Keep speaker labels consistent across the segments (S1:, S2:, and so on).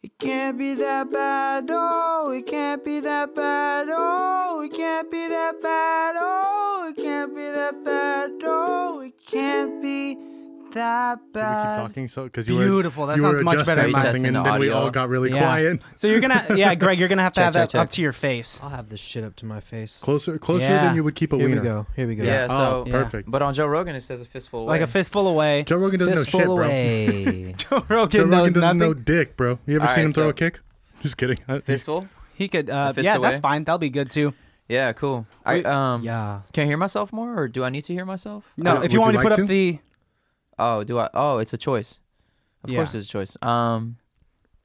S1: It can't be that bad, oh, it can't be that bad, oh, it can't be that bad, oh, it can't be that bad, oh, it can't be that
S2: we keep
S1: bad.
S2: talking so because you
S3: Beautiful.
S2: were
S3: That
S2: you
S3: sounds
S2: were
S3: much better than
S2: adjusting
S3: mine.
S2: something, and
S4: Adjusting the
S2: then we
S4: audio.
S2: all got really
S3: Yeah.
S2: quiet.
S3: So you're gonna, yeah, Greg, you're gonna have to
S4: Check,
S3: have that
S4: check,
S3: up
S4: check.
S3: to your face.
S5: I'll have this shit up to my face.
S2: Closer, closer
S3: Yeah.
S2: than you would keep a
S5: Here
S2: wiener.
S5: we go. Here we go.
S4: Yeah.
S2: Oh,
S4: so,
S3: Yeah.
S2: perfect.
S4: but on Joe Rogan, it says a fistful away.
S3: Like a fistful away.
S2: Joe Rogan doesn't
S5: Fistful
S2: know shit, bro.
S5: away.
S3: Joe
S2: Joe
S3: Rogan
S2: Rogan
S3: knows
S2: doesn't
S3: nothing.
S2: know dick, bro. You ever
S4: All
S2: seen
S4: right,
S2: him throw
S4: so-
S2: a kick? Just kidding. Uh, he's-
S4: fistful.
S3: He could, uh,
S4: A fist
S3: yeah,
S4: away?
S3: that's fine. That'll be good too.
S4: Yeah, cool. I
S3: Wait,
S4: um
S5: yeah.
S4: can I hear myself more, or do I need to hear myself?
S3: No,
S2: Uh,
S3: if you
S2: would
S3: want
S2: you
S3: me to put
S2: like
S3: up
S2: to?
S3: the
S4: Oh, do I? Oh, it's a choice. Of
S3: Yeah.
S4: course, it's a choice. Um,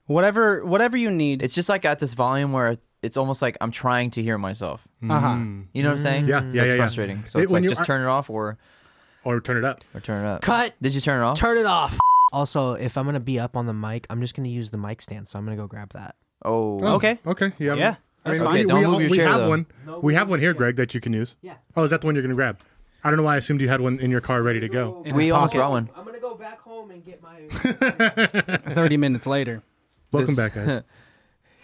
S3: whatever, whatever you need.
S4: it's just like at this volume where it's almost like I'm trying to hear myself.
S5: mm.
S3: Uh-huh.
S4: You know what I'm saying?
S2: Hmm. Yeah,
S4: So
S2: yeah,
S4: it's
S2: yeah, yeah.
S4: frustrating. So
S2: It-
S4: it's
S2: when
S4: like
S2: you
S4: just
S2: are-
S4: turn it off or
S2: or turn it up.
S4: or turn it up.
S5: Cut.
S4: Did you turn it off?
S5: Turn it off. Also, if I'm gonna be up on the mic, I'm just gonna use the mic stand. So I'm gonna go grab that.
S4: oh,
S2: Oh,
S3: Okay.
S2: Okay.
S3: Yeah,
S2: Yeah. I mean,
S3: that's
S4: fine.
S2: we-
S4: Okay, don't
S2: we,
S4: move
S2: all-
S4: your
S2: we
S4: chair,
S2: have
S4: though.
S2: one. we have one here, Greg, that you can use.
S5: Yeah.
S2: Oh, is that the one you're gonna grab? I don't know why I assumed you had one in your car ready to go.
S3: In
S4: we
S3: his
S4: almost
S3: pocket.
S4: brought one.
S5: I'm gonna go back home and get my.
S3: Thirty minutes later.
S2: Welcome
S4: This-
S2: back, guys.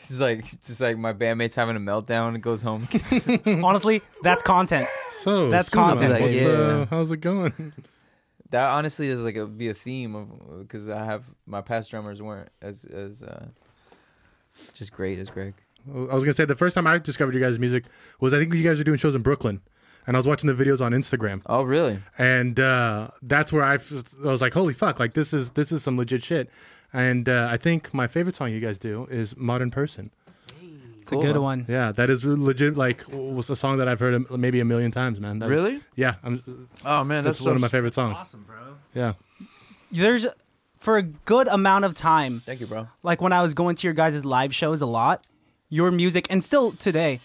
S4: It's like it's just like my bandmate's having a meltdown and goes home. Gets
S3: Honestly, that's content.
S2: So
S3: That's
S2: Steven,
S3: content,
S2: what's,
S4: baby.
S2: uh,
S4: Yeah.
S2: how's it going?
S4: that honestly is like a, be a theme of because I have my past drummers weren't as as uh, just great as Greg.
S2: I was gonna say the first time I discovered you guys' music was I think you guys were doing shows in Brooklyn, and I was watching the videos on Instagram,
S4: Oh, really?
S2: and uh, that's where I, f- I was like, holy fuck, like this is this is some legit shit. And uh, I think my favorite song you guys do is "Modern Person."
S3: It's
S4: Cool.
S3: a good one.
S2: Yeah, that is legit. Like was a song that I've heard a- maybe a million times, man. That's,
S4: Really?
S2: Yeah, I'm,
S4: Oh man,
S2: that's,
S4: that's,
S2: one of my favorite songs.
S5: bro.
S2: Yeah,
S3: There's for a good amount of time,
S4: Thank you, bro.
S3: like when I was going to your guys' live shows a lot, your music and still today,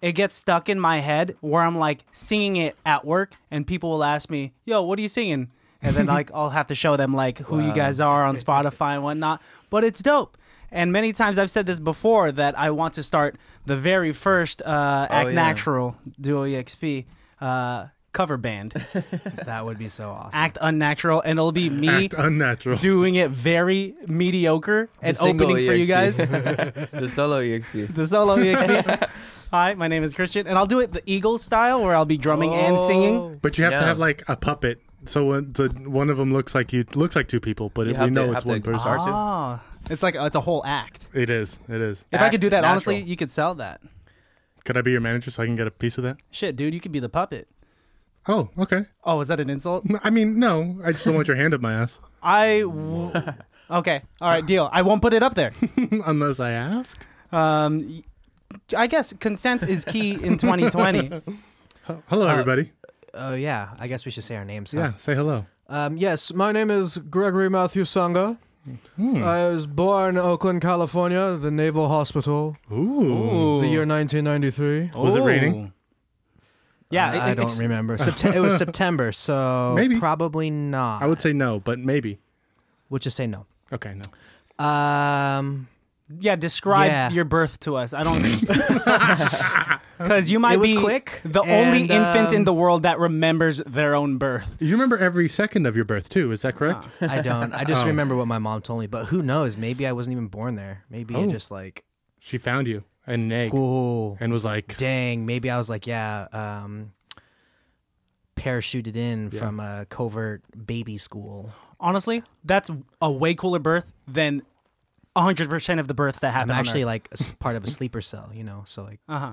S3: it gets stuck in my head where I'm like singing it at work and people will ask me, Yo, what are you singing? And then like I'll have to show them like who you guys are on Spotify and whatnot. But it's dope. And many times I've said this before that I want to start the very first uh, Act
S4: yeah.
S3: Natural Duo EXP uh, cover band.
S5: That would be so awesome.
S3: Act Unnatural, and it'll be me
S2: act unnatural.
S3: doing it very mediocre and opening for
S4: E
S3: you guys.
S4: the solo E EXP.
S3: the solo EXP. Hi, my name is Christian, and I'll do it the Eagles style, where I'll be drumming and singing.
S4: Oh.
S2: But you have to
S4: Yeah.
S2: have like a puppet, so when the, one of them looks like you looks like two people, but
S4: You
S2: it,
S4: have
S2: we
S4: to-
S2: know
S4: have
S2: it's
S4: to
S2: one person.
S4: start to-
S3: Oh, it's like it's a whole act.
S2: It is. It is.
S3: If I could do that,
S4: Act
S3: honestly,
S4: natural.
S3: you could sell that.
S2: Could I be your manager so I can get a piece of that?
S3: Shit, dude, you could be the puppet.
S2: Oh, okay.
S3: Oh, is that an insult?
S2: No, I mean, no. I just don't want your hand up my ass
S3: I. W- okay, all right, deal. I won't put it up there.
S2: unless I ask.
S3: Um, y- I guess consent is key in 2020.
S2: H- Hello, everybody.
S5: Oh yeah, I guess we should say our names. huh?
S2: Yeah, say hello.
S5: Um, yes, my name is Gregory Matthew Sanga. I was born in Oakland, California, the Naval Hospital,
S2: Ooh.
S5: the year 1993.
S2: Was it raining?
S3: Ooh. Yeah,
S5: Uh,
S3: it-
S5: I
S3: it-
S5: don't
S3: it's-
S5: remember. Septe- it was September, so
S2: Maybe.
S5: probably not.
S2: I would say no, but maybe.
S5: We'll just say no.
S2: Okay, no.
S5: Um,
S3: Yeah, describe
S5: Yeah.
S3: your birth to us. I don't because you might
S5: It was
S3: be
S5: quick,
S3: the only
S5: and,
S3: infant in
S5: um,
S3: the world that remembers their own birth.
S2: You remember every second of your birth too? Is that correct?
S5: I don't. I just
S2: Oh.
S5: remember what my mom told me, but who knows? Maybe I wasn't even born there. Maybe I
S2: Oh.
S5: just like,
S2: She found you and an egg
S5: whoa,
S2: and was like,
S5: dang. Maybe I was like, yeah, um, parachuted in from a covert baby school.
S3: Honestly, that's a way cooler birth than hundred percent of the births that
S5: I'm
S3: happen.
S5: actually like a s- part of a sleeper cell, you know. So like,
S3: uh huh.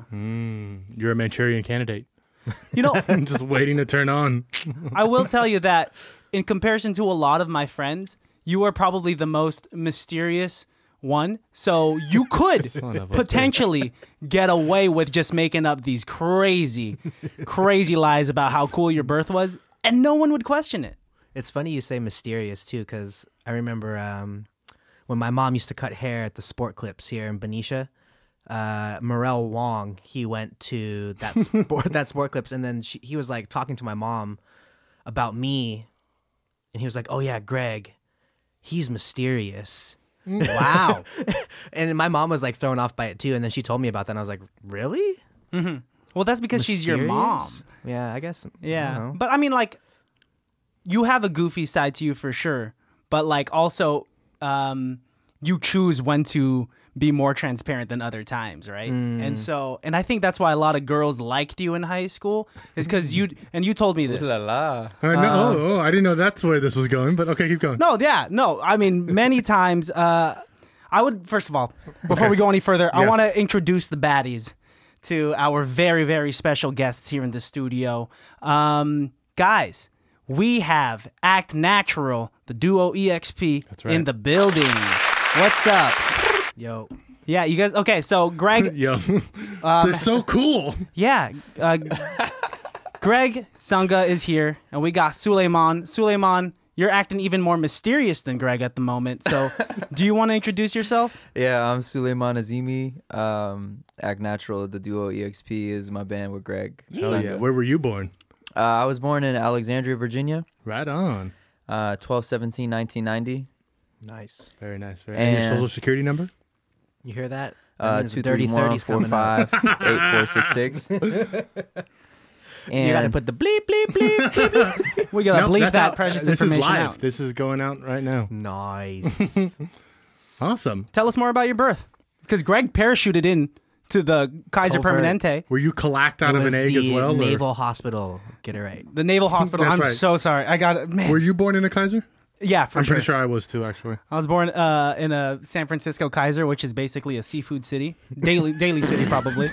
S2: "You're a Manchurian candidate."
S3: You know,
S2: I'm just waiting to turn on.
S3: I will tell you that in comparison to a lot of my friends, you are probably the most mysterious one. So you could
S2: of a-
S3: potentially get away with just making up these crazy, crazy lies about how cool your birth was, and no one would question it.
S5: It's funny you say mysterious too, because I remember um, when my mom used to cut hair at the sport clips here in Benicia. Uh, Morel Wong, he went to that sport that sport clips, and then she, he was like talking to my mom about me, and he was like, "Oh yeah, Greg, he's mysterious." wow. and my mom was like thrown off by it too, and then she told me about that, and I was like, "Really?"
S3: Well, that's because she's your mom.
S5: Mysterious? Yeah, I guess. I don't
S3: Yeah.
S5: know.
S3: But I mean, like, you have a goofy side to you for sure. But, like, also, um, you choose when to be more transparent than other times, right?
S5: Mm.
S3: And so, and I think that's why a lot of girls liked you in high school is because you and you told me
S4: La
S3: this.
S4: la.
S2: I know, oh, oh, I didn't know that's where this was going, but okay, keep going.
S3: No, yeah, no. I mean, many times. Uh, I would first of all, before we go any further, I
S2: Yes.
S3: want to introduce the baddies to our very very special guests here in the studio. Um, guys, we have Act Natural, the duo EXP,
S2: right.
S3: in the building. What's up?
S5: Yo,
S3: Yeah, you guys. Okay, so Greg.
S2: Yo, they're so cool.
S3: yeah, uh, Greg Sunga is here, and we got Suleiman. Suleiman, you're acting even more mysterious than Greg at the moment. So, do you want to introduce yourself?
S4: Yeah, I'm Suleiman Azimi. Um, Act Natural, the duo EXP is my band with Greg.
S2: Oh yeah, where were you born?
S4: Uh, I was born in Alexandria, Virginia,
S2: Right on.
S4: uh, 12 17 1990.
S5: nice.
S2: Very nice. Very and your
S4: And-
S2: social security number?
S5: You hear that?
S4: Uh,
S5: There's a
S4: 231
S5: 30s coming up.
S4: 45 8466.
S5: You got to
S4: And-
S5: put the bleep bleep bleep.
S3: We gotta
S2: Nope,
S3: bleep
S2: that's
S3: that
S2: out.
S3: precious
S2: this
S3: information
S2: is live.
S3: out.
S2: This is going out right now.
S5: nice.
S2: Awesome.
S3: Tell us more about your birth, because Greg parachuted in to the Kaiser
S5: Covert.
S3: Permanente,
S2: Were you clacked out
S5: It
S2: of
S5: was
S2: an egg as
S5: the
S2: well? or-
S5: Naval Hospital. Get it right.
S3: the Naval Hospital.
S2: That's
S3: I'm
S2: right.
S3: so sorry. I got it, man.
S2: Were you born in a Kaiser?
S3: yeah, for
S2: I'm
S3: sure.
S2: pretty sure I was too, actually.
S3: I was born uh, in a San Francisco Kaiser, which is basically a seafood city, daily daily city probably.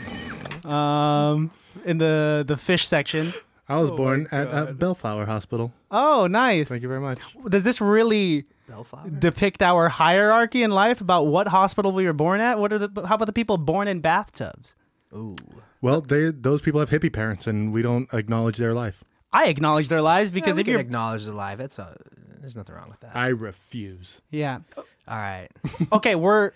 S3: Um, in the the fish section.
S2: I was born at, at Bellflower Hospital.
S3: Oh, nice.
S2: Thank you very much.
S3: Does this really
S5: Bellflower.
S3: depict our hierarchy in life about what hospital we were born at? What are the how about the people born in bathtubs?
S5: Ooh.
S2: Well, they those people have hippie parents, and we don't acknowledge their life.
S3: I acknowledge their lives because
S5: Because yeah,
S3: if
S5: we can
S3: you're
S5: acknowledge the live. It's a, there's nothing wrong with that.
S2: I refuse.
S3: yeah.
S5: All right.
S3: Okay, we're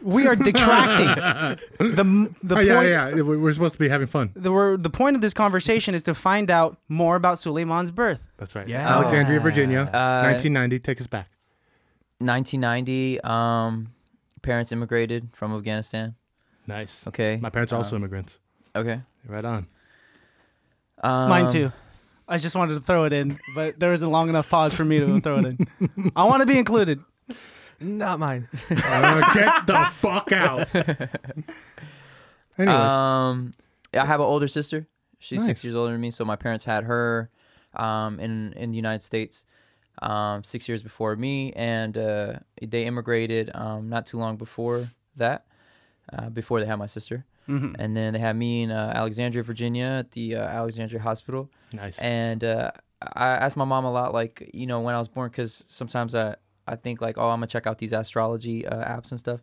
S3: we are detracting the the
S2: Oh,
S3: point.
S2: yeah, yeah. yeah. We- We're supposed to be having fun.
S3: The, we're- the point of this conversation is to find out more about Suleiman's birth.
S2: That's right.
S5: Yeah.
S2: Alexandria,
S5: Oh.
S2: Virginia,
S4: Uh,
S2: 1990. Take us back.
S4: 1990, um, parents immigrated from Afghanistan.
S2: Nice.
S4: Okay.
S2: My parents are also
S4: Um,
S2: immigrants.
S4: Okay.
S2: Right on.
S4: Um,
S3: Mine too. I just wanted to throw it in, but there wasn't long enough pause for me to throw it in. I want to be included.
S5: Not mine.
S2: Uh, get the fuck out. Anyways,
S4: Um, I have an older sister. She's
S2: Nice.
S4: six years older than me, so my parents had her um, in in the United States um, six years before me, and uh, they immigrated um, not too long before that, uh, before they had my sister,
S2: Mm-hmm.
S4: and then they had me in uh, Alexandria, Virginia, at the uh, Alexandria Hospital.
S2: nice.
S4: And uh, I asked my mom a lot, like you know, when I was born, because sometimes I I think like, oh, I'm gonna check out these astrology uh, apps and stuff,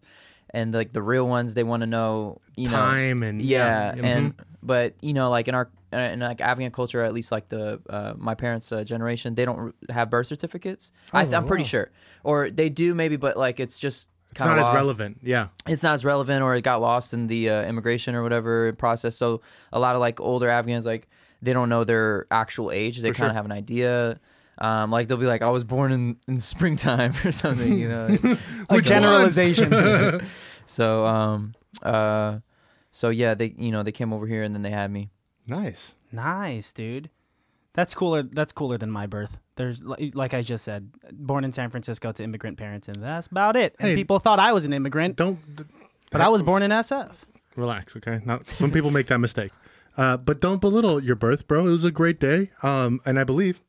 S4: and like the real ones, they want to know you know
S2: Time and
S4: yeah,
S2: mhm.
S4: and but you know, like in our uh, in like Afghan culture, at least like the uh, my parents' uh, generation, they don't r- have birth certificates. I th- I'm pretty
S2: Oh, wow.
S4: sure, or they do maybe, but like it's just
S2: it's
S4: kind
S2: not
S4: of
S2: as relevant. Yeah.
S4: it's not as relevant or it got lost in the uh, immigration or whatever process. So a lot of like older Afghans, like they don't know their actual age. They kind of have an idea. Um, like they'll be like, I was born in, in springtime or something, you know?
S3: A generalization.
S4: so, um, uh, so yeah, they, you know, they came over here and then they had me.
S2: Nice.
S3: nice, dude. That's cooler. That's cooler than my birth. There's li- like I just said, born in San Francisco to immigrant parents, and that's about it. And
S2: Hey.
S3: people thought I was an immigrant,
S2: Don't d-
S3: but I was born in SF.
S2: relax, okay? Now, some people make that mistake. Uh, but don't belittle your birth, bro. It was a great day. Um, and I believe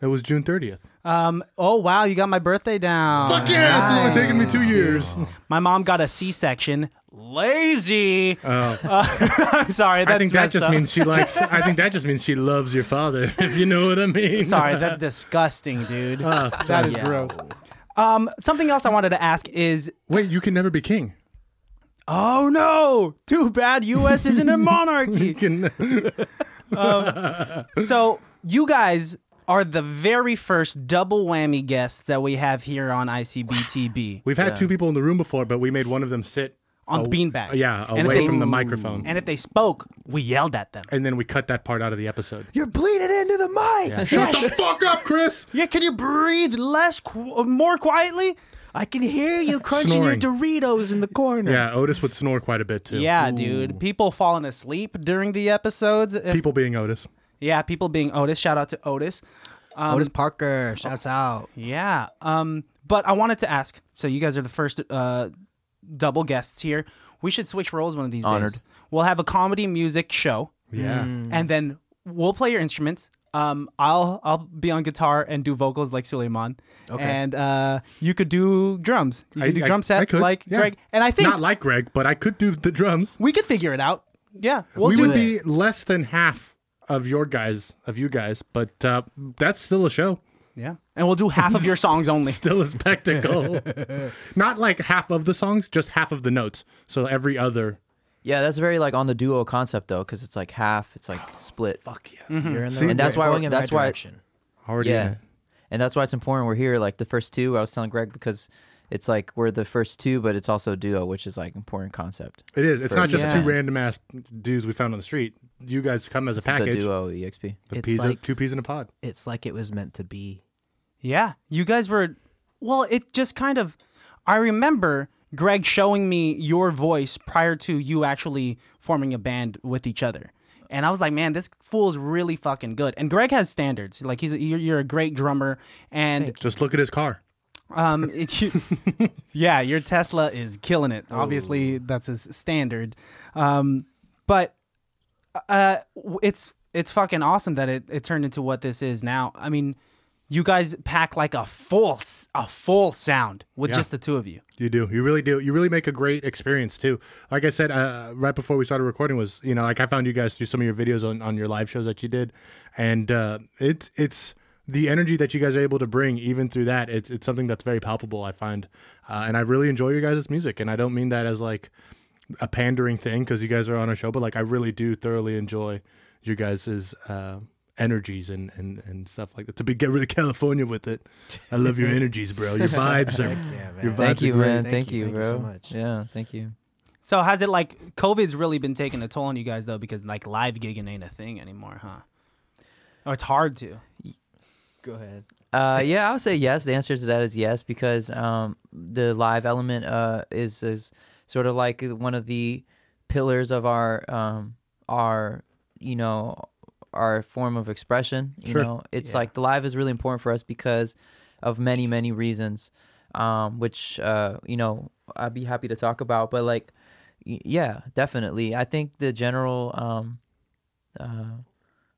S2: it was June 30th.
S3: Um. Oh wow, you got my birthday down.
S2: Fuck yeah! It's only taken me two years.
S3: My mom got a C-section. Lazy.
S2: Oh.
S3: I'm sorry. That's
S2: I think that
S3: messed
S2: just
S3: up.
S2: means she likes. I think that just means she loves your father. If you know what I mean.
S3: Sorry, that's disgusting, dude.
S2: Oh,
S3: that is
S5: Yeah.
S3: gross. Um, something else I wanted to ask is,
S2: Wait, you can never be king.
S3: oh no, too bad U.S. isn't a monarchy.
S2: You can.
S3: So you guys are the very first double whammy guests that we have here on ICBTB
S2: We've had two people in the room before, but we made one of them sit
S3: on
S2: aw-
S3: beanbag.
S2: Yeah,
S3: if
S2: away
S3: they-
S2: from the microphone, and,
S3: And if they spoke, we yelled at them.
S2: then we cut that part out of the episode.
S5: You're bleeding into the mic.
S2: Shut the fuck up, Chris.
S3: Yeah, can you breathe less, qu- uh, more quietly?
S5: I can hear you crunching your Doritos in the corner.
S2: Yeah, Otis would snore quite a bit too.
S3: Yeah, dude. People falling asleep during the episodes. If-
S2: people being Otis.
S3: yeah,
S5: Oh,
S2: Um,
S3: people being Otis. Shout out to Otis.
S5: Otis Parker shouts out.
S3: Yeah. Um, But I wanted to ask. So you guys are the first uh, double guests here. We should switch roles one of these
S4: Honored.
S3: days. We'll have a comedy music show,
S2: Yeah.
S3: and then we'll play your instruments. Um, I'll I'll be on guitar and do vocals like Suleiman, okay. and uh, you could do drums. You
S2: I-
S3: could do
S2: I-
S3: drum set
S2: I could,
S3: like
S2: yeah.
S3: Greg, and I think
S2: Not like Greg, but I could do the drums.
S3: we could figure it out. Yeah, we'll
S2: we
S3: do
S2: would
S3: it.
S2: be less than half of your guys, of you guys, but uh, that's still a show.
S3: Yeah, and we'll do half of your songs only.
S2: Still a spectacle. Not like half of the songs, just half of the notes. So every other.
S4: Yeah, that's very like on the duo concept though, because it's like half, it's like split.
S5: Fuck yes, you're in the
S2: Mm-hmm. See,
S5: right,
S2: And
S4: that's
S5: you're
S4: why-
S5: going in the
S4: that's
S5: right
S4: why-
S5: direction.
S2: Already in
S4: Yeah,
S2: it.
S4: and that's why it's important we're here. Like the first two, I was telling Greg because it's like we're the first two, but it's also duo, which is like important concept.
S2: It is. It's
S4: For-
S2: not just
S3: Yeah.
S2: two random ass dudes we found on the street. You guys come as a
S4: It's
S2: package.
S4: the duo E EXP.
S2: The
S5: It's
S2: peas
S5: like-
S2: two peas in a pod.
S5: It's like it was meant to be.
S3: Yeah, you guys were. Well, it just kind of. I remember Greg showing me your voice prior to you actually forming a band with each other, and I was like, "Man, this fool's really fucking good." And Greg has standards. Like he's a, you're, you're a great drummer, and
S2: Just look at his car.
S3: um, it, you, yeah, your Tesla is killing it. Obviously, that's his standard. Um, but uh, w- it's it's fucking awesome that it, it turned into what this is now. I mean, you guys pack like a full s- a full sound with just the two of you.
S2: You do. You really do. You really make a great experience too. Like I said, uh, right before we started recording was, you know, like I found you guys through some of your videos on, on your live shows that you did, and uh, it's it's the energy that you guys are able to bring even through that. It's it's something that's very palpable. I find, uh, and I really enjoy your guys' music, and I don't mean that as like a pandering thing because you guys are on a show, but like I really do thoroughly enjoy your guys' uh, energies and, and and stuff like that. To be get really California with it, I love your energies, bro. Your vibes are
S5: Yeah, man.
S2: your vibes
S4: Thank
S2: are
S4: you,
S2: great.
S4: man.
S5: Thank
S4: Thank,
S5: you.
S4: you,
S5: Thank
S4: bro.
S5: you so much.
S4: Yeah, thank you.
S3: So has it like COVID's really been taking a toll on you guys though? Because like live gigging ain't a thing anymore, huh? Or it's hard to.
S5: Go ahead.
S4: Uh, yeah, I would say yes. The answer to that is yes because um, the live element uh, is is sort of like one of the pillars of our um, our you know our form of expression. You
S2: Sure.
S4: know, it's like the live is really important for us because of many many reasons, um, which uh, you know I'd be happy to talk about. But like, y- yeah, definitely. I think the general. Um, uh,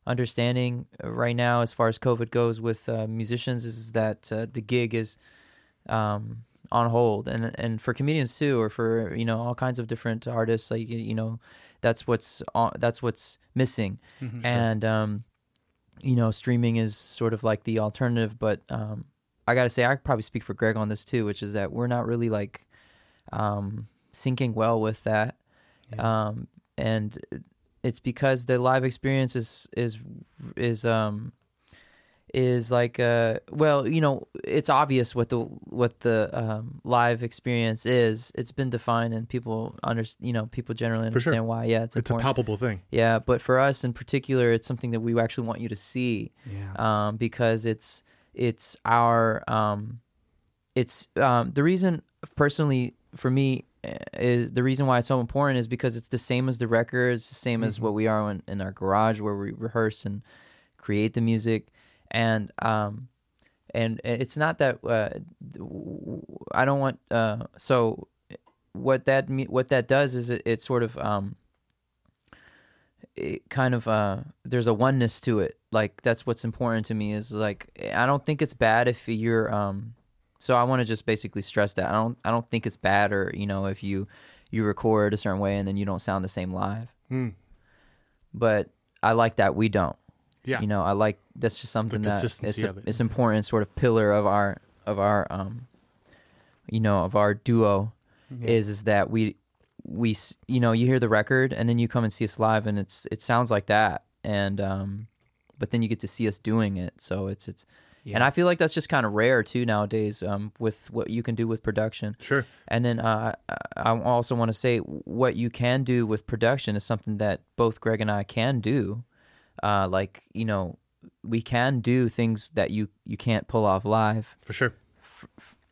S4: understanding uh, right now as far as COVID goes with uh, musicians is that uh, the gig is um, on hold, and and for comedians too, or for you know all kinds of different artists, like you- you know, that's what's on, that's what's missing, and um, you know, streaming is sort of like the alternative, but um, I gotta say, I could probably speak for Greg on this too, which is that we're not really like um, syncing well with that, um, and it's because the live experience is is is um is like uh well you know it's obvious what the what the um live experience is it's been defined and people under you know people generally
S2: For sure.
S4: understand why yeah it's
S2: It's a
S4: important
S2: palpable thing.
S4: yeah but for us in particular it's something that we actually want you to see
S3: Yeah.
S4: um, because it's it's our um, it's um, the reason personally for me eh, is the reason why it's so important is because it's the same as the records, the same as what we are in, in our garage where we rehearse and create the music, and um, and it's not that uh, I don't want uh, so what that me- what that does is it, it sort of um, it kind of uh there's a oneness to it like that's what's important to me is like i don't think it's bad if you're um so i want to just basically stress that i don't i don't think it's bad or you know if you you record a certain way and then you don't sound the same live but i like that we don't
S2: Yeah.
S4: you know i like that's just something that it's,
S2: consistency
S4: a,
S2: of it.
S4: it's important sort of pillar of our of our um you know of our duo
S2: Mm-hmm.
S4: is is that we we s- you know you hear the record and then you come and see us live and it's it sounds like that and um but then you get to see us doing it so it's it's and i feel like that's just kind of rare too nowadays um with what you can do with production
S2: Sure.
S4: and then uh, I I also want to say what you can do with production is something that both Greg and I can do. Uh, like you know, we can do things that you you can't pull off live.
S2: For sure.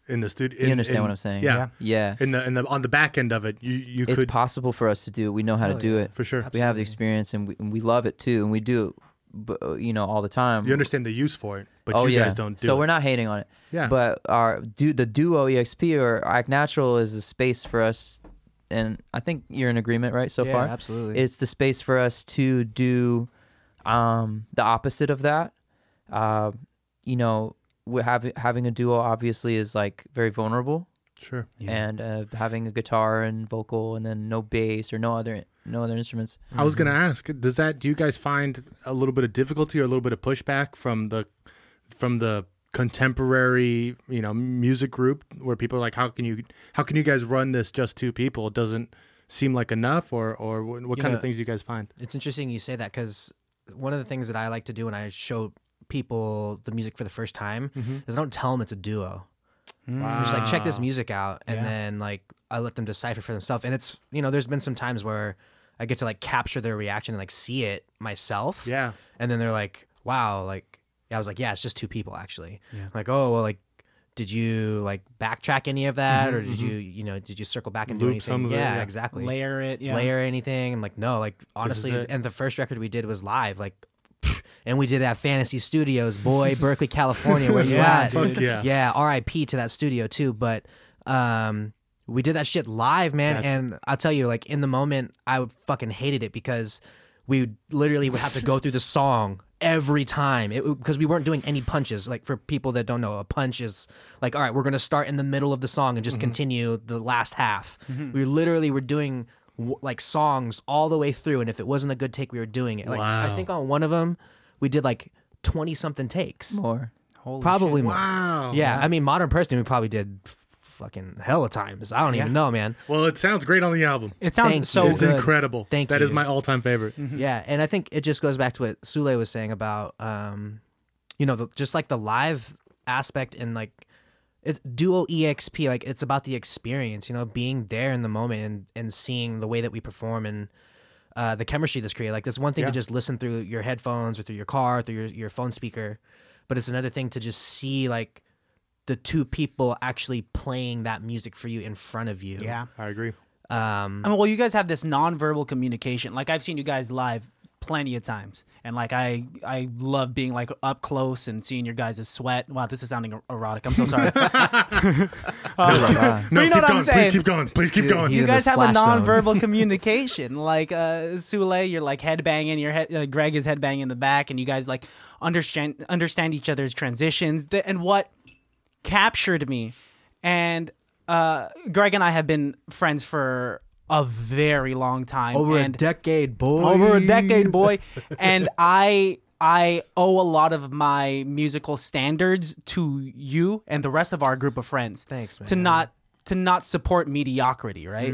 S2: In the studio.
S4: You understand what I'm saying?
S2: Yeah.
S4: Yeah,
S2: In the in the on the back end of it, you you
S4: it's
S2: could
S4: possible for us to do. We know how to do it.
S2: for sure.
S4: We have the experience and we, and we love it too, and we do b- uh, you know, all the time.
S2: You understand the use for it, but
S4: oh
S2: you
S4: yeah,
S2: guys don't do
S4: so
S2: it.
S4: we're not hating on it.
S2: Yeah.
S4: but our do the duo exp or act natural is the space for us, and I think you're in agreement, right? So
S5: Yeah,
S4: far,
S5: absolutely.
S4: it's the space for us to do um, the opposite of that. Uh, you know, we having having a duo obviously is like very vulnerable,
S2: sure.
S4: and uh, having a guitar and vocal, and then no bass or no other no other instruments.
S2: I was gonna ask, does that do you guys find a little bit of difficulty or a little bit of pushback from the from the contemporary, you know, music group where people are like, how can you how can you guys run this just two people? It doesn't seem like enough, or or what, what
S5: You
S2: kind
S5: know-
S2: of things do you guys find?
S5: It's interesting you say that because one of the things that I like to do when I show people the music for the first time
S2: Mm-hmm.
S5: is I don't tell them it's a duo.
S2: Mm.
S5: I'm just like, check this music out, and then like I let them decipher for themselves. And it's you know, there's been some times where I get to like capture their reaction and like see it myself.
S2: Yeah.
S5: And then they're like, wow, like I was like, yeah, it's just two people actually. Like, oh well, like did you like backtrack any of that, or did you you know did you circle back and do
S2: Mm-hmm, Loop
S5: anything?
S2: some of it,
S5: yeah,
S2: yeah.
S5: exactly
S3: layer it. Yeah.
S5: layer anything. I'm like, no, like honestly,
S2: it.
S5: and the first record we did was live, like, pfft, and we did it at Fantasy Studios, boy, Berkeley, California, where you
S3: Yeah,
S5: at?
S2: dude. Fuck yeah.
S5: R.I.P. to that studio too, but um, we did that shit live, man,
S2: That's-
S5: and I'll tell you, like in the moment, I fucking hated it because we literally would have to go through the song. Every time, it because we weren't doing any punches. Like for people that don't know, a punch is like, all right, we're gonna start in the middle of the song and just
S2: Mm-hmm.
S5: continue the last half. We literally were doing w- like songs all the way through, and if it wasn't a good take, we were doing it. Like I
S2: Wow.
S5: think on one of them, we did like twenty something takes,
S4: More,
S3: Holy
S5: probably more.
S2: Wow.
S5: Yeah, I mean, modern person, we probably did f- fucking hell of times. I don't even know, man.
S2: Well, it sounds great on the album.
S3: shit. It sounds
S5: Thank
S3: so
S5: you.
S2: it's
S3: good.
S2: incredible.
S5: Thank
S2: That is
S5: you.
S2: my all-time favorite.
S3: Mm-hmm.
S5: Yeah, and I think it just goes back to what Sule was saying about, um, you know, the, just like the live aspect and like it's duo exp. Like it's about the experience, you know, being there in the moment and and seeing the way that we perform and uh, the chemistry that's created. Like it's one thing
S2: Yeah.
S5: to just listen through your headphones or through your car, through your your phone speaker, but it's another thing to just see like the two people actually playing that music for you in front of you.
S3: Yeah.
S2: I agree.
S5: Um,
S3: I mean, well, you guys have this nonverbal communication. Like I've seen you guys live plenty of times, and like I, I love being like up close and seeing your guys' sweat. Wow, this is sounding er- erotic. I'm so sorry.
S4: Wow.
S3: But you know
S2: keep
S3: what I'm
S2: going.
S3: saying.
S2: Please keep going. Please keep
S5: Yeah,
S2: going.
S5: he's-
S3: you
S5: in the
S3: guys have a
S5: splash zone.
S3: nonverbal communication. Like uh Sule, you're like headbanging your head. Uh, Greg is headbanging the back, and you guys like understand understand each other's transitions. Th- and what captured me, and uh Greg and I have been friends for a very long time. and
S5: decade, boy.
S3: over a decade, boy. and I I owe a lot of my musical standards to you and the rest of our group of friends.
S5: Thanks,
S3: To
S5: man. Mm,
S3: not to not support mediocrity, right?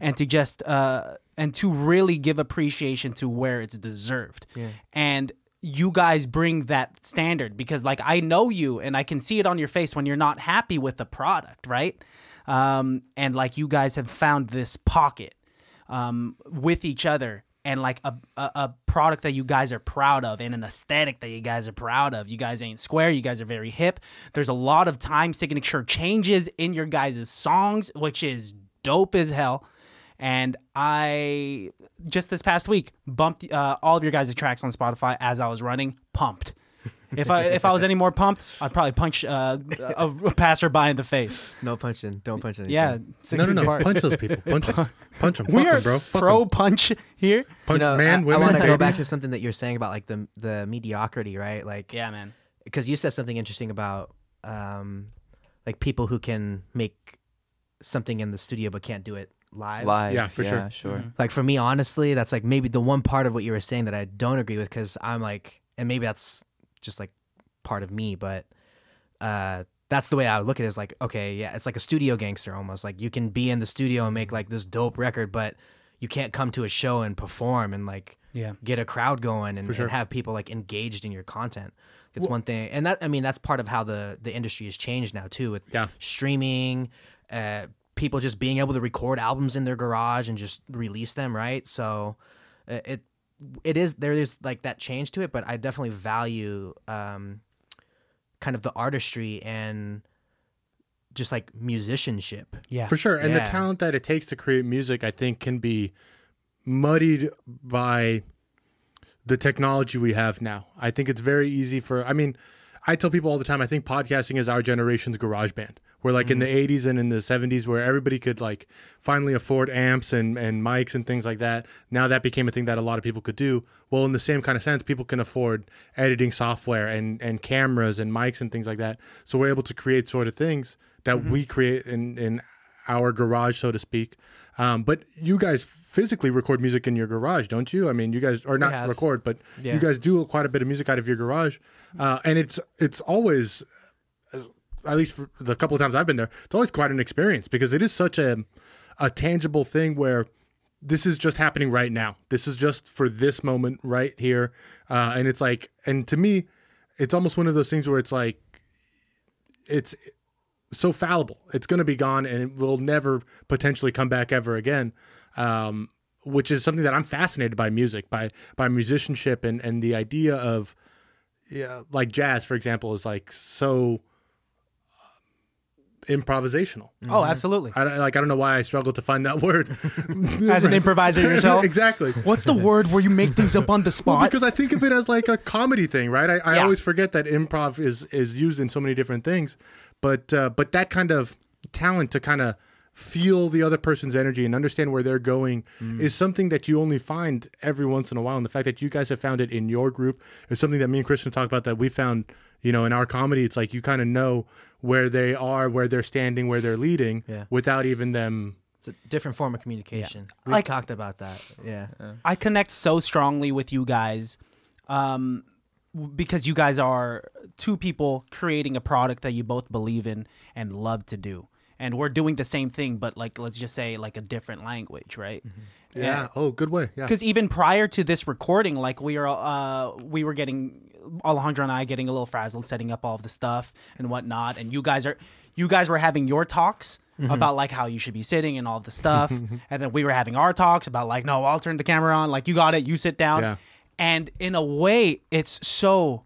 S3: And to just uh and to really give appreciation to where it's deserved. And you guys bring that standard because like I know you and I can see it on your face when you're not happy with the product, right? Um and like you guys have found this pocket um, with each other and like a, a, a product that you guys are proud of and an aesthetic that you guys are proud of. You guys ain't square. You guys are very hip. There's a lot of time signature changes in your guys' songs, which is dope as hell. And I just this past week bumped uh, all of your guys' tracks on Spotify as I was running, pumped. If I if I was any more pumped, I'd probably punch uh, a, a passerby in the face.
S5: No punching. Don't punch anything.
S3: Yeah, six
S2: No, no,
S3: feet
S2: no.
S3: apart.
S2: Punch those people. Punch them. Punch them.
S3: we
S2: Fuck
S3: are
S2: 'em, bro. Fuck 'em.
S3: pro punch here.
S2: Punch
S5: You know,
S2: man,
S5: I,
S2: women,
S5: want to go
S2: baby.
S5: back to something that you're saying about like the the mediocrity, right? Like,
S3: Yeah, man.
S5: because you said something interesting about um, like people who can make something in the studio but can't do it live.
S4: live,
S2: Yeah, for sure.
S4: sure.
S5: Like for me, honestly, that's like maybe the one part of what you were saying that I don't agree with because I'm like, and maybe that's just like part of me, but uh, that's the way I would look at it is like, okay, yeah, it's like a studio gangster almost. Like you can be in the studio and make like this dope record, but you can't come to a show and perform and like
S3: Yeah.
S5: get a crowd going and,
S2: sure.
S5: and have people like engaged in your content. It's one thing, and that I mean that's part of how the the industry has changed now too with
S2: Yeah.
S5: streaming, uh, people just being able to record albums in their garage and just release them, right? So uh, it it is there is like that change to it, but I definitely value um, kind of the artistry and just like musicianship.
S3: Yeah.
S2: for sure and
S5: Yeah.
S2: the talent that it takes to create music i think can be muddied by the technology we have now. I think it's very easy for. I mean, I tell people all the time. I think podcasting is our generation's garage band. Where like in the '80s and in the '70s, where everybody could like finally afford amps and and mics and things like that. Now that became a thing that a lot of people could do. Well, in the same kind of sense, people can afford editing software and and cameras and mics and things like that. So we're able to create sort of things that we create in in our garage, so to speak. Um, but you guys physically record music in your garage, don't you? I mean, you guys are not
S5: have.
S2: record, but you guys do quite a bit of music out of your garage, uh, and it's it's always, as- at least for the couple of times I've been there, it's always quite an experience because it is such a a tangible thing where this is just happening right now. This is just for this moment right here, uh, and it's like, and to me, it's almost one of those things where it's like, it's so fallible. It's going to be gone and it will never potentially come back ever again. Um, which is something that I'm fascinated by music, by by musicianship, and and the idea of, yeah, like jazz, for example, is like so uh, improvisational.
S3: Oh, absolutely.
S2: I, I- like I don't know why I struggle to find that word.
S3: As an improviser yourself.
S2: exactly.
S3: What's the word where you make things up on the spot?
S2: Because I think of it as like a comedy thing, right? I, I
S3: Yeah.
S2: always forget that improv is is used in so many different things, but uh, but that kind of talent to kind of feel the other person's energy and understand where they're going is something that you only find every once in a while. And the fact that you guys have found it in your group is something that me and Christian talk about that we found, you know, in our comedy. It's like you kind of know where they are, where they're standing, where they're leading,
S5: Yeah.
S2: without even them
S5: It's a different form of communication. We
S3: Like-
S5: talked about that. Yeah.
S3: I connect so strongly with you guys um, w- because you guys are two people creating a product that you both believe in and love to do. And we're doing the same thing, but like, let's just say, like a different language, right? Mm-hmm.
S2: Yeah. Oh, good way. Yeah.
S3: because even prior to this recording, like we are, uh, we were getting Alejandro and I getting a little frazzled, setting up all of the stuff and whatnot, and you guys are, you guys were having your talks about like how you should be sitting and all the stuff, and then we were having our talks about like, no, I'll turn the camera on, like you got it, you sit down,
S2: Yeah.
S3: and in a way, it's so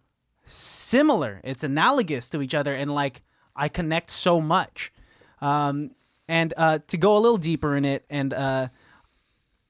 S3: similar, it's analogous to each other, and like I connect so much. Um, and uh, to go a little deeper in it, and uh,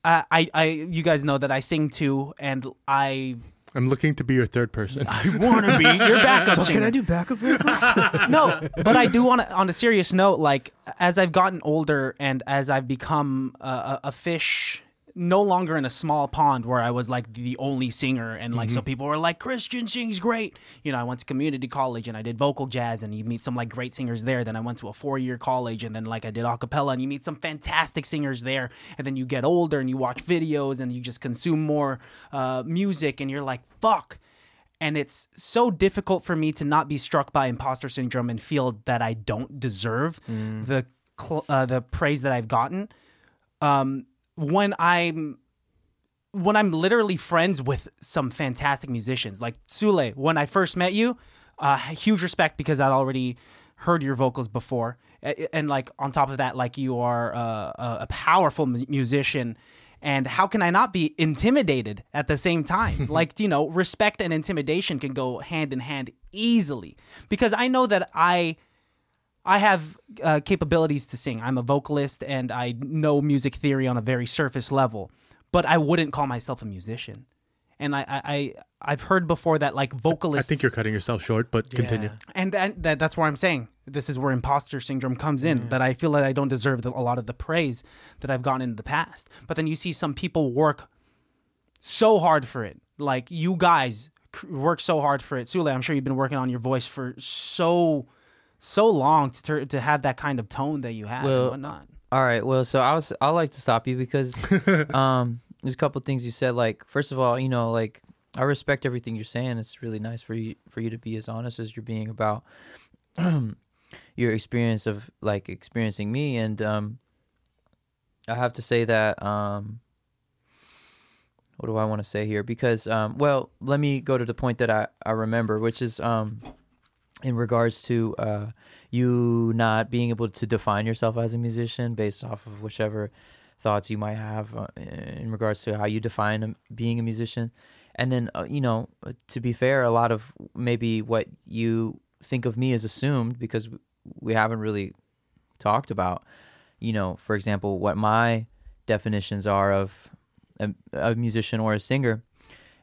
S3: I, I, I, you guys know that I sing too, and I
S2: I'm looking to be your third person.
S3: want to be your backup singer.
S5: do backup vocals?
S3: no, but I do want to, on a serious note, like as I've gotten older and as I've become a, a, a fish no longer in a small pond where I was like the only singer and like
S5: Mm-hmm.
S3: so people were like Christian sings great. You know, I went to community college and I did vocal jazz and you meet some like great singers there. Then I went to a four year college and then like I did a cappella and you meet some fantastic singers there. And then you get older and you watch videos and you just consume more uh, music and you're like, fuck and it's so difficult for me to not be struck by imposter syndrome and feel that I don't deserve the cl- uh, the praise that I've gotten. Um, when I'm when I'm literally friends with some fantastic musicians, like Sule, when I first met you, uh, huge respect because I'd already heard your vocals before, A- and like on top of that, like you are uh, a, a powerful mu- musician. And how can I not be intimidated at the same time? like you know, respect and intimidation can go hand in hand easily because I know that I. I have uh, capabilities to sing. I'm a vocalist and I know music theory on a very surface level, but I wouldn't call myself a musician. And I, I, I I've heard before that like
S2: I
S3: vocalists
S2: think you're cutting yourself short, but continue.
S3: and that, that that's where I'm saying this is where imposter syndrome comes in that I feel that I don't deserve the, a lot of the praise that I've gotten in the past. But then you see some people work so hard for it. Like you guys c- work so hard for it. Sule, I'm sure you've been working on your voice for so so long to tur- to have that kind of tone that you have and
S4: Well,
S3: whatnot.
S4: All right. Well, so I was I like to stop you because um, there's a couple things you said. Like first of all, you know, like I respect everything you're saying. It's really nice for you for you to be as honest as you're being about your experience of like experiencing me. And um, I have to say that um, what do I want to say here? Because um, well, let me go to the point that I I remember, which is um, in regards to uh, you not being able to define yourself as a musician based off of whichever thoughts you might have uh, in regards to how you define um, being a musician. And then, uh, you know, uh, to be fair, a lot of maybe what you think of me is assumed because we haven't really talked about, you know, for example, what my definitions are of a, a musician or a singer.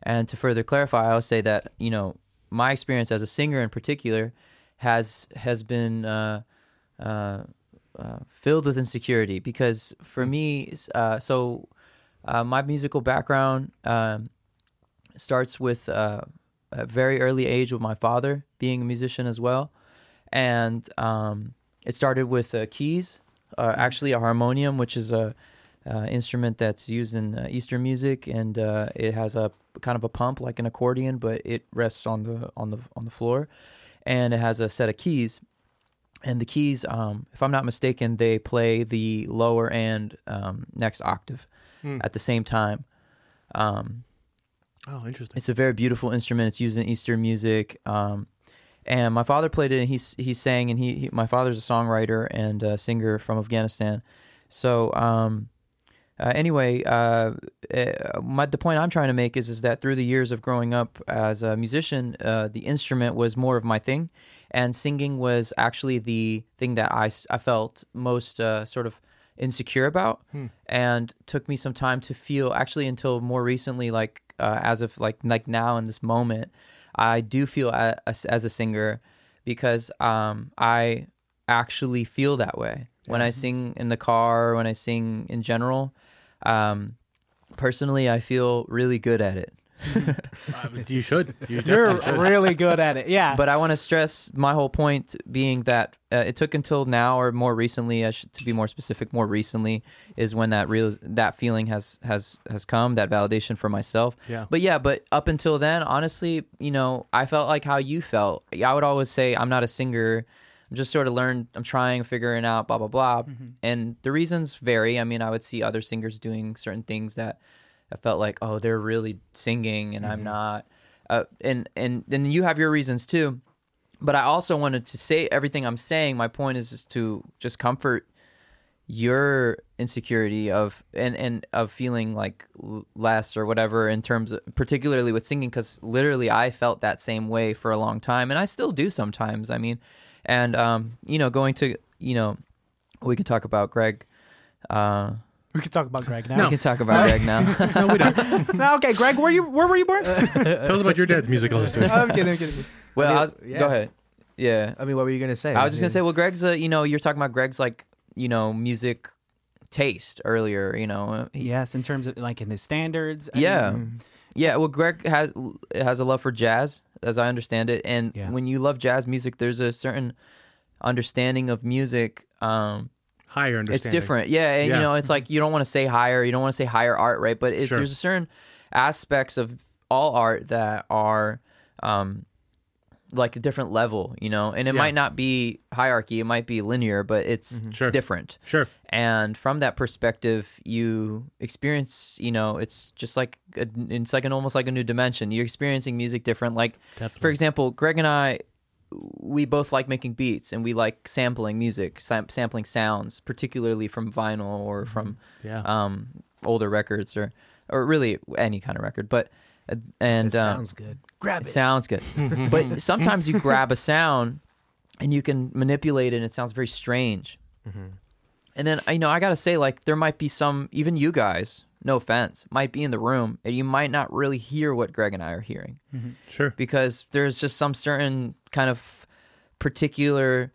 S4: And to further clarify, I'll say that you know my experience as a singer in particular has has been uh, uh, uh, filled with insecurity because for me, s- uh, so uh, my musical background um, starts with uh, a very early age with my father being a musician as well, and um, it started with uh, keys, uh, actually a harmonium, which is a uh, instrument that's used in uh, Eastern music, and uh, it has a kind of a pump like an accordion, but it rests on the on the on the floor, and it has a set of keys. And the keys, um, if I'm not mistaken, they play the lower and um, next octave at the same time. Um,
S2: Oh, interesting.
S4: it's a very beautiful instrument. It's used in Eastern music. Um, and my father played it, and he s- he sang, and he, he my father's a songwriter and uh singer from Afghanistan. So um, uh, anyway, uh, uh, my, the point I'm trying to make is is that through the years of growing up as a musician, uh, the instrument was more of my thing, and singing was actually the thing that I, s- I felt most uh, sort of insecure about, and took me some time to feel actually until more recently, like uh, as of like like now in this moment, I do feel a- as, as a singer because um, I actually feel that way when I sing in the car, when I sing in general. Um, personally, I feel really good at it.
S2: Uh,
S3: Um,
S2: you should.
S3: You're
S2: You definitely should.
S3: really good at it. Yeah.
S4: But I want to stress my whole point being that uh, it took until now, or more recently, I should, to be more specific, more recently is when that real that feeling has has has come, that validation for myself.
S2: Yeah.
S4: But yeah, but up until then, honestly, you know, I felt like how you felt. I would always say I'm not a singer. I'm just sort of learned. I'm trying, figuring out, blah blah blah. And the reasons vary. I mean, I would see other singers doing certain things that I felt like, oh, they're really singing, and I'm not. Uh, and and then you have your reasons too but I also wanted to say everything I'm saying. My point is, is to just comfort your insecurity of and and of feeling like l- less or whatever in terms of particularly with singing because literally I felt that same way for a long time and I still do sometimes. I mean, and um, you know, going to you know, we could talk about Greg. Uh,
S3: we could talk about Greg now.
S4: We can talk about Greg now.
S2: no, we don't.
S3: No, okay, Greg, where you where were you born?
S2: Tell us about your dad's musical history.
S3: I'm kidding. I'm kidding.
S4: well,
S5: mean,
S4: I was,
S5: yeah.
S4: go ahead. Yeah,
S5: I mean, what were you gonna say?
S4: I was just gonna say, well, Greg's, uh, you know, you're talking about Greg's like, you know, music taste earlier. You know, uh, he-
S3: Yes, in terms of like in his standards. I
S4: yeah,
S3: mean, mm.
S4: yeah. Well, Greg has has a love for jazz, as I understand it, and
S3: Yeah.
S4: when you love jazz music, there's a certain understanding of music. Um,
S2: Higher
S4: it's
S2: understanding.
S4: different, yeah, and
S2: Yeah.
S4: you know, it's like you don't want to say higher, you don't want to say higher art, right? But it,
S2: Sure.
S4: there's a certain aspects of all art that are. Um, like a different level, you know, and
S2: Yeah.
S4: it
S2: Mm-hmm.
S4: might not be hierarchy, it might be linear, but it's
S2: Sure.
S4: different.
S2: Sure.
S4: And from that perspective, you experience, you know, it's just like a, it's like an almost like a new dimension. You're experiencing music different. Like, for example, Greg and I, we both like making beats and we like sampling music, sam- sampling sounds, particularly from vinyl or from
S2: Yeah.
S4: um, older records or or really any kind of record. But and um,
S5: sounds good. Grab
S4: it
S5: it.
S4: sounds good. but sometimes you grab a sound and you can manipulate it and it sounds very strange.
S5: Mm-hmm.
S4: And then, you know, I got to say, like, there might be some, even you guys, no offense, might be in the room and you might not really hear what Greg and I are hearing
S5: Mm.
S2: Sure.
S4: because there's just some certain kind of particular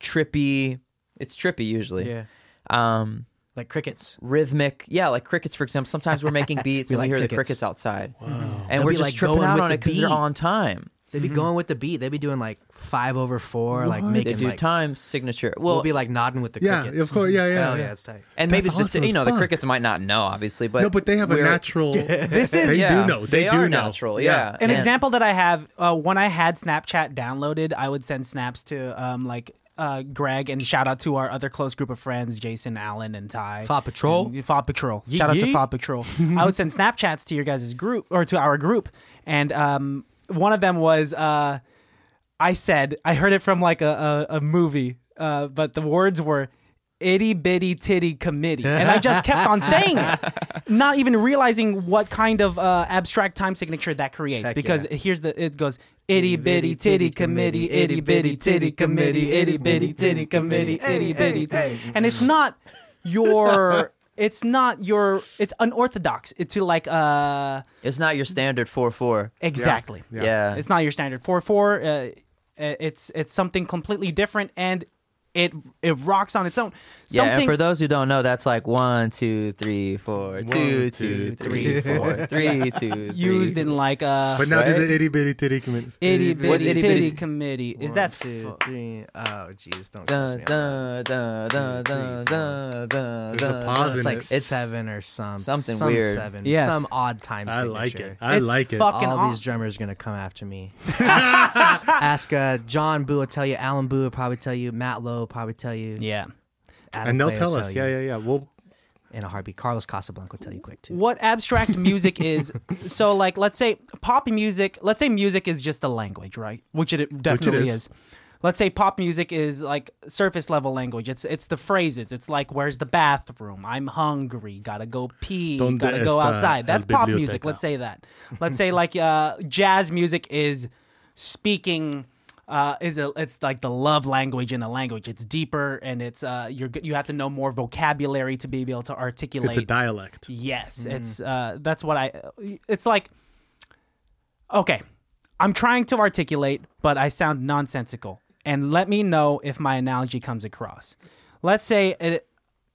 S4: trippy, it's trippy usually.
S5: Yeah,
S4: Um,
S5: like crickets.
S4: rhythmic. Yeah, like crickets, for example. Sometimes we're making beats
S5: We
S4: and
S5: like
S4: we hear the
S5: crickets.
S4: crickets outside. And
S5: They'll
S4: we're
S5: be,
S4: just
S5: like,
S4: tripping
S5: going
S4: out
S5: with
S4: on
S5: the
S4: it because they're
S5: beat.
S4: on time.
S5: They'd be going with the beat. They'd be doing like five over four, like
S4: They
S5: making
S4: do
S5: like
S4: time signature. Well,
S5: we'll be like nodding with the
S2: Yeah,
S5: crickets.
S2: of course. Yeah, yeah,
S5: Hell
S2: yeah.
S5: yeah, it's tight.
S4: and
S2: That's
S4: maybe the,
S2: awesome
S4: you
S2: as
S4: know the
S2: fuck.
S4: cricket might not know, obviously, but
S2: no, but they have a
S4: we're-
S2: natural.
S3: This is
S2: They
S4: Yeah.
S2: do know. They, do
S4: are
S2: know.
S4: natural. Yeah.
S3: an
S4: And-
S3: example that I have. Uh, when I had Snapchat downloaded, I would send snaps to um like uh Greg and shout out to our other close group of friends, Jason, Allen, and Ty.
S5: Faw Patrol?
S3: And Faw Patrol. shout out to
S5: yee.
S3: Faw Patrol. I would send Snapchats to your guys' group or to our group, and um one of them was uh. I said I heard it from like a a, a movie, uh, but the words were itty bitty titty committee, and I just kept on saying it, not even realizing what kind of uh, abstract time signature that creates. because here's the it goes itty bitty titty committee, itty bitty titty committee, itty bitty titty committee, itty bitty, titty," and it's not your. it's not your it's unorthodox. It's like uh
S4: It's not your standard four four.
S3: exactly.
S4: Yeah.
S3: It's not your standard four four. Uh, it's it's something completely different, and it it rocks on its own.
S4: Yeah,
S3: Something
S4: and for those who don't know, that's like one, two, three, four, two, two,
S2: two,
S4: three, four, three, two,
S3: used
S4: three.
S3: in like a
S2: But now do
S4: Right?
S2: the itty bitty titty commit.
S3: itty
S4: What's
S3: bitty
S4: itty
S3: titty
S4: bitty?
S3: committee. Is
S5: One,
S3: that
S5: two,
S3: fu-
S5: three. Oh, jeez, don't cuss
S4: Dun,
S5: me. out.
S4: dun, dun, dun, dun, dun, dun,
S2: There's a
S4: dun,
S2: pause
S4: dun.
S2: in
S5: It's like
S2: it.
S4: It's-
S5: seven or some
S4: something
S5: some
S4: weird.
S5: Seven,
S3: Yes.
S5: some odd time.
S2: I like
S5: signature.
S2: it. I
S3: It's
S2: like it.
S3: fuck-
S5: All
S3: Fucking
S5: these
S3: awesome.
S5: drummers gonna come after me. ask, ask, uh, John Boo will tell you. Alan Boo will probably tell you. Matt Lowe will probably tell you.
S3: Yeah.
S5: Adam
S2: and they'll
S5: Clay will
S2: tell us.
S5: you
S2: Yeah, yeah, yeah. We'll
S5: In a heartbeat. Carlos Casablanca will tell you quick too.
S3: What abstract music is? So like, let's say pop music. Let's say music is just a language, right? Which it definitely
S2: is.
S3: is. Let's say pop music is like surface level language. It's it's the phrases. It's like, where's the bathroom? I'm hungry. Gotta go pee.
S2: Donde
S3: gotta go
S2: está
S3: outside. That's
S2: el
S3: pop music.
S2: biblioteca?
S3: Let's say that. Let's say like uh, jazz music is speaking. Uh, is a, it's like the love language in a language. It's deeper and it's uh, you're g- you have to know more vocabulary to be able to articulate.
S2: it's a dialect.
S3: Yes, it's uh, that's what I. It's like, okay, I'm trying to articulate, but I sound nonsensical. And let me know if my analogy comes across. Let's say it,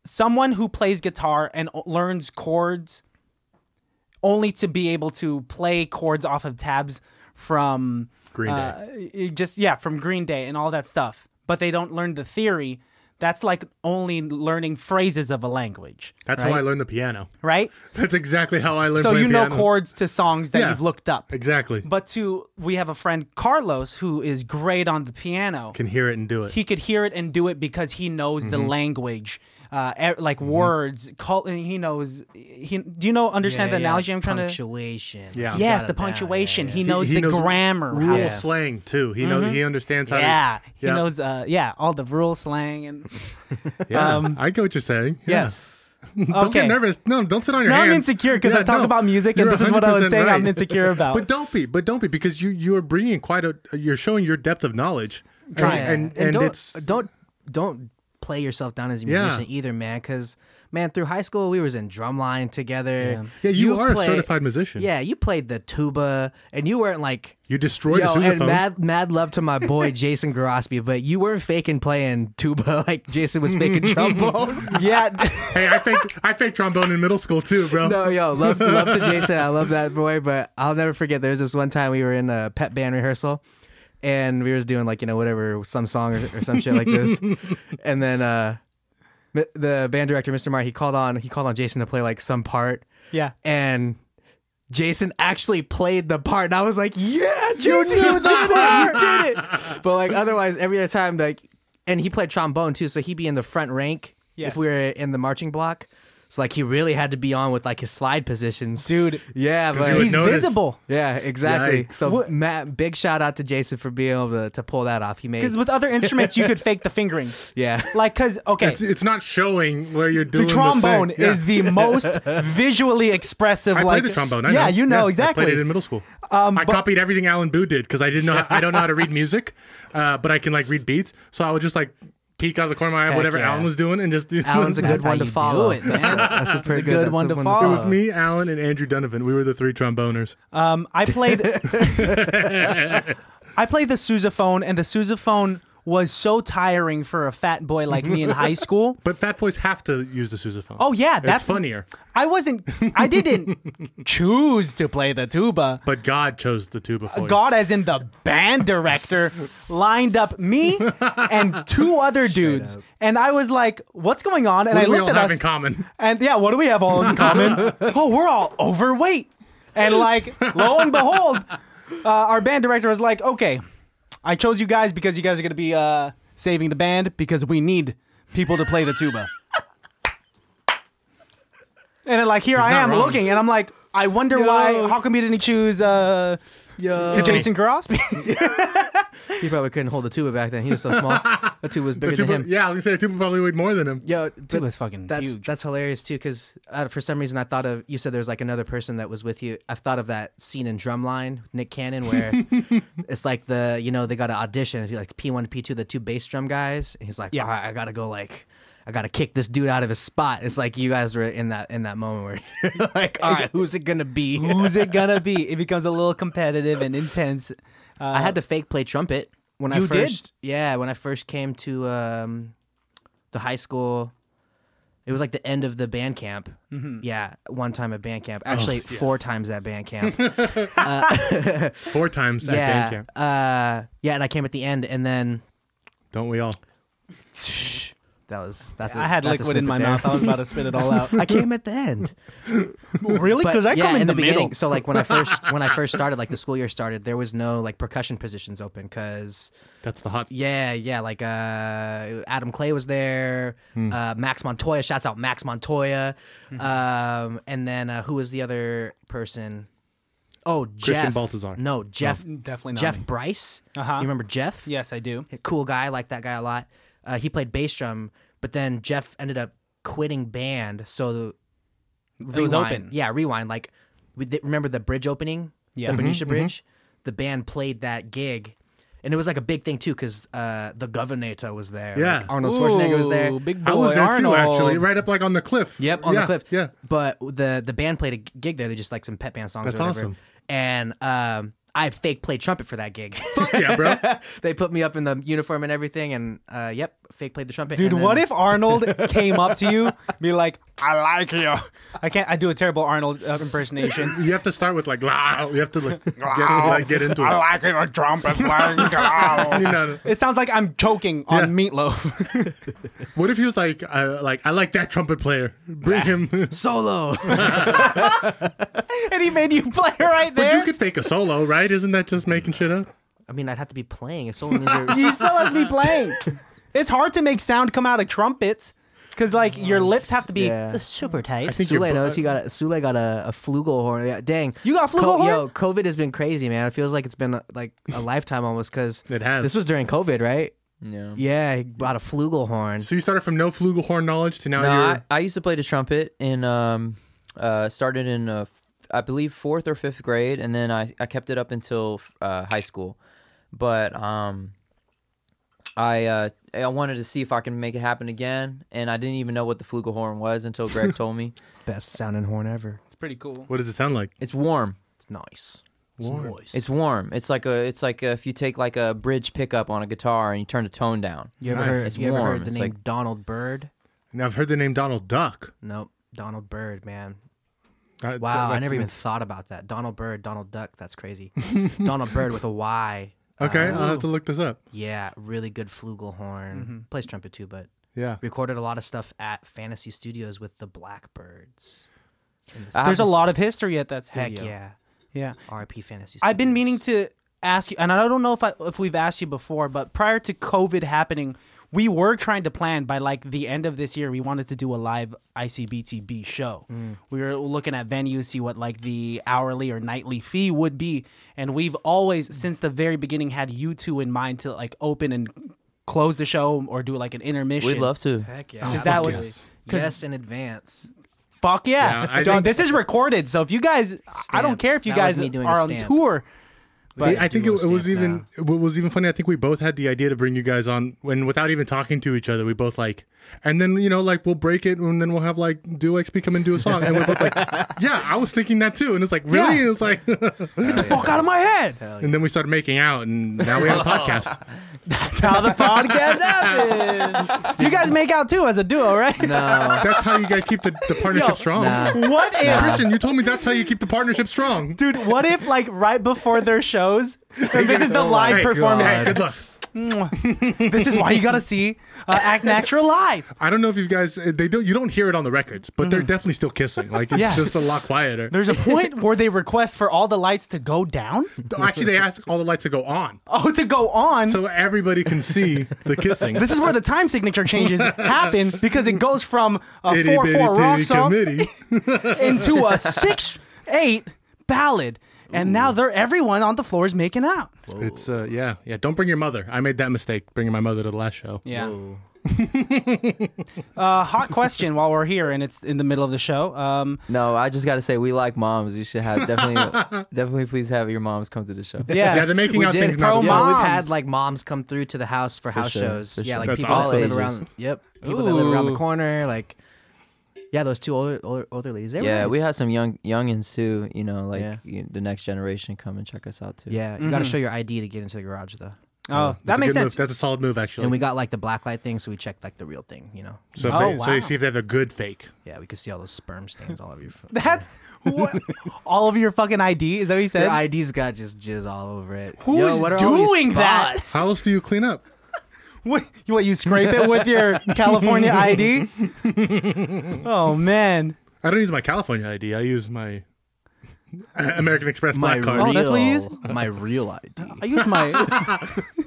S3: someone who plays guitar and o- learns chords only to be able to play chords off of tabs from
S2: Green Day.
S3: uh, it just yeah, from Green Day and all that stuff. But they don't learn the theory. That's like only learning phrases of a language,
S2: That's how I learned the piano.
S3: right?
S2: That's exactly how I learned.
S3: so
S2: playing
S3: you know
S2: piano.
S3: chords to songs that
S2: Yeah.
S3: you've looked up.
S2: Exactly.
S3: But to we have a friend Carlos who is great on the piano.
S2: Can hear it and do it.
S3: He could hear it and do it because he knows the
S2: Mm-hmm.
S3: language, uh, e- like words. Call, and he knows. He do you know understand the analogy I'm trying to?
S5: punctuation.
S2: Yeah.
S5: He's
S3: Yes,
S5: got
S3: the
S5: it down, yeah,
S3: punctuation.
S5: yeah.
S3: He knows the grammar.
S2: Rule
S3: how-
S2: slang too. He knows. He understands how.
S3: yeah,
S2: To,
S3: he knows. Uh, yeah, all the rural slang and
S2: Yeah. I get what you're saying. Yeah.
S3: um, yes.
S2: Don't
S3: Okay.
S2: get nervous. No, don't sit on your
S3: Now
S2: hands.
S3: I'm insecure because
S2: Yeah,
S3: I talk
S2: no,
S3: about music, and
S2: you're
S3: this is what I was
S2: 100%
S3: saying. I'm
S2: right.
S3: insecure about.
S2: But don't be. But don't be because you you are bringing quite a. You're showing your depth of knowledge. And
S5: Try it.
S2: and, and,
S5: don't,
S2: it's
S5: don't don't play yourself down as a
S2: Yeah.
S5: musician either, man. Because man, through high school we was in drumline together.
S2: yeah. You, are
S5: play-
S2: a certified musician.
S5: Yeah, you played the tuba, and you weren't like
S2: You destroyed a
S5: Yo, and
S2: sousaphone.
S5: mad, mad love to my boy Jason Garosby, but you weren't faking playing tuba like Jason was faking trombone.
S3: yeah.
S2: hey, I faked I faked trombone in middle school too, bro.
S5: no, yo, love, love to Jason. I love that boy, but I'll never forget. There was this one time we were in a pep band rehearsal, and we was doing like you know whatever some song or, or some shit like this, and then uh, m- the band director Mr. Mar he called on he called on Jason to play like some part,
S3: Yeah.
S5: and. Jason actually played the part, and I was like, "Yeah, Jason,
S3: knew
S5: you
S3: the
S5: did it, you did it." But like, otherwise, every other time, like, and he played trombone too, so he'd be in the front rank
S3: Yes.
S5: if we were in the marching block. So like, he really had to be on with like his slide positions.
S3: Dude,
S5: Yeah,
S2: you would
S5: but
S3: he's
S2: notice.
S3: visible.
S5: yeah, exactly.
S2: Yikes.
S5: So Matt, big shout out to Jason for being able to, to pull that off. He made,
S3: Because with other instruments, you could fake the fingerings.
S5: yeah,
S3: Like, because, okay.
S2: It's, it's not showing where you're doing
S3: the trombone
S2: thing. Yeah.
S3: is the most visually expressive.
S2: I
S3: like,
S2: played the trombone. I
S3: yeah,
S2: know.
S3: you know
S2: I played it
S3: exactly. Um,
S2: in middle school. I copied everything Alan Boo did because I didn't know. How, I don't know how to read music, uh, but I can like read beats. So I would just like peek out of the corner of my eye,
S5: Heck
S2: whatever
S5: yeah.
S2: Alan was doing, and just do.
S5: Alan's
S2: It
S5: a good That's how one to
S3: you do
S5: follow.
S3: it,
S5: that's, a, that's a pretty
S3: a
S5: good,
S3: good
S5: that's
S3: one
S5: a
S3: to
S5: wonderful-
S3: follow.
S2: was me, Alan, and Andrew Donovan. We were the three tromboners.
S3: Um, I played, I played the sousaphone, and the sousaphone was so tiring for a fat boy like me in high school.
S2: But fat boys have to use the sousaphone.
S3: Oh yeah,
S2: It's
S3: that's
S2: funnier.
S3: I wasn't, I didn't choose to play the tuba.
S2: But God chose the tuba for you.
S3: God, as in the band director, lined up me and two other dudes, and I was like, "What's going on?" And
S2: What
S3: I
S2: do we
S3: looked
S2: all
S3: at
S2: have
S3: us,
S2: in common?
S3: and yeah, what do we have all in common? oh, we're all overweight, and like, lo and behold, uh, our band director was like, "Okay, I chose you guys because you guys are gonna be uh, saving the band because we need people to play the tuba." and then, like, here I
S2: not
S3: am
S2: wrong.
S3: looking, and I'm like. I wonder why.
S5: Yo.
S3: How come you didn't choose uh,
S5: Yo,
S2: Tiffany.
S3: Jason Crosby.
S5: he probably couldn't hold the tuba back then. He was so small. the tuba was
S2: The
S5: bigger
S2: tuba-
S5: than him.
S2: yeah, I was gonna say the tuba probably weighed more than him.
S5: Yo, but
S3: was fucking
S5: that's
S3: huge.
S5: that's hilarious too. Because uh, for some reason I thought of you said there was like another person that was with you. I've thought of that scene in Drumline, Nick Cannon, where it's like the you know they got to audition. It's like P one, P two, the two bass drum guys. And he's like,
S3: Yeah.
S5: all right, I gotta go like. I gotta kick this dude out of his spot. It's like you guys were in that in that moment where you're like, all right, who's it gonna be?
S3: Who's it gonna be? It becomes a little competitive and intense. Uh,
S5: I had to fake play trumpet when I
S3: You did?
S5: first. Yeah, when I first came to um, the high school, it was like the end of the band camp.
S3: Mm-hmm.
S5: Yeah, one time at band
S3: Oh,
S5: camp. Actually, four times at band camp.
S2: Four times at band
S5: yeah,
S2: camp.
S5: uh, yeah, and I came at the end, and then
S2: Don't we all?
S5: that was that's. a-
S3: I had
S5: that's a
S3: liquid in
S5: snippet
S3: my
S5: there.
S3: mouth. I was about to spit it all out.
S5: I came at the end.
S6: Really?
S5: But,
S6: Because I
S5: yeah,
S6: come in,
S5: the,
S6: the, middle.
S5: beginning. So like when I first when I first started, like the school year started, there was no like percussion positions open because
S2: That's the hot.
S5: yeah, yeah, like uh, Adam Clay was there, uh, Max Montoya. Shouts out Max Montoya, um, and then uh, who was the other person? Oh, Jeff
S2: Baltazar.
S5: No, Jeff.
S3: Definitely not.
S5: Jeff
S3: me.
S5: Bryce.
S3: Uh-huh.
S5: You remember Jeff?
S3: Yes, I do.
S5: cool guy. I like that guy a lot. Uh, he played bass drum, but then Jeff ended up quitting band. So the,
S3: It was open.
S5: Yeah, rewind. Like, we th- remember the bridge opening?
S3: Yeah.
S2: Mm-hmm,
S5: the
S3: Mhm,
S5: Benicia Bridge. The band played that gig, and it was like a big thing too because uh, the Governator was there.
S2: Yeah.
S5: like, Arnold Schwarzenegger was there.
S3: Ooh, Big boy
S2: I was there
S3: Arnold.
S2: too, actually, right up like on the cliff.
S5: Yep, on
S2: Yeah,
S5: the cliff.
S2: Yeah.
S5: But the the band played a g- gig there. They just like some pet band songs.
S2: That's
S5: or whatever.
S2: awesome.
S5: And um, I fake played trumpet for that gig.
S2: Fuck yeah, bro.
S5: they put me up in the uniform and everything, and uh, yep, fake played the trumpet.
S3: Dude,
S5: and
S3: what
S5: then-
S3: if Arnold came up to you, be like, "I like you." I can't. I do a terrible Arnold uh, impersonation.
S2: You have to start with like, "Wow." you have to like get, like, get into it.
S6: I like it. A trumpet playing. Oh.
S2: You know,
S3: It sounds like I'm choking on meatloaf.
S2: what if he was like, uh, like I like that trumpet player. Bring him. but
S5: solo?
S3: and he made you play right there.
S2: you could fake a solo, right? Isn't that just making shit up?
S5: I mean, I'd have to be playing. If someone is
S3: he still has me playing. It's hard to make sound come out of trumpets because like your lips have to be
S5: Yeah.
S3: super tight.
S2: think
S5: Sule
S2: your bu-
S5: knows he got a, Sule got a, a flugelhorn. Yeah, dang,
S3: You got a flugelhorn?
S5: Yo, COVID has been crazy, man. It feels like it's been uh, like a lifetime almost because
S2: It has.
S5: This was during COVID, right?
S4: Yeah.
S5: Yeah, he bought a flugelhorn.
S2: So you started from no flugelhorn knowledge to now
S4: No,
S2: you're.
S4: I, I used to play the trumpet in um, uh, started in uh, f- I believe fourth or fifth grade, and then I, I kept it up until uh, high school. But um, I uh, I wanted to see if I can make it happen again, and I didn't even know what the flugelhorn was until Greg told me.
S5: Best sounding horn ever.
S3: It's pretty cool.
S2: what does it sound like?
S4: It's warm.
S5: It's nice. It's noise.
S4: It's warm. It's like a it's like a, if you take like a bridge pickup on a guitar and you turn the tone down.
S5: you ever
S2: nice.
S5: heard?
S4: It's
S5: you ever
S4: warm.
S5: heard the
S4: It's
S5: name
S4: like-
S5: Donald Byrd?
S2: And I've heard the name Donald Duck.
S5: Nope, Donald Byrd, man.
S2: That's-
S5: Wow, I
S2: that's-
S5: never even thought about that. Donald Byrd, Donald Duck. That's crazy. Donald Byrd with a Y.
S2: Okay, I'll have to look this up.
S5: Yeah, really good flugelhorn. Plays trumpet too, but
S2: Yeah.
S5: recorded a lot of stuff at Fantasy Studios with the Blackbirds. In the
S4: I have
S3: There's a
S4: to s-
S3: lot of history at that
S5: Heck
S3: studio.
S5: yeah.
S3: yeah.
S5: RIP Fantasy Studios.
S3: I've been meaning to ask you, and I don't know if I, if we've asked you before, but prior to COVID happening, we were trying to plan by like the end of this year. We wanted to do a live ICBTB show.
S5: Mm.
S3: We were looking at venues, see what like the hourly or nightly fee would be, and we've always since the very beginning had you two in mind to like open and close the show or do like an intermission.
S4: We'd love to.
S5: Heck yeah.
S3: Is that what-
S5: absolutely. yes, in advance.
S3: Fuck yeah,
S2: Yeah, I
S3: Dog,
S2: think-
S3: this is recorded. So if you guys, I don't
S5: Stamped.
S3: care if you
S5: That was
S3: guys
S5: me doing a
S3: are on
S5: stamp.
S3: tour.
S2: But I think it,
S5: duo
S2: it was
S5: stamp
S2: even what was even funny. I think we both had the idea to bring you guys on when without even talking to each other, we both like, and then you know like we'll break it and then we'll have like do XP come and do a song, and we're both like, yeah, I was thinking that too, and it's like really,
S3: Yeah.
S2: and it's like,
S3: Fuck out of my head.
S2: and then we started making out, and now we have a podcast.
S3: That's how the podcast happens. you guys make out too as a duo, right?
S5: No.
S2: That's how you guys keep the, the partnership strong.
S3: What if,
S2: Christian, you told me that's how you keep the partnership strong.
S3: dude? What if, like, right before their shows, and this is the
S5: Oh
S3: live
S5: my
S2: Hey,
S3: performance?
S2: good luck.
S3: This is why you gotta see uh, Act Natural live.
S2: I don't know if you guys eh, they don't you don't hear it on the records, but they're definitely still kissing. Like
S3: Mm-hmm.
S2: it's
S3: Yeah.
S2: just a lot quieter.
S3: There's a point where they request for all the lights to go down.
S2: Actually, they ask all the lights to go on
S3: Oh, to go on.
S2: so everybody can see the kissing.
S3: this is where the time signature changes happen because it goes from a
S2: Itty
S3: four
S2: bitty
S3: four rock
S2: titty
S3: song
S2: committee.
S3: into a six eight ballad, and now they're everyone on the floor is making out.
S2: It's uh, yeah, yeah. Don't bring your mother. I made that mistake bringing my mother to the last show.
S3: Yeah. Uh, hot question while we're here and it's in the middle of the show. Um,
S4: No, I just got to say we like moms. You should have definitely, definitely, please have your moms come to the show.
S3: yeah.
S2: Yeah, they're making
S4: We
S2: out
S4: did
S2: things
S4: pro
S2: now.
S5: Yeah,
S2: that-
S5: we've
S3: Moms.
S5: had like moms come through to the house for house
S4: sure,
S5: shows.
S4: for
S5: yeah,
S4: sure.
S5: like
S2: That's
S5: people that
S2: awesome.
S5: live
S4: All
S5: around.
S4: ages.
S5: Yep, people that live around the
S3: Ooh.
S5: corner. Like, yeah, those two older older, older ladies. They were
S4: Yeah, we
S5: nice.
S4: have some young youngins too. You know, like
S5: Yeah.
S4: you- the next generation come and check us out too.
S5: Yeah, you got to show your ID to get into the garage though.
S3: Oh,
S2: That's
S3: that
S2: a
S3: makes
S2: good move.
S3: sense.
S2: That's a solid move, actually.
S5: And we got like the black light thing, so we checked like the real thing. You know.
S2: so, if
S3: Oh,
S2: they- so
S3: wow.
S2: you see if they have a good fake.
S5: Yeah, we could see all those sperm stains all over your. phone.
S3: That's what, all of your fucking ID. Is that what you said?
S5: Your ID's got just jizz all over it.
S3: Who's
S5: Yo, what are all these
S3: doing that?
S5: spots?
S2: How else do you clean up?
S3: What you, what, you scrape it with your California ID? oh man,
S2: I don't use my California ID. I use my American Express
S5: My
S2: black card.
S5: real,
S3: Oh, that's what you use?
S5: my real ID.
S3: I use my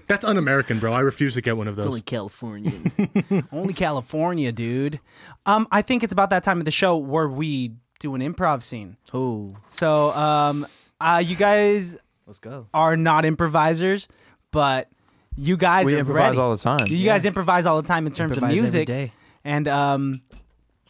S2: That's un-American, bro. I refuse to get one of those.
S5: It's only Californian.
S3: only California, dude. Um, I think it's about that time of the show where we do an improv scene.
S5: oh,
S3: So, um, uh, you guys
S5: let's go.
S3: are not improvisers, but you guys
S4: we
S3: are
S4: improvise
S3: ready.
S4: all the time.
S3: You guys improvise all the time in terms
S5: Improvise
S3: of
S5: every
S3: music,
S5: day.
S3: and um,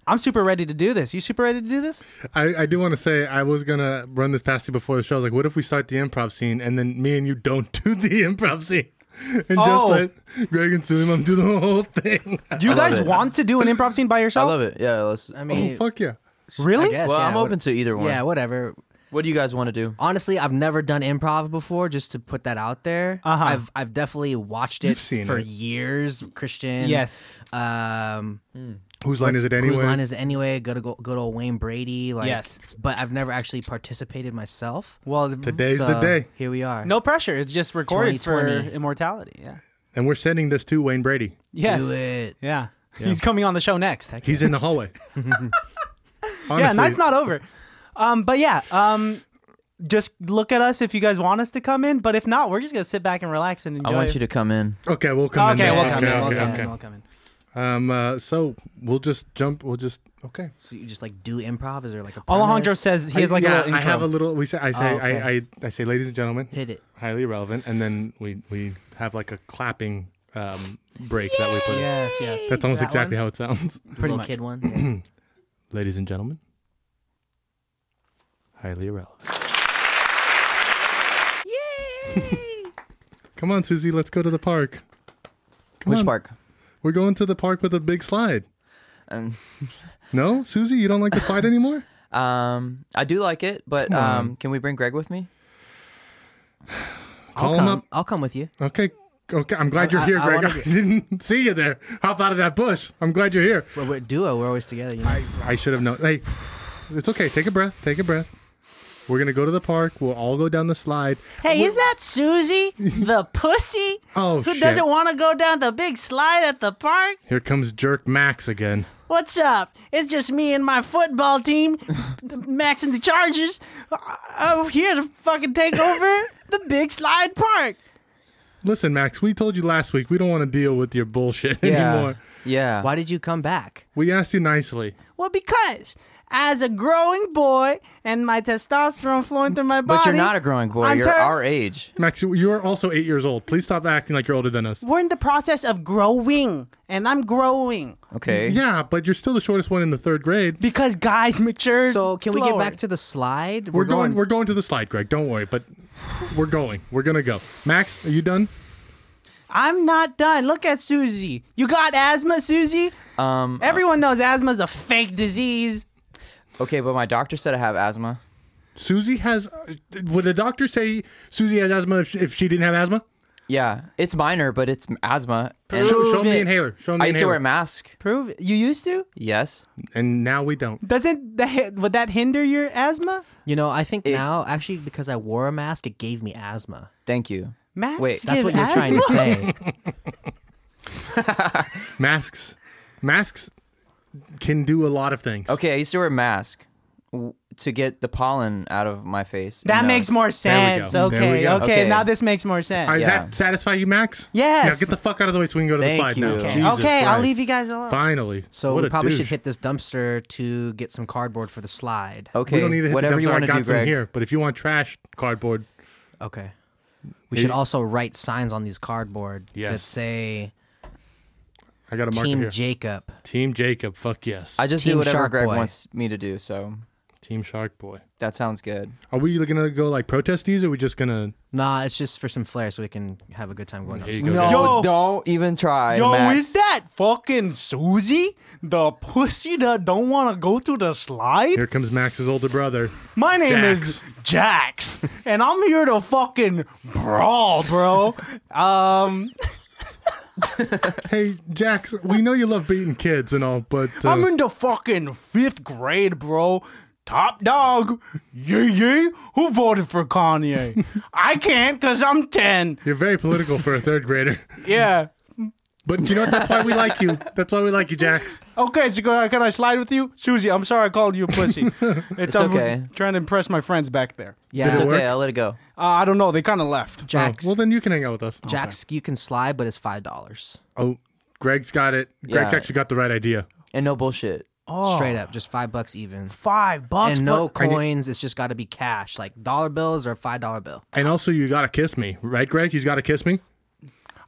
S3: I'm super ready to do this. You super ready to do this?
S2: I, I do want to say I was gonna run this past you before the show. I was like, what if we start the improv scene and then me and you don't do the improv scene and just
S3: Oh.
S2: let Greg and Suleiman do the whole thing?
S3: Do you
S4: love
S3: guys
S4: it.
S3: want to do an improv scene by
S4: I
S3: yourself?
S4: love it. Yeah, let's.
S5: I
S2: oh,
S5: mean,
S2: fuck yeah!
S3: Really?
S5: I guess,
S4: well,
S5: yeah,
S4: I'm
S5: what-
S4: open to either one.
S5: Yeah, whatever.
S4: What do you guys want to do?
S5: Honestly, I've never done improv before. Just to put that out there,
S3: Uh-huh.
S5: I've I've definitely watched it
S2: You've seen
S5: for
S2: it.
S5: years. Christian,
S3: Yes.
S5: Um,
S2: Whose line is it anyway?
S5: Whose line is it anyway? Good to go, good old Wayne Brady. Like,
S3: Yes.
S5: but I've never actually participated myself.
S3: Well,
S2: Today's the
S5: So,
S2: day,
S5: Here we are.
S3: no pressure. It's just recorded for
S5: 2020.
S3: immortality. Yeah.
S2: and we're sending this to Wayne Brady.
S3: Yes.
S5: do it.
S3: Yeah. He's coming on the show next. Heck
S2: He's in the hallway. Honestly,
S3: yeah, night's not over. Um, but yeah, um, just look at us if you guys want us to come in. But if not, we're just gonna sit back and relax and enjoy.
S4: I want you to come in.
S2: okay. We'll come
S3: okay,
S2: in.
S3: we'll
S2: there.
S3: come in.
S2: Okay,
S3: We'll
S2: okay,
S3: come
S2: okay.
S3: in. We'll come in.
S2: Um, uh, so we'll just jump. We'll just okay.
S5: So you just like do improv? Is there like a
S3: Alejandro
S5: premise?
S3: says he has
S2: I-
S3: like
S2: yeah,
S3: a little intro.
S2: I have a little. We say I say
S5: Oh, okay.
S2: I, I I say, ladies and gentlemen,
S5: hit it.
S2: highly irrelevant, and then we we have like a clapping um break that we put. in.
S3: yes, yes.
S2: That's almost
S5: That
S2: exactly how it sounds.
S3: Pretty
S5: little
S3: much.
S5: kid one. Yeah.
S2: ladies and gentlemen, highly irrelevant. Come on, Susie, let's go to the park. Come
S4: Which
S2: on.
S4: park?
S2: We're going to the park with a big slide.
S4: And
S2: No, Susie, you don't like the slide anymore?
S4: um, I do like it, but um, can we bring Greg with me?
S5: I'll
S2: Call him
S5: come.
S2: up.
S5: I'll come with you.
S2: Okay. Okay, I'm glad you're
S5: I-
S2: here,
S5: I
S2: Greg. I,
S5: wanna
S2: didn't see you there. Hop out of that bush. I'm glad you're here.
S5: We're, we're a duo. We're always together. You know.
S2: I should have known. Hey, it's okay. Take a breath. Take a breath. We're gonna go to the park. We'll all go down the slide.
S3: Hey, is that Susie, the pussy,
S2: Oh
S3: who
S2: shit!
S3: doesn't want to go down the big slide at the park?
S2: Here comes Jerk Max again.
S3: What's up? It's just me and my football team, Max and the Chargers. I'm here to fucking take over the Big Slide Park.
S2: Listen, Max, we told you last week we don't want to deal with your bullshit anymore.
S4: Yeah.
S5: Why did you come back?
S2: We asked you nicely.
S3: Well, because as a growing boy and my testosterone flowing through my body.
S4: But you're not a growing boy.
S3: I'm
S4: you're
S3: tur-
S4: our age.
S2: Max, you- you are also eight years old. Please stop acting like you're older than us.
S3: We're in the process of growing, and I'm growing
S4: Okay.
S2: Yeah, but you're still the shortest one in the third grade.
S3: because guys mature.
S5: So can we get
S3: slower.
S5: back to the slide?
S2: We're going, We're going to the slide, Greg. Don't worry. But we're going. We're gonna go. Max, are you done?
S3: I'm not done. Look at Susie. You got asthma, Susie.
S4: Um.
S3: Everyone knows asthma's a fake disease.
S4: Okay, but my doctor said I have asthma.
S2: Susie has. Would the doctor say Susie has asthma if she, if she didn't have asthma?
S4: Yeah, it's minor, but it's asthma. And
S2: Show, show
S3: Prove
S2: me the
S3: it.
S2: inhaler. Show me the
S4: I used to
S2: inhaler.
S4: wear a mask.
S3: Prove it. You used to?
S4: Yes.
S2: and now we don't.
S3: Doesn't that would that hinder your asthma?
S5: You know, I think now actually because I wore a mask, it gave me asthma.
S4: Thank you.
S3: Masks
S4: Wait,
S5: That's
S3: give
S5: what you're trying to
S3: asthma?
S5: say.
S2: Masks, masks can do a lot of things.
S4: Okay, I used to wear a mask w- to get the pollen out of my face. and
S3: That
S4: nose.
S3: makes more
S2: There we
S3: sense.
S2: go. There we
S3: Okay,
S2: go.
S3: okay,
S4: Okay.
S3: Now this makes more sense.
S2: All right,
S4: Yeah.
S2: Does that satisfy you, Max?
S3: Yes.
S2: Now get the fuck out of the way so we can go to
S4: Thank
S2: the slide
S4: you.
S2: now.
S4: Okay.
S2: Jesus
S3: okay, I'll
S2: Christ.
S3: leave you guys alone.
S2: Finally.
S5: So
S2: What
S5: we
S2: a
S5: probably should
S2: douche.
S5: hit this dumpster to get some cardboard for the slide.
S4: Okay.
S2: We don't need to hit
S4: whatever
S2: the dumpster.
S4: you
S2: I
S4: want to
S2: got
S4: do,
S2: some
S4: Greg.
S2: here, but if you want trash cardboard,
S5: Okay. We should also write signs on these cardboard
S2: Yes.
S5: that say
S2: I got a marker
S5: Team
S2: here.
S5: Jacob.
S2: Team Jacob. Fuck yes.
S4: I just do
S5: Team
S4: whatever
S5: Shark
S4: Greg
S5: Boy.
S4: wants me to do. So
S2: Team Shark Boy.
S4: that sounds good.
S2: Are we gonna go like protest these? Or are we just gonna?
S5: Nah, it's just for some flair so we can have a good time going.
S2: Here
S5: on.
S2: you go.
S6: No.
S2: guys.
S6: Yo!
S4: don't even try.
S6: Yo,
S4: Max.
S6: is that fucking Susie? The pussy that don't want to go to the slide?
S2: Here comes Max's older brother.
S6: My name is Jax, and I'm here to fucking brawl, bro. Um,
S2: Hey, Jax, we know you love beating kids and all, but uh,
S6: I'm in the fucking fifth grade, bro. Top dog. Yeah, yeah. Who voted for Kanye? I can't because I'm 10.
S2: you're very political for a third grader.
S6: Yeah.
S2: But you know what? That's why we like you. That's why we like you, Jax.
S6: Okay, so can I, can I slide with you? Susie, I'm sorry I called you a pussy. It's, I'm
S4: okay.
S6: trying to impress my friends back there.
S4: Yeah,
S2: Did
S4: it's
S2: it
S4: okay.
S2: work?
S4: I'll let it go.
S6: Uh, I don't know. They kind of left.
S5: Jax.
S2: Oh, Well, then you can hang out with us.
S5: Jax, you can slide, but it's five dollars
S2: Oh, Greg's got it. Greg's
S4: Yeah.
S2: actually got the right idea.
S4: And no bullshit.
S2: Oh,
S5: straight up, just five bucks even,
S6: Five bucks.
S5: and no
S6: but-
S5: coins. It's just got to be cash, like dollar bills or five dollar bill.
S2: And also, you gotta kiss me, right, Greg? You gotta kiss me.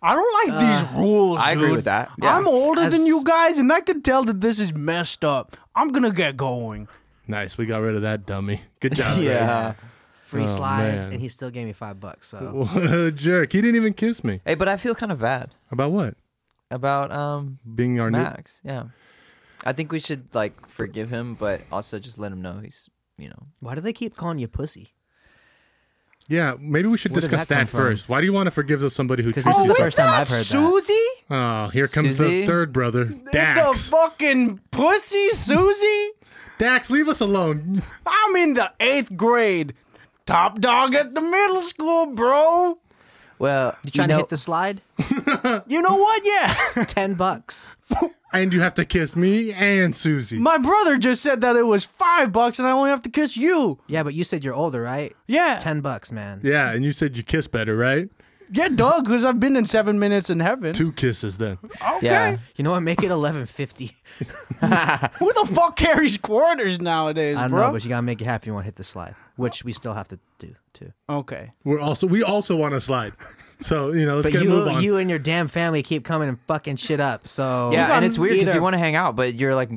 S6: I don't
S5: Uh,
S6: like these rules,
S4: I agree
S6: dude.
S4: with that. Yeah.
S6: I'm older
S5: As-
S6: than you guys, and I can tell that this is messed up. I'm gonna get going.
S2: Nice. We got rid of that dummy. Good job.
S4: Yeah.
S5: Free slides,
S2: Oh, man.
S5: and he still gave me five bucks. So
S2: Greg. What a jerk. He didn't even kiss me.
S4: Hey, but I feel kind of bad
S2: About what?
S4: about um
S2: Being our new.
S4: Max. Yeah. I think we should like forgive him, but also just let him know he's you know.
S5: why do they keep calling you pussy?
S2: Yeah, maybe we should
S5: Where did
S2: discuss
S5: that come
S2: that,
S5: from?
S2: first. Why do you want to forgive somebody who
S5: Because
S2: treats
S5: this is
S2: you?
S5: the
S2: that-
S5: first time I've heard that.
S6: Susie,
S2: Oh, here comes
S4: Susie?
S2: the third brother, Dax.
S6: the fucking pussy, Susie.
S2: Dax, leave us alone.
S6: I'm in the eighth grade, top dog at the middle school, bro.
S4: Well,
S5: You trying
S4: know,
S5: to hit the slide?
S6: You know what? Yeah,
S5: Ten bucks.
S2: And you have to kiss me and Susie.
S6: my brother just said that it was five bucks, and I only have to kiss you.
S5: Yeah, but you said you're older, right?
S6: Yeah,
S5: Ten bucks, man.
S2: yeah, and you said you kiss better, right?
S6: yeah, dog, because I've been in seven minutes in heaven.
S2: Two kisses then.
S6: Okay,
S4: Yeah.
S5: You know what? Make it eleven fifty.
S6: who the fuck carries quarters nowadays,
S5: I don't
S6: bro?
S5: know, but you gotta make it happy. You want to hit the slide, which we still have to do too.
S6: okay.
S2: We're also we also want to slide. So you know, let's
S5: But
S2: get a
S5: you,
S2: move on.
S5: you and your damn family keep coming and fucking shit up. So
S4: Yeah, and it's weird because
S5: either-
S4: you want to hang out, but you're like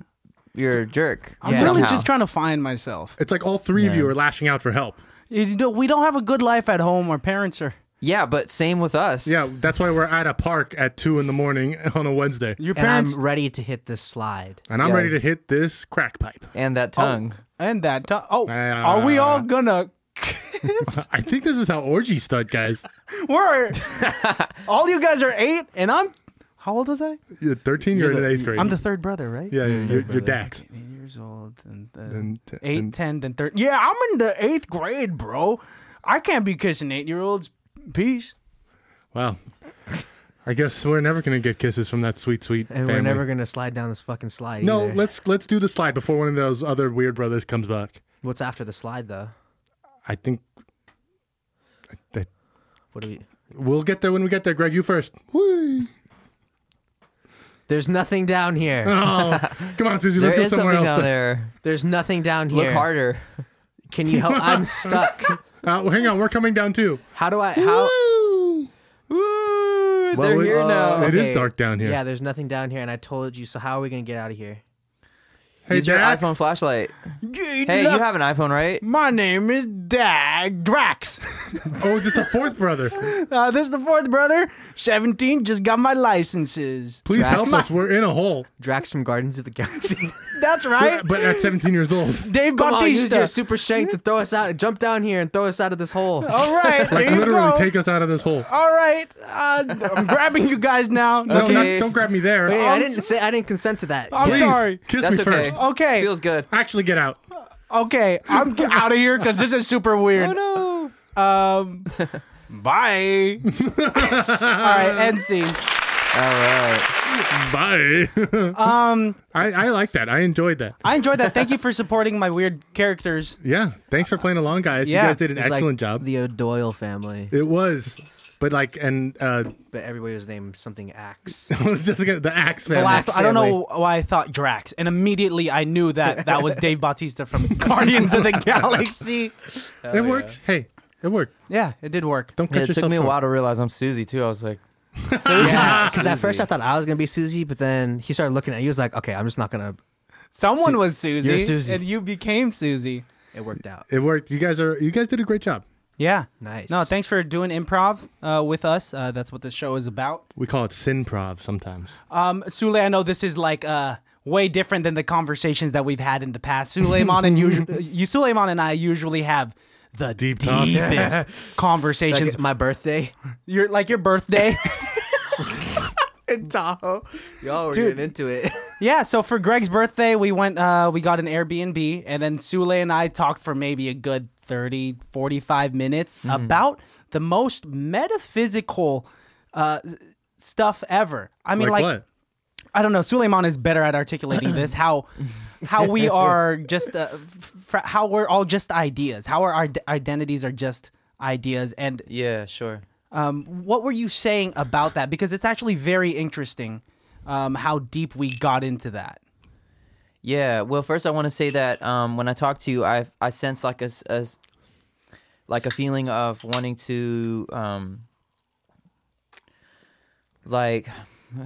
S4: you're a jerk.
S6: I'm really just trying to find myself.
S2: it's like all three of you are lashing out for help.
S6: You know, we don't have a good life at home. Our parents are.
S4: Yeah, but same with us.
S2: Yeah, that's why we're at a park at two in the morning on a Wednesday,
S6: Your
S5: and
S6: parents
S5: I'm ready to hit this slide.
S2: and I'm
S4: Yeah.
S2: ready to hit this crack pipe.
S4: And that tongue.
S6: and that. ti- oh,
S2: Uh,
S6: are we all gonna?
S2: I think this is how orgies start, guys.
S6: We're all you guys are eight, and I'm. How old was I?
S2: You're 13, you're, in the eighth grade.
S6: I'm the third brother, right?
S2: yeah, you're, you're, you're Dax.
S6: Eight years old, and, uh,
S2: And t-
S6: eight,
S2: and-
S6: ten, then third. Yeah, I'm in the eighth grade, bro. I can't be kissing eight-year-olds. Peace.
S2: Wow. I guess we're never gonna get kisses from that sweet, sweet
S5: And
S2: family.
S5: we're never gonna slide down this fucking slide.
S2: no,
S5: either.
S2: let's let's do the slide before one of those other weird brothers comes back.
S5: What's after the slide though?
S2: I think I- that
S5: What do we?
S2: we'll get there when we get there. Greg, you first.
S5: There's nothing down here.
S2: Oh, come on, Susie. Let's
S4: There
S2: go
S4: is
S2: somewhere
S4: something
S2: else.
S4: down
S2: then.
S4: there.
S5: There's nothing down here.
S4: Look harder.
S5: Can you help? I'm stuck.
S2: Uh, well, hang on, we're coming down too.
S5: How do I? How?
S4: Ooh, they're
S2: we- uh,
S4: here now.
S2: Oh, It is
S5: Okay.
S2: dark down here.
S5: Yeah, there's nothing down here, and I told you. So how are we gonna get out of here?
S2: Hey,
S4: Use your
S2: Dax.
S4: iPhone flashlight.
S6: You
S4: Hey,
S6: love-
S4: you have an iPhone, right?
S6: My name is Dag Drax.
S2: Oh, is this a fourth brother?
S6: Uh, this is the fourth brother. 17, just got my licenses.
S2: Please help us. We're in a hole.
S5: Drax from Gardens of the Galaxy.
S6: That's right.
S2: But at 17 years old,
S6: Dave
S5: Come on, use
S6: Bautista.
S5: your super strength to throw us out. Jump down here and throw us out of this hole.
S6: All right.
S2: like
S6: there you
S2: literally,
S6: go.
S2: take us out of this hole.
S6: All right. Uh, I'm grabbing you guys now.
S2: No,
S6: Okay.
S2: not, don't grab me there.
S5: Hey, I didn't say I didn't consent to that.
S6: I'm
S2: Please,
S6: sorry.
S2: Kiss
S4: That's
S2: me
S4: okay.
S2: first.
S6: Okay.
S4: Feels good.
S2: Actually, get out.
S6: Okay. I'm out of here because this is super weird.
S4: No.
S6: Um, bye. All right. End scene.
S4: All right.
S2: Bye.
S6: Um,
S2: I, I like that. I enjoyed that.
S6: I enjoyed that. Thank you for supporting my weird characters.
S2: Yeah. Thanks for playing along, guys.
S6: Yeah.
S2: you guys did an
S5: It's like
S2: excellent job.
S5: The O'Doyle family,
S2: it was. But like, and uh,
S5: but everybody was named something Axe.
S2: I was just gonna, the axe man.
S6: The last, I don't
S5: family.
S6: know why I thought Drax, and immediately I knew that that was Dave Bautista from Guardians of the Galaxy.
S2: it worked. Hey, it worked.
S6: Yeah, it did work.
S2: Don't cut
S4: Yeah, it
S2: yourself.
S4: took me a
S2: short.
S4: while to realize I'm Susie too. I was like,
S5: Yeah, because at first I thought I was gonna be Susie, but then he started looking at you. He was like, "Okay, I'm just not gonna."
S6: Someone
S5: Su-
S6: was Susie,
S5: you're Susie.
S6: and you became Susie.
S5: It worked out.
S2: It worked. You guys are you guys did a great job.
S6: Yeah.
S5: Nice.
S6: No, thanks for doing improv uh, with us. Uh, that's what this show is about.
S2: We call it synprov sometimes.
S6: Um, Sule, I know this is like uh, way different than the conversations that we've had in the past. Suleiman and usu- uh, you, Suleiman and I usually have the
S2: Deep talk.
S6: deepest
S5: Oh, Like,
S6: conversations.
S5: it's my birthday
S6: your like your birthday.
S5: in Tahoe. Y'all were getting into it.
S6: yeah. So for Greg's birthday, we went. Uh, we got an Airbnb, and then Sule and I talked for maybe a good 30, 45 minutes
S2: Mm-hmm.
S6: about the most metaphysical uh, s- stuff ever. I mean,
S2: Like,
S6: like
S2: what?
S6: I don't know. Suleiman is better at articulating this. How how we are just uh, f- f- how we're all just ideas. How our ide- identities are just ideas. And
S4: Yeah, sure.
S6: um, what were you saying about that? Because it's actually very interesting um, how deep we got into that.
S4: Yeah. Well, first I want to say that um, when I talk to you, I I sense like a, s- a s- like a feeling of wanting to um, like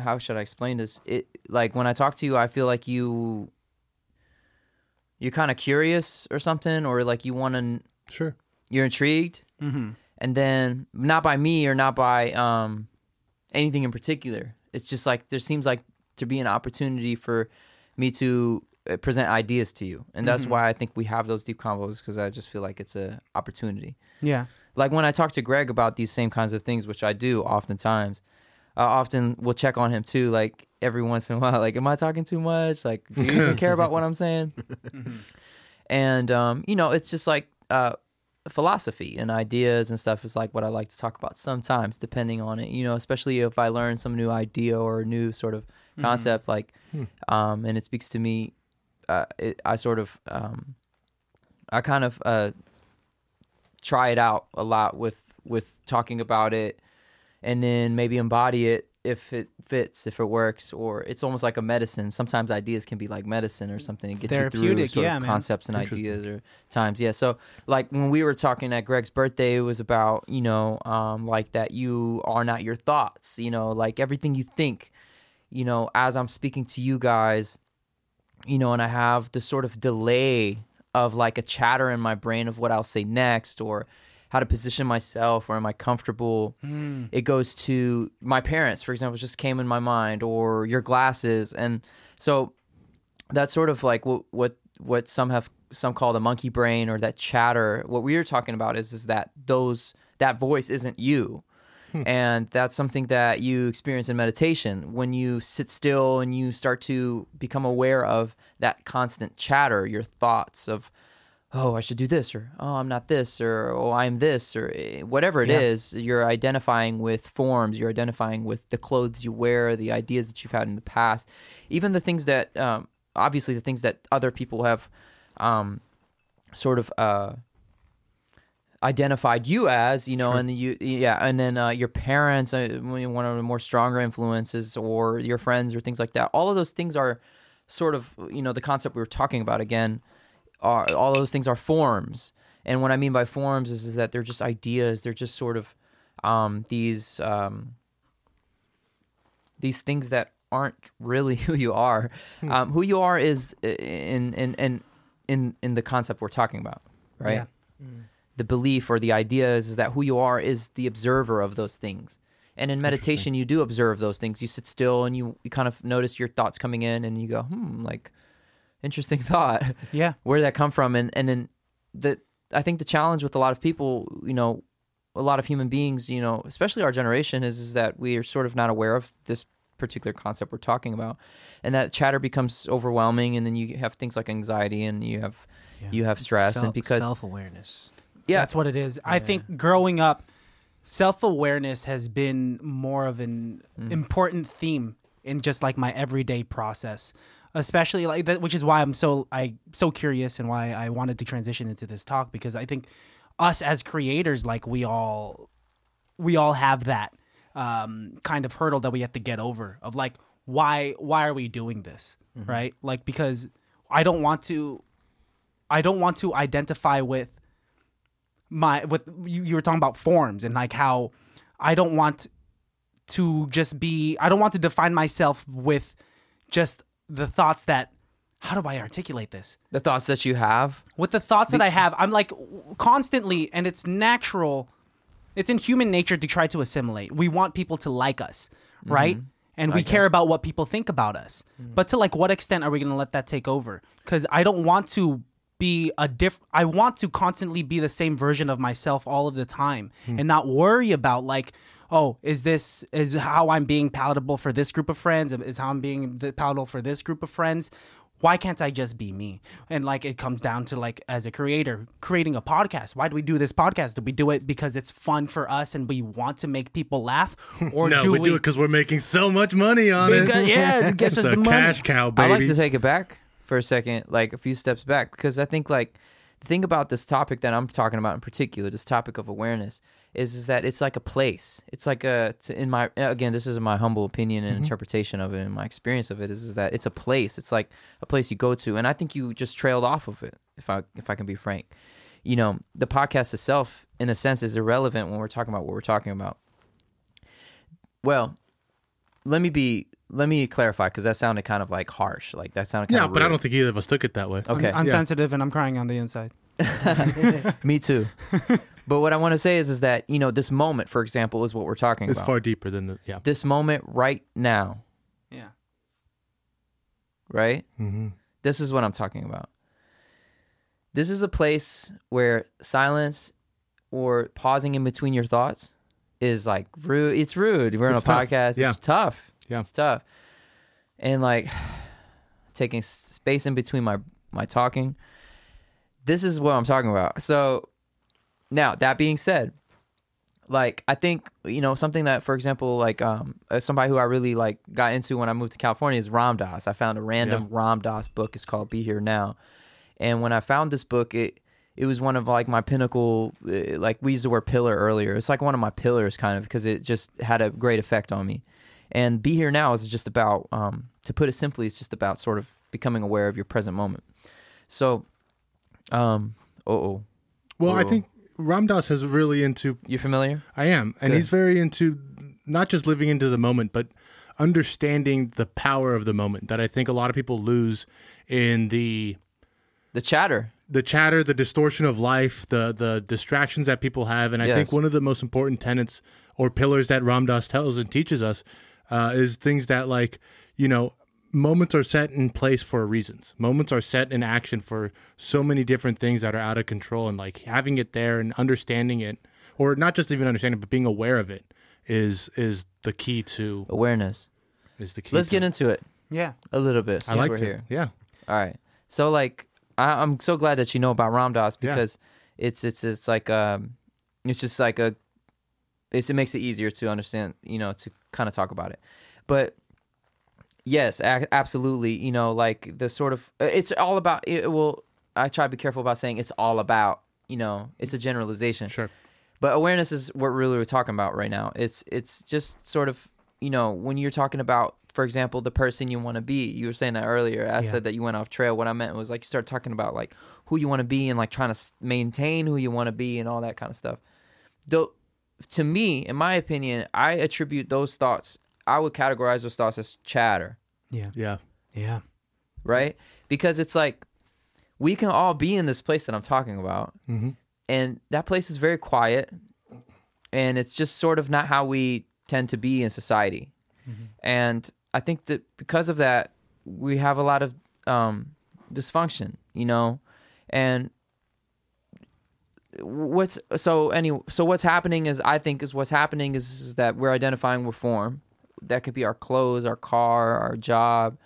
S4: how should I explain this? It like when I talk to you, I feel like you you're kind of curious or something, or like you want to
S2: Sure.
S4: you're intrigued, and then not by me or not by um, anything in particular. It's just like there seems like to be an opportunity for me to uh, present ideas to you, and that's why I think we have those deep convos because I just feel like it's a opportunity
S6: Yeah.
S4: like when I talk to Greg about these same kinds of things, which I do oftentimes, I often will check on him too, like every once in a while, like, am I talking too much? Like, do you even care about what I'm saying? and, um, you know, it's just like uh, philosophy and ideas and stuff is like what I like to talk about sometimes, depending on it, you know, especially if I learn some new idea or new sort of concept, like, um, and it speaks to me. Uh, it, I sort of, um, I kind of, uh, try it out a lot with with talking about it and then maybe embody it if it fits if it works or it's almost like a medicine sometimes ideas can be like medicine or something it gets you through
S6: Therapeutic,
S4: sort
S6: yeah,
S4: of
S6: man.
S4: concepts and ideas or times yeah so like when we were talking at greg's birthday it was about you know um, like that you are not your thoughts you know like everything you think you know as i'm speaking to you guys you know, and I have the sort of delay of like a chatter in my brain of what I'll say next or how to position myself or am I comfortable. It goes to my parents, for example, just came in my mind or your glasses. And so that's sort of like what, what, what some have, some call the monkey brain or that chatter. What we were talking about is, is that those, that voice isn't you and that's something that you experience in meditation when you sit still and you start to become aware of that constant chatter your thoughts of oh i should do this or oh i'm not this or oh i'm this or eh, whatever it is, you're identifying with forms you're identifying with the clothes you wear the ideas that you've had in the past even the things that um, obviously the things that other people have um, sort of uh, identified you as, you know, and you, yeah, and then uh, your parents, uh, one of the more stronger influences, or your friends, or things like that. All of those things are sort of, you know, the concept we were talking about again. Are all those things are forms, and what I mean by forms is, is that they're just ideas. They're just sort of um, these um, these things that aren't really who you are. Um, who you are is i- in in in in in the concept we're talking about, right?
S6: Yeah.
S4: the belief or the idea is, is that who you are is the observer of those things. And in meditation, you do observe those things. You sit still and you, you kind of notice your thoughts coming in and you go, hmm, like, interesting thought.
S6: Yeah.
S4: Where did that come from? And, and then the, I think the challenge with a lot of people, you know, a lot of human beings, you know, especially our generation, is, is that we are sort of not aware of this particular concept we're talking about. And that chatter becomes overwhelming. And then you have things like anxiety and you have, you have stress. and because,
S5: self awareness.
S4: yeah,
S6: That's what it is. I think growing up, self awareness has been more of an important theme in just like my everyday process, especially like that, which is why I'm so I so curious and why I wanted to transition into this talk because I think us as creators, like we all we all have that um, kind of hurdle that we have to get over of like why why are we doing this right like because I don't want to I don't want to identify with my with you, you were talking about forms and like how I don't want to just be I don't want to define myself with just the thoughts that how do I articulate this?
S4: The thoughts that you have.
S6: With the thoughts that I have, I'm like w- constantly and it's natural it's in human nature to try to assimilate. We want people to like us, right? And we care about what people think about us. But to like what extent are we going to let that take over? Cuz I don't want to be a diff I want to constantly be the same version of myself all of the time and not worry about like oh, is this is how I'm being palatable for this group of friends? Is how I'm being th- palatable for this group of friends? Why can't I just be me? And like it comes down to like as a creator creating a podcast. Why do we do this podcast? Do we do it because it's fun for us and we want to make people laugh, or
S2: No,
S6: do
S2: we, do it because we're making so much money on
S6: Because-
S2: it.
S6: yeah, it
S2: It's
S6: gets us
S2: a
S6: the money.
S2: cash cow, baby.
S4: I like to take it back for a second, like a few steps back, because I think like the thing about this topic that I'm talking about in particular, this topic of awareness, is is that it's like a place. It's like a it's in my again, this is my humble opinion and interpretation of it, and my experience of it is is that it's a place. It's like a place you go to, and I think you just trailed off of it. If I if I can be frank, you know, the podcast itself, in a sense, is irrelevant when we're talking about what we're talking about. Well, let me be let me clarify because that sounded kind of like harsh like that sounded kind
S2: yeah,
S4: of
S2: but I
S4: rude.
S2: don't think either of us took it that way.
S4: okay
S6: I'm sensitive and I'm crying on the inside.
S4: me too but what i want to say is is that you know this moment for example is what we're talking
S2: It's
S4: about
S2: far deeper than the yeah.
S4: this moment right now
S6: Yeah.
S4: right mm-hmm. this is what i'm talking about this is a place where silence or pausing in between your thoughts is like rude it's rude we're on
S2: It's
S4: a
S2: tough.
S4: podcast
S2: Yeah.
S4: it's tough
S2: Yeah.
S4: it's tough and like taking s- space in between my my talking this is what i'm talking about so now that being said like i think you know something that for example like um uh, somebody who i really like got into when i moved to california is ram dass i found a random ram dass book it's called be here now and when i found this book it it was one of like my pinnacle uh, like we used the word pillar earlier it's like one of my pillars kind of because it just had a great effect on me and be here now is just about um to put it simply it's just about sort of becoming aware of your present moment so um oh oh
S2: Well, I
S4: Whoa.
S2: think Ramdas is really into
S4: you familiar
S2: I am, and he's very into not just living into the moment, but understanding the power of the moment that I think a lot of people lose in the
S4: the chatter
S2: the chatter, the distortion of life, the the distractions that people have, and I think
S4: Yes.
S2: one of the most important tenets or pillars that Ram Dass tells and teaches us uh, is things that like you know moments are set in place for reasons. Moments are set in action for so many different things that are out of control, and like having it there and understanding it, or not just even understanding, it, but being aware of it is is the key to
S4: awareness
S2: is the key.
S4: let's
S2: to-
S4: get into it
S6: Yeah.
S4: a little bit since
S2: I like
S4: we're
S2: it.
S4: here.
S2: Yeah.
S4: All right. So like I, I'm so glad that you know about Ram Dass
S2: Yeah.
S4: because it's it's it's like um it's just like a it's, it makes it easier to understand you know to kind of talk about it, but yes, a- absolutely you know like the sort of uh, it's all about it. Well, I try to be careful about saying it's all about you know it's a generalization.
S2: Sure.
S4: But awareness is what really we're talking about right now. It's it's just sort of you know when you're talking about, for example, the person you want to be. You were saying that earlier. I said that you went off trail. What I meant was like you start talking about like who you want to be and like trying to s- maintain who you want to be and all that kind of stuff. Though, to me, in my opinion, I attribute those thoughts. I would categorize those thoughts as chatter,
S2: Yeah.
S6: Yeah.
S4: right? Because it's like we can all be in this place that I'm talking about, and that place is very quiet, and it's just sort of not how we tend to be in society. And I think that because of that, we have a lot of um, dysfunction, you know, and what's so any so what's happening is I think is what's happening is, is that we're identifying with form. That could be our clothes, our car, our job,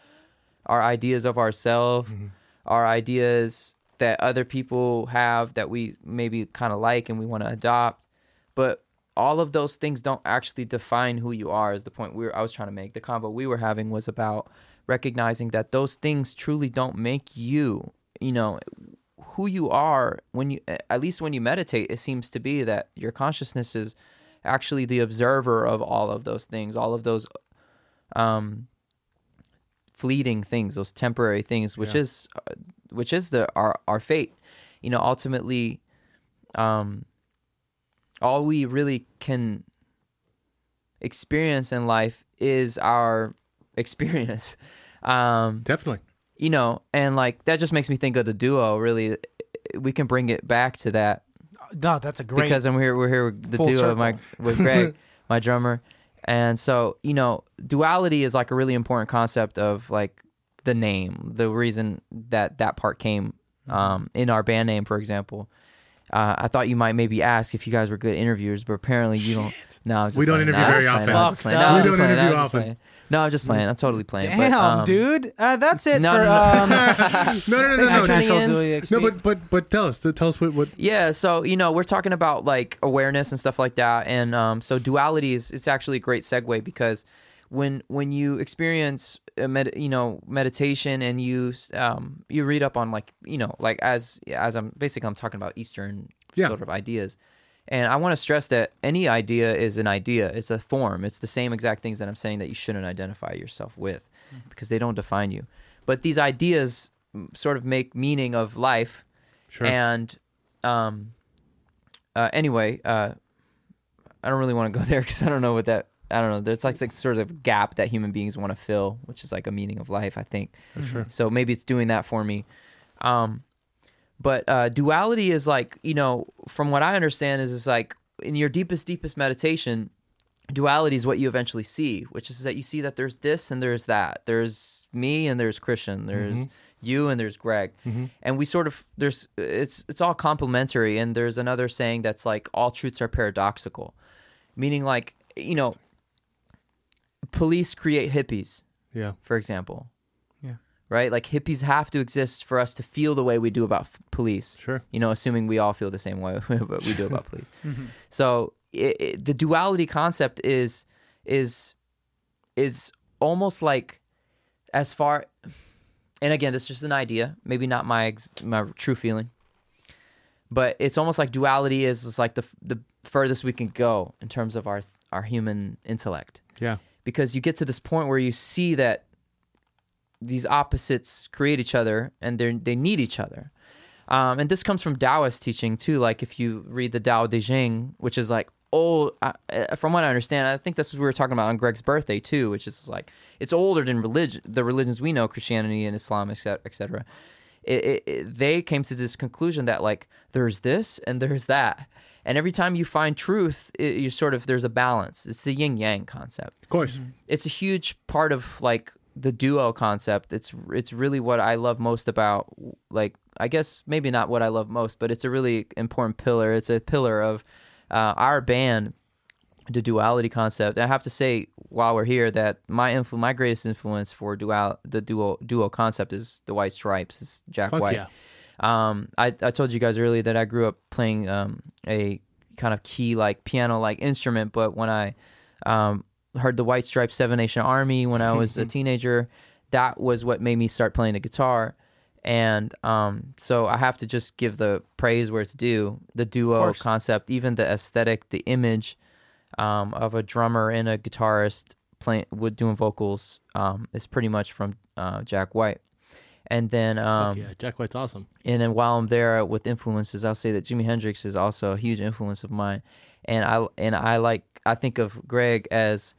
S4: our ideas of ourselves, our ideas that other people have that we maybe kind of like and we want to adopt. But all of those things don't actually define who you are. Is the point we were, I was trying to make. The convo we were having was about recognizing that those things truly don't make you. You know, who you are when you at least when you meditate it seems to be that your consciousness is actually the observer of all of those things all of those um fleeting things those temporary things which is uh, which is the our our fate you know ultimately um all we really can experience in life is our experience. Um,
S2: Definitely.
S4: you know, and like that just makes me think of the duo. Really, we can bring it back to that
S3: Uh, No, that's a great.
S4: because I'm here. We're here with the
S3: Full
S4: duo
S3: circle.
S4: of my with Greg, my drummer, and so you know, duality is like a really important concept of like the name, the reason that that part came
S3: Mm-hmm.
S4: um, in our band name, for example. Uh, I thought you might maybe ask if you guys were good interviewers, but apparently you don't. No, I'm just
S2: We don't
S4: playing. No,
S2: interview
S4: I'm
S2: very
S4: just playing. No, I'm
S3: often.
S4: just playing. No,
S3: Fuck,
S2: we
S4: I'm just
S2: don't
S4: playing. No, I'm
S2: interview
S4: just
S2: often.
S4: playing. No, I'm just playing. I'm totally playing.
S3: Damn,
S4: but, um,
S3: dude. Uh, that's it
S4: no,
S3: for
S4: no, no.
S3: um.
S2: No, no, no, no, no.
S4: Actually-
S3: Natural
S4: in.
S3: Dually XP.
S2: No, but but but tell us. Tell us what what.
S4: Yeah, so you know, we're talking about like awareness and stuff like that, and um, so duality is it's actually a great segue because when when you experience a med- you know meditation and you um, you read up on like you know like as as I'm basically I'm talking about Eastern
S2: Yeah.
S4: sort of ideas, and I want to stress that any idea is an idea. It's a form. It's the same exact things that I'm saying that you shouldn't identify yourself with because they don't define you. But these ideas mm, sort of make meaning of life.
S2: Sure.
S4: And um, uh, anyway, uh, I don't really want to go there because I don't know what that. I don't know. There's like, like sort of gap that human beings want to fill, which is like a meaning of life, I think. Mm-hmm.
S2: Sure.
S4: So maybe it's doing that for me. Um, but uh, duality is like you know, from what I understand, is is like in your deepest, deepest meditation, duality is what you eventually see, which is that you see that there's this and there's that. There's me and there's Christian. There's you and there's Greg. And we sort of there's it's it's all complementary. And there's another saying that's like all truths are paradoxical, meaning like you know, police create hippies
S2: Yeah.
S4: for example.
S3: Yeah.
S4: Right? Like hippies have to exist for us to feel the way we do about f- police.
S2: Sure.
S4: You know, assuming we all feel the same way about- we do about police. So it, it, the duality concept is is is almost like as far and again this is just an idea maybe not my ex, my true feeling but it's almost like duality is, is like the f- the furthest we can go in terms of our our human intellect
S2: Yeah.
S4: because you get to this point where you see that these opposites create each other and they they need each other. Um, and this comes from Taoist teaching too. Like if you read the Tao Te Ching, which is like old, uh, uh, from what I understand, I think that's what we were talking about on Greg's birthday too, which is like it's older than religion, the religions we know, Christianity and Islam, etc. Et cetera. it, it, it, they came to this conclusion that like there's this and there's that, and every time you find truth, it, you sort of there's a balance. It's the yin yang concept
S2: Of course.
S4: it's a huge part of like the duo concept. It's it's really what I love most about like I guess maybe not what I love most, but it's a really important pillar. It's a pillar of uh, our band, the duality concept. And I have to say while we're here that my influ- my greatest influence for dual the duo duo concept is the White Stripes. It's Jack
S2: Fuck
S4: White.
S2: yeah.
S4: Um, I, I told you guys earlier that I grew up playing um, a kind of key like piano like instrument, but when I um, heard the White Stripes Seven Nation Army when I was a teenager, that was what made me start playing the guitar. And um, so I have to just give the praise where it's due. The duo concept, even the aesthetic, the image um, of a drummer and a guitarist playing with doing vocals um, is pretty much from uh, Jack White. And then um,
S2: yeah. Jack White's awesome.
S4: and then while I'm there with influences, I'll say that Jimi Hendrix is also a huge influence of mine, and I and I like I think of Greg as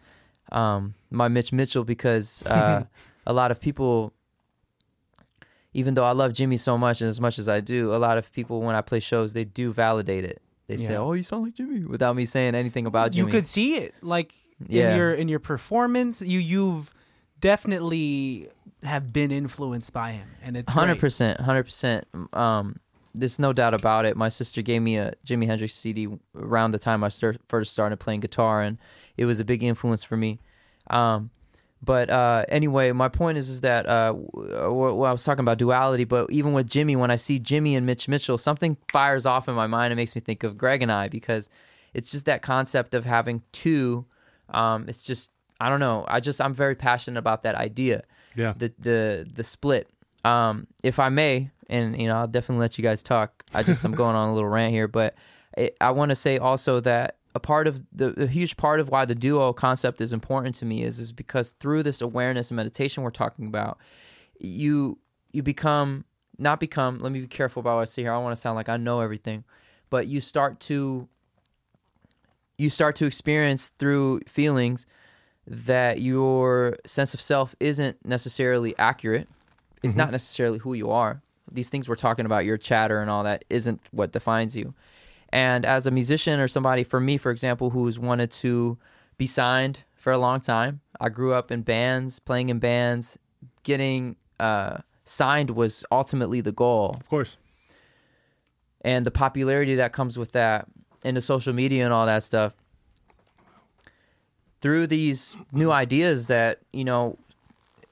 S4: um, my Mitch Mitchell because uh, a lot of people, even though I love Jimmy so much and as much as I do, a lot of people when I play shows they do validate it. They say, "Oh, you sound like Jimmy," without me saying anything about
S3: you
S4: Jimmy.
S3: could see it like
S4: Yeah.
S3: in your in your performance you you've definitely have been influenced by him and it's
S4: hundred
S3: great.
S4: percent, hundred percent. Um, there's no doubt about it. My sister gave me a Jimi Hendrix CD around the time I stir- first started playing guitar, and it was a big influence for me. Um, but uh, anyway, my point is is that uh, w- uh, well, I was talking about duality, but even with Jimmy, when I see Jimmy and Mitch Mitchell, something fires off in my mind and makes me think of Greg and I because it's just that concept of having two. Um, it's just I don't know. I just I'm very passionate about that idea
S2: Yeah.
S4: the the the split. Um, if I may, and you know, I'll definitely let you guys talk. I just I'm going on a little rant here, but it, I want to say also that a part of the a huge part of why the duo concept is important to me is is because through this awareness and meditation we're talking about, you you become not become. Let me be careful about what I say here. I don't want to sound like I know everything, but you start to you start to experience through feelings that your sense of self isn't necessarily accurate. It's not necessarily who you are. These things we're talking about, your chatter and all that, isn't what defines you. And as a musician or somebody, for me, for example, who's wanted to be signed for a long time, I grew up in bands, playing in bands, getting uh, signed was ultimately the goal
S2: Of course.
S4: and the popularity that comes with that and the social media and all that stuff through these new ideas that you know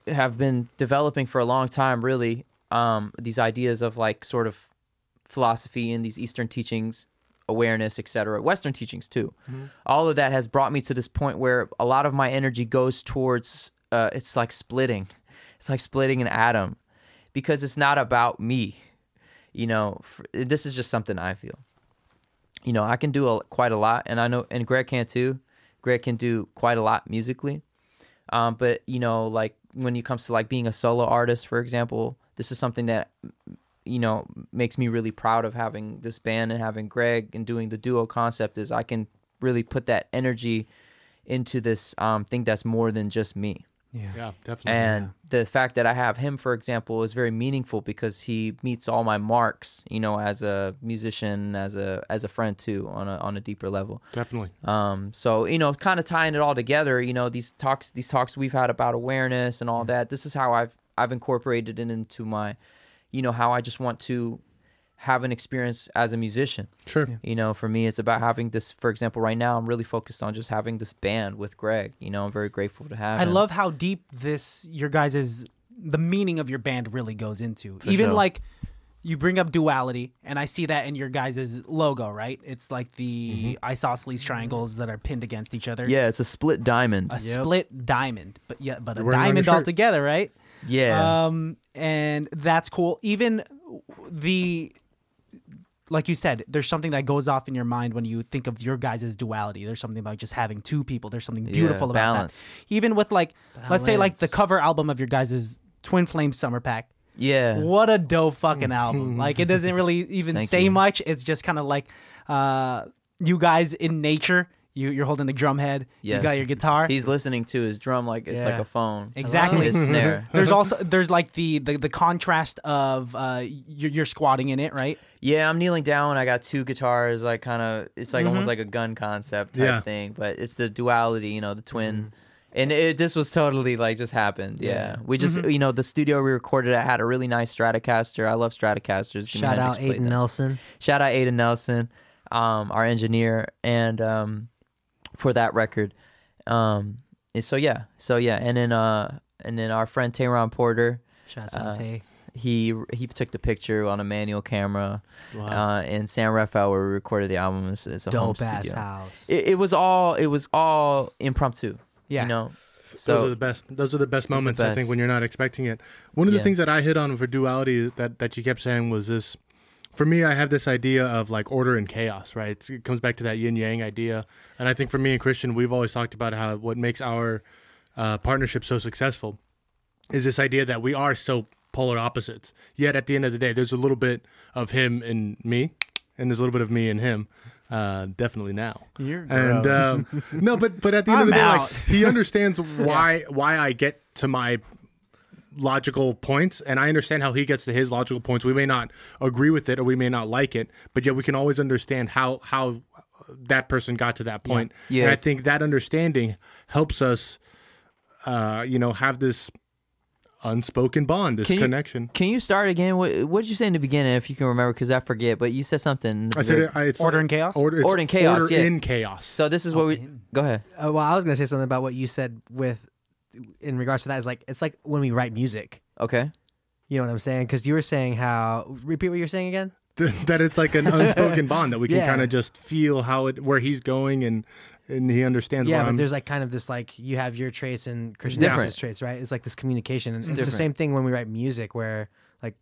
S4: have been developing for a long time really um, these ideas of like sort of philosophy and these eastern teachings awareness etc western teachings too all of that has brought me to this point where a lot of my energy goes towards uh, it's like splitting it's like splitting an atom because it's not about me you know f this is just something i feel you know i can do a, quite a lot and i know and greg can too greg can do quite a lot musically um, but you know like when it comes to like being a solo artist for example this is something that you know makes me really proud of having this band and having greg and doing the duo concept is i can really put that energy into this um, thing that's more than just me
S2: Yeah, definitely.
S4: and the fact that I have him, for example, is very meaningful because he meets all my marks, you know, as a musician, as a as a friend too, on a on a deeper level.
S2: definitely.
S4: Um, so you know, kind of tying it all together, you know, these talks these talks we've had about awareness and all that. This is how I've I've incorporated it into my, you know, how I just want to have an experience as a musician.
S2: Sure.
S4: You know, for me, it's about having this. For example, right now, I'm really focused on just having this band with Greg. You know, I'm very grateful to have.
S3: I
S4: him.
S3: love how deep this your guys' the meaning of your band really goes into. Even
S4: sure.
S3: like you bring up duality, and I see that in your guys' logo, right? It's like the
S2: Mm-hmm.
S3: isosceles triangles that are pinned against each other.
S4: Yeah, it's a split diamond.
S3: A split diamond, but yeah, but a
S2: wearing it on your
S3: diamond
S2: shirt.
S3: altogether, right?
S4: Yeah.
S6: Uh,
S3: Um, and that's cool. Even the like you said, there's something that goes off in your mind when you think of your guys' duality. There's something about just having two people. There's something beautiful about
S4: balance.
S3: that. Even with like, let's say like the
S5: Balance.
S3: cover album of your guys' Twin Flame Summer Pack.
S4: yeah.
S3: What a dope fucking album! Like it doesn't really even
S4: Thank
S3: say
S4: you.
S3: much. It's just kind of like, uh, you guys in nature. You you're holding the drum head. You
S4: Yes.
S3: got your guitar.
S4: He's listening to his drum like it's
S5: Yeah.
S4: like a phone.
S3: Exactly.
S4: His snare.
S3: there's also there's like the the, the contrast of uh you're, you're squatting in it right
S4: Yeah, I'm kneeling down. I got two guitars. Like kind of, it's like almost like a gun concept type
S2: Yeah.
S4: thing. But it's the duality, you know, the twin. And it, this was totally like just happened. Yeah, we just you know the studio we recorded at had a really nice Stratocaster. I love Stratocasters. Jimi
S5: Shout
S4: Hendrix
S5: out
S4: played
S5: Aiden
S4: them.
S5: Nelson.
S4: Shout out Aiden Nelson, um, our engineer, and um, for that record. Um, and so yeah, so yeah, and then uh, and then our friend Tayron Porter,
S5: Shout
S4: Uh,
S5: out to Tay.
S4: he he took the picture on a manual camera, uh, in San Rafael where we recorded the album. It's, it's a home
S5: Dope
S4: studio.
S5: ass house.
S4: It, it was all it was all impromptu.
S3: Yeah.
S4: you know. So
S2: those are the best. Those are the best moments I think
S4: best.
S2: when you're not expecting it. One of the
S4: Yeah.
S2: things that I hit on for duality that that you kept saying was this. For me, I have this idea of like order and chaos, right? It's- It comes back to that yin yang idea, and I think for me and Christian, we've always talked about how what makes our uh, partnership so successful is this idea that we are so polar opposites. Yet at the end of the day, there's a little bit of him in me, and there's a little bit of me in him. Uh, definitely now.
S3: You're
S2: and um, no, but but at the end of the
S3: I'm
S2: day,
S3: out.
S2: like he understands why why I get to my logical points and i understand how he gets to his logical points we may not agree with it or we may not like it but yet we can always understand how how that person got to that point
S4: Yeah.
S2: and i think that understanding helps us uh you know have this unspoken bond this
S4: Can you-
S2: connection
S4: can you start again? What what did you say in the beginning? If you can remember, because I forget. But you said something.
S2: i said it, I- it's
S3: Order and chaos?
S2: order, it's
S4: Order and chaos,
S2: order
S4: yeah.
S2: in chaos
S4: so this is what we go ahead.
S5: Uh, well, I was gonna say something about what you said with, in regards to that is like it's like when we write music.
S4: Okay.
S5: You know what I'm saying? Because you were saying how repeat what you were saying again.
S2: that it's like an unspoken bond that we can
S5: Yeah.
S2: kind of just feel how it where he's going and and he understands
S5: Yeah,
S2: where
S5: but
S2: I'm
S5: there's like kind of this like you have your traits and Christian
S4: different.
S5: has his traits, right? It's like this communication, and it's, the
S4: different.
S5: same thing when we write music, where like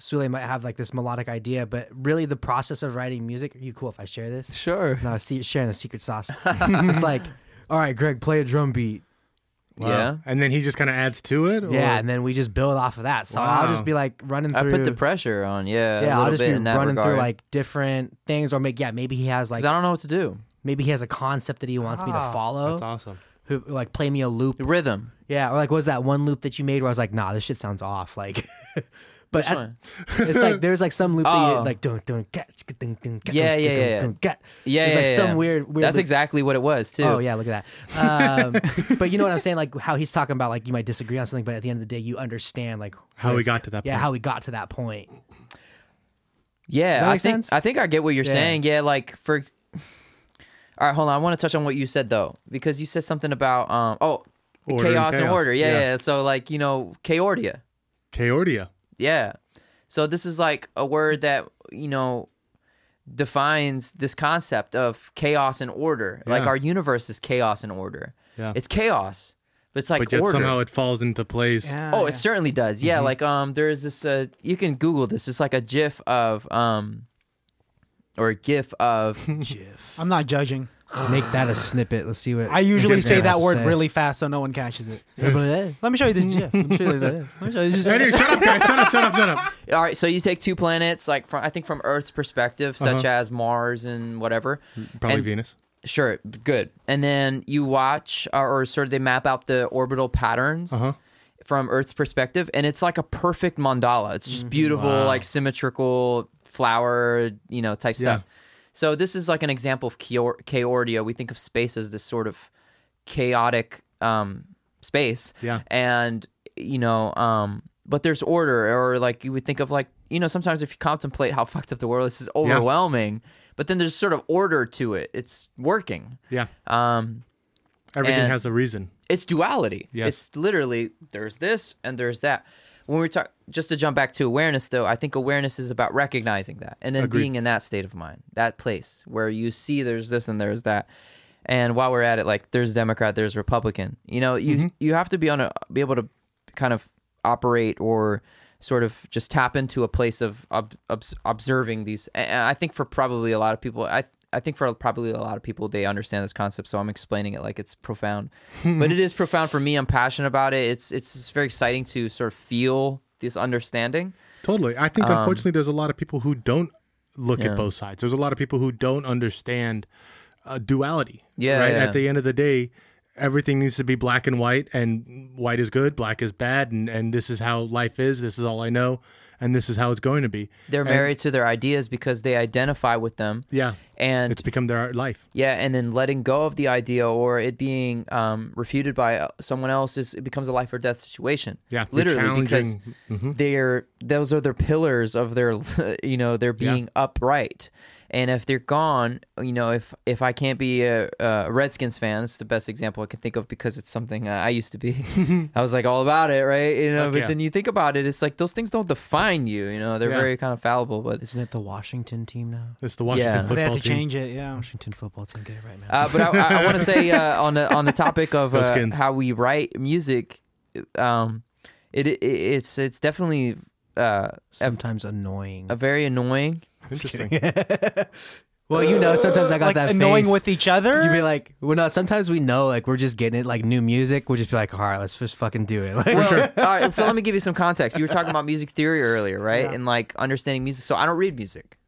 S5: Sule might have like this melodic idea, but really the process of writing music. Are you cool if I share this?
S4: Sure.
S5: No, see, sharing the secret sauce. it's like, all right, Greg, play a drum beat.
S2: Wow.
S4: Yeah.
S2: and then he just kind of adds to it or-
S5: Yeah, and then we just build off of that. So I'll just
S2: Wow.
S5: be like running
S4: I
S5: through.
S4: put the pressure on. Yeah. a
S5: yeah,
S4: little
S5: I'll just
S4: bit
S5: be
S4: in that
S5: running
S4: regard.
S5: through like different things, or make yeah, maybe he has
S4: 'Cause
S5: like
S4: I don't know what to do.
S5: Maybe he has a concept that he wants me to
S4: Ah.
S5: follow.
S2: That's awesome.
S5: Who like play me a loop?
S4: The rhythm.
S5: Yeah, or like what was that one loop that you made where I was like, nah, this shit sounds off. Like, but
S4: Which
S5: at-
S4: one?
S5: it's like there's like some loop that you
S4: Oh.
S5: like don't don't get dun, dun, get,
S4: Yeah,
S5: dun,
S4: yeah,
S5: dun,
S4: yeah, yeah.
S5: dun, get.
S4: Yeah,
S5: There's
S4: yeah,
S5: like
S4: yeah,
S5: some
S4: yeah.
S5: weird weird.
S4: That's
S5: loop-
S4: exactly what it was too.
S5: Oh yeah, look at that. Um, but you know what I'm saying? Like how he's talking about like you might disagree on something, but at the end of the day, you understand like
S2: How
S5: where
S2: we
S5: it's-
S2: got to that
S5: Yeah,
S2: point.
S5: how we got to that point.
S4: Yeah,
S5: Does that
S4: I
S5: make
S4: think
S5: sense?
S4: I think I get what you're
S5: Yeah.
S4: saying. Yeah, like for All right, hold on. I want to touch on what you said though because you said something about um oh
S2: Order and
S4: chaos and,
S2: chaos.
S4: order. Yeah,
S2: Yeah.
S4: yeah, So like, you know, chaordia.
S2: Chaordia.
S4: Yeah. So this is like a word that, you know, defines this concept of chaos and order. Like
S2: Yeah.
S4: our universe is chaos and order.
S2: Yeah.
S4: It's chaos, but it's like
S2: But yet
S4: order.
S2: somehow it Mm-hmm. falls into place.
S4: Oh, it certainly does. Yeah, like um, there's this. Uh, you can Google this. It's like a GIF of um, or a GIF of
S3: I'm not judging.
S5: Make that a snippet. Let's see what
S3: I usually
S5: Instagram
S3: say that
S5: has to
S3: word
S5: say.
S3: really fast so no one catches it.
S5: Yeah.
S3: Let me show you this. GIF. Let me show you this. Let me show you this.
S2: Hey, dude, shut up, guys. Shut up, shut up, shut up.
S4: All right, so you take two planets, like from I think from Earth's perspective, such
S2: Uh-huh. Mm.
S4: as Mars and whatever.
S2: Probably
S4: And-
S2: Venus.
S4: Sure, good. And then you watch, uh, or sort of they map out the orbital patterns
S2: Uh huh.
S4: from Earth's perspective, and it's like a perfect mandala. It's just beautiful,
S2: Mm-hmm. Wow.
S4: like symmetrical flower, you know, type
S2: Yeah.
S4: stuff. So this is like an example of chaor- chaordia. We think of space as this sort of chaotic um, space.
S2: Yeah.
S4: And you know, um, but there's order, or like you would think of like you know, sometimes if you contemplate how fucked up the world is, it's overwhelming. But then there's sort of order to it. It's working.
S2: Yeah.
S4: Um,
S2: Everything
S4: And-
S2: has a reason.
S4: it's duality.
S2: Yes.
S4: It's literally there's this and there's that. When we talk, just to jump back to awareness, though, I think awareness is about recognizing that and then
S2: Agreed.
S4: being in that state of mind, that place where you see there's this and there's that. And while we're at it, like there's Democrat, there's Republican. You know, you
S2: Mm-hmm.
S4: you have to be on a be able to kind of operate or sort of just tap into a place of ob- obs- observing these. And I think for probably a lot of people, I I think for probably a lot of people, they understand this concept. So I'm explaining it like it's profound, but it is profound for me. I'm passionate about it. It's it's just very exciting to sort of feel this understanding.
S2: Totally. I
S4: Um,
S2: think unfortunately there's a lot of people who don't look at both sides. There's a lot of people who don't understand uh, duality.
S4: Yeah,
S2: Right.
S4: yeah.
S2: At the end of the day, everything needs to be black and white, and white is good, black is bad, and and this is how life is. This is all I know, and this is how it's going to be.
S4: They're married to their ideas because they identify with them.
S2: Yeah.
S4: And
S2: It's become their life.
S4: Yeah, and then letting go of the idea or it being um, refuted by uh, someone else is it becomes a life or death situation.
S2: Yeah, you're
S4: literally because
S2: challenging- mm-hmm.
S4: they're those are their pillars of their you know they're being upright, and if they're gone, you know if if I can't be a, a Redskins fan, it's the best example I can think of because it's something I used to be. I was like all about it, right? You know,
S2: Fuck
S4: but
S2: yeah.
S4: then you think about it, it's like those things don't define you. You know, they're
S2: Yeah.
S4: very kind of fallible, but
S5: Isn't it the Washington team now?
S2: It's the Washington
S4: Yeah.
S2: football
S3: They had to
S2: team.
S3: change it. Yeah.
S5: Washington football team. Get it right now.
S4: Uh, but I, I, I want to say uh, on the on the topic of
S2: Go
S4: uh,
S2: Skins.
S4: how we write music, um, it, it it's it's definitely uh,
S5: Sometimes annoying.
S4: a very annoying.
S2: Interesting.
S5: Well, you know, sometimes I got
S3: Like
S5: that
S3: annoying
S5: face.
S3: with each other.
S5: You'd be like, well, no. Sometimes we know, like, we're just getting it, like new music. We'll just be like, all right, let's just fucking do it. Like,
S4: Well, all right, so let me give you some context. You were talking about music theory earlier, right? And like understanding music. So I don't read music.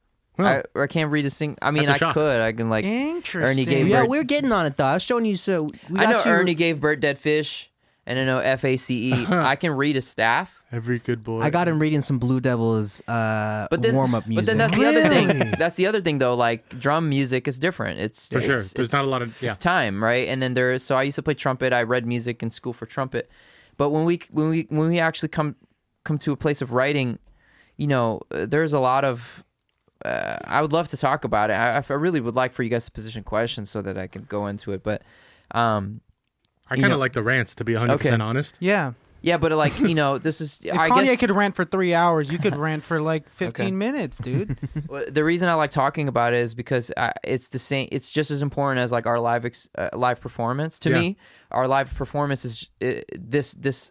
S4: I, or I can't read a sing. I mean,
S2: That's a
S4: I
S2: shock.
S4: could. I can like.
S3: Interesting.
S4: gave
S5: yeah,
S4: her-
S5: we're getting on it though. I was showing you, so we
S4: I know
S5: got you-
S4: Ernie gave Bert Dead Fish, and I know F A C E.
S2: Uh-huh.
S4: I can read a staff.
S2: Every good boy.
S5: I got him reading some Blue Devils uh,
S4: But then,
S5: warm up music.
S4: but then that's the other thing. That's the other thing, though. Like drum music is different. It's
S2: for sure.
S4: it's-
S2: There's
S4: it's
S2: not a lot of yeah.
S4: time, right? And then there, so I used to play trumpet. I read music in school for trumpet, but when we when we when we actually come come to a place of writing, you know, uh, there's a lot of. Uh, I would love to talk about it. I, I really would like for you guys to position questions so that I can go into it. But, um,
S2: I kind of
S4: know-
S2: like the rants to be 100
S4: Okay.
S2: percent honest.
S3: yeah.
S4: yeah, but like you know, this is
S3: If
S4: I
S3: Kanye
S4: guess
S3: could rant for three hours, you could rant for like 15
S4: Okay.
S3: minutes, dude.
S4: Well, the reason I like talking about it is because I, it's the same. It's just as important as like our live ex, uh, live performance. To
S2: Yeah.
S4: me, our live performance is uh, this this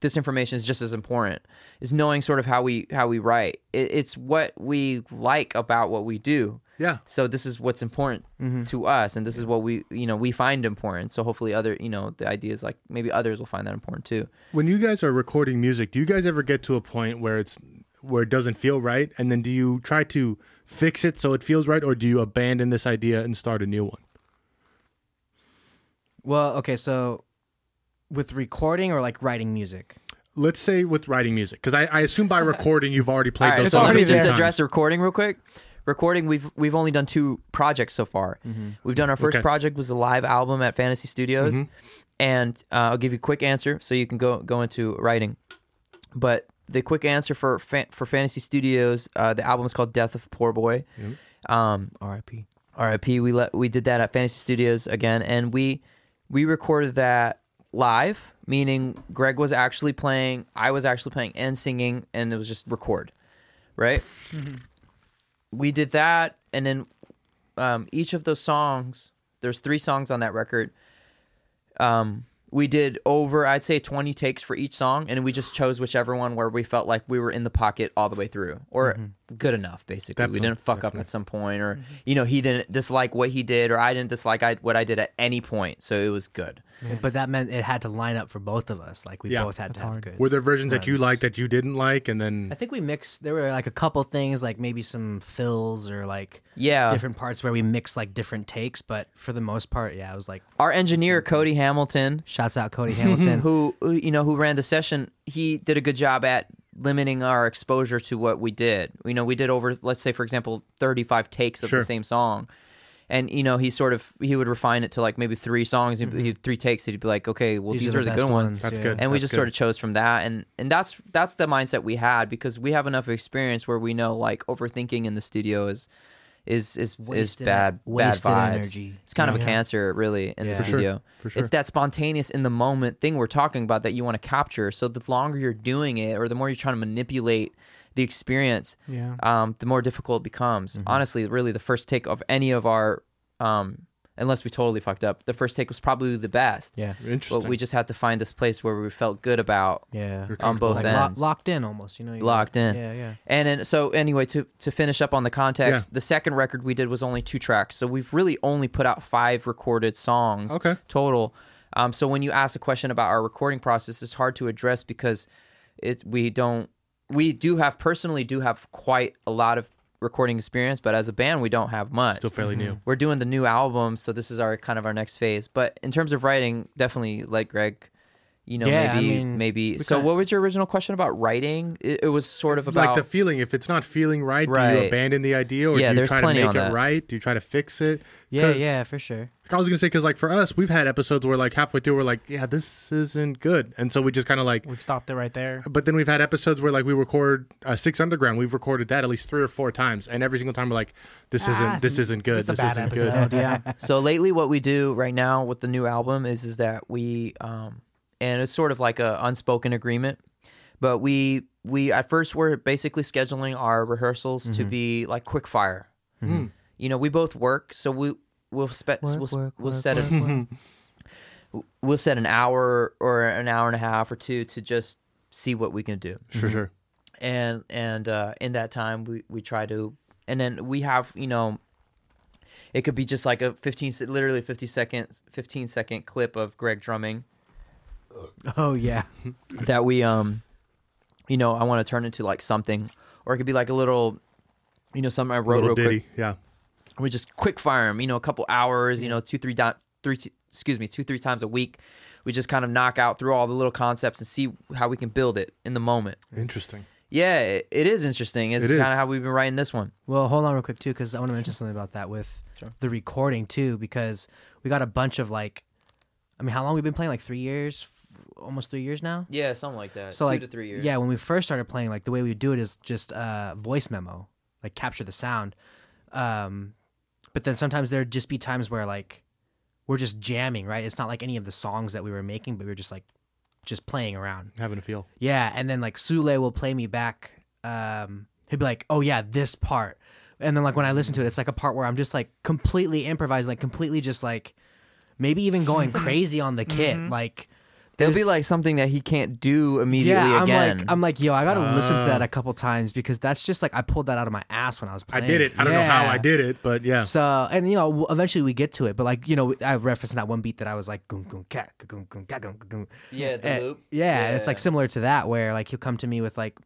S4: this information is just as important. Is knowing sort of how we how we write. It, it's what we like about what we do.
S2: Yeah.
S4: So this is what's important to us, and this is what we you know we find important. So hopefully other you know the idea is like maybe others will find that important too.
S2: When you guys are recording music, do you guys ever get to a point where it's where it doesn't feel right, and then do you try to fix it so it feels right, or do you abandon this idea and start a new one?
S5: Well, okay, so with recording or like writing music?
S2: Let's say with writing music, because I, I assume by recording you've already played
S4: All right,
S2: those
S4: so
S2: songs.
S4: let me
S2: a few
S4: just
S2: times.
S4: address the recording real quick. Recording, we've we've only done two projects so far.
S2: Mm-hmm.
S4: We've done our first
S2: Okay.
S4: project was a live album at Fantasy Studios,
S2: Mm-hmm.
S4: and uh, I'll give you a quick answer so you can go go into writing. But the quick answer for fa- for Fantasy Studios, uh, the album is called Death of Poor Boy. Um,
S5: R.I.P.
S4: RIP. We let we did that at Fantasy Studios again, and we we recorded that live, meaning Greg was actually playing, I was actually playing and singing, and it was just record, right? We did that, and then um, each of those songs, there's three songs on that record. Um, we did over, I'd say, 20 takes for each song, and we just chose whichever one where we felt like we were in the pocket all the way through, or good enough, basically. we
S2: Mm-hmm. Definitely,
S4: didn't fuck up at some point, or you know, he didn't dislike what he did, or I didn't dislike I, what I did at any point, so it was good.
S5: But that meant it had to line up for both of us. Like we
S2: Yeah.
S5: both had to have good.
S2: Were there versions that you liked that you didn't like, and
S5: I
S2: then
S5: think we mixed. There were like a couple things, like maybe some fills or like
S4: Yeah,
S5: different parts where we mixed like different takes. But for the most part, yeah, I was like,
S4: our engineer Cody Hamilton,
S5: shouts out Cody Hamilton.
S4: who who, you know who ran the session he did a good job at limiting our exposure to what we did you know we did over let's say for example 35 takes of
S2: Sure.
S4: the same song and you know he sort of he would refine it to like maybe three songs he'd, he'd three takes he'd be like okay well Mm-hmm. these, are the,
S5: best
S4: good ones,
S2: That's
S5: yeah.
S2: good.
S4: and we
S2: That's
S4: just
S2: good.
S4: sort of chose from that and and that's that's the mindset we had because we have enough experience where we know like overthinking in the studio is is is
S5: Wasted-
S4: is bad
S5: wasted
S4: bad vibes.
S5: energy.
S4: It's kind of a cancer really in
S5: Yeah.
S4: the
S5: For sure.
S4: studio.
S2: For sure.
S4: It's that spontaneous in the moment thing we're talking about that you want to capture. So the longer you're doing it or the more you're trying to manipulate the experience,
S3: Yeah.
S4: um, the more difficult it becomes.
S2: Mm-hmm.
S4: Honestly, really the first take of any of our um unless we totally fucked up, the first take was probably the best.
S5: Yeah.
S2: interesting?
S4: But we just had to find this place where we felt good about
S5: Yeah.
S4: on both
S5: Like lo-
S4: ends.
S5: locked in almost, you know. you-
S4: Locked in.
S5: Yeah, yeah.
S4: And then, so anyway, to to finish up on the context,
S2: Yeah.
S4: the second record we did was only two tracks, so we've really only put out five recorded songs
S2: Okay.
S4: total. Um, so when you ask a question about our recording process, it's hard to address because it we don't we do have personally do have quite a lot of recording experience, but as a band we don't have much
S2: still fairly new.
S5: Mm-hmm.
S4: we're doing the new album, so this is our kind of our next phase. But in terms of writing, definitely like Greg, you know,
S5: Yeah, I
S4: maybe
S5: mean,
S4: maybe. So,
S5: kinda-
S4: what was your original question about writing? It, it was sort of
S2: like
S4: about
S2: the feeling. If it's not feeling right, do you
S4: Right.
S2: abandon the idea, or
S4: Yeah,
S2: do you
S4: there's
S2: try to
S4: plenty
S2: make
S4: on
S2: it
S4: that.
S2: right? Do you try to fix it?
S5: Yeah,
S2: 'Cause
S5: yeah, for sure.
S2: I was gonna say because like for us, we've had episodes where like halfway through we're like, yeah, this isn't good, and so we just kind of like.
S3: We've stopped it right there.
S2: But then we've had episodes where like we record uh, Six Underground. We've recorded that at least three or four times, and every single time we're like, this
S5: Ah,
S2: isn't this isn't good.
S3: It's a
S2: This
S3: bad
S2: isn't
S3: episode.
S2: good.
S3: Yeah.
S4: so lately what we do right now with the new album is is that we um and it's sort of like a unspoken agreement but we we at first we're basically scheduling our rehearsals to be like quick fire you know we both work so we we'll spe- we'll,
S5: work,
S4: we'll
S5: work,
S4: set
S5: work,
S4: a, we'll set an hour or an hour and a half or two to just see what we can do
S2: For sure.
S4: and and uh, in that time we we try to and then we have you know it could be just like a 15 se- literally 50 seconds 15 second clip of greg drumming
S5: Oh yeah.
S2: Mm-hmm.
S4: that we um you know i want to turn into like something or it could be like a little you know something i wrote
S2: Little
S4: real quick
S2: ditty. Yeah.
S4: we just quick fire them, you know, a couple hours, you know, two, three, di- three, t- excuse me, two, three times a week. We just kind of knock out through all the little concepts and see how we can build it in the moment.
S2: Interesting.
S4: Yeah, it, it is interesting. It's
S2: It is.
S4: kind of how we've been writing this one.
S5: Well, hold on real quick too, because I want to mention something about that with the recording too, because we got a bunch of like, I mean, how long we've been playing? Like three years, F- almost three years now.
S4: Yeah, something like that.
S5: So
S4: Two
S5: like,
S4: to three years.
S5: yeah, when we first started playing, like the way we would do it is just uh, voice memo, like capture the sound. Um, but then sometimes there'd just be times where like we're just jamming, right? It's not like any of the songs that we were making, but we were just like just playing around.
S2: Having a feel.
S5: Yeah, and then like Sule will play me back. Um, he'd be like, "Oh yeah, this part," and then like when I listen to it, it's like a part where I'm just like completely improvising, like completely just like maybe even going crazy on the kit.
S4: Mm-hmm.
S5: Like
S4: There'll be
S5: there's-
S4: like something that he can't do immediately
S5: yeah, I'm
S4: again. Ah.
S5: like I'm like yo, I gotta listen to that a couple times because that's just like I pulled that out of my ass when I was
S2: I
S5: playing.
S2: did it. I don't know how
S5: Yeah.
S2: I did it, but yeah.
S5: So and you know w- eventually we get to it, but like you know I referenced that one beat that I was like goon goon cat goon goon cat goon goon.
S4: Yeah, the
S5: And-
S4: loop.
S5: Eh, Yeah, and it's like
S4: Yeah.
S5: similar to that where like he'll come to me with like,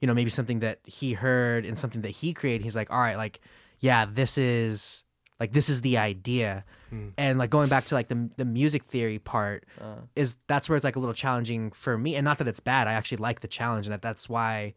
S5: you know, maybe something that he heard and something that he created. He's like, all right, like, yeah, this is Like this is the idea,
S4: Hmm.
S5: and like going back to like the the music theory part
S4: Uh.
S5: is that's where it's like a little challenging for me, and not that it's bad. I actually like the challenge, and that that's why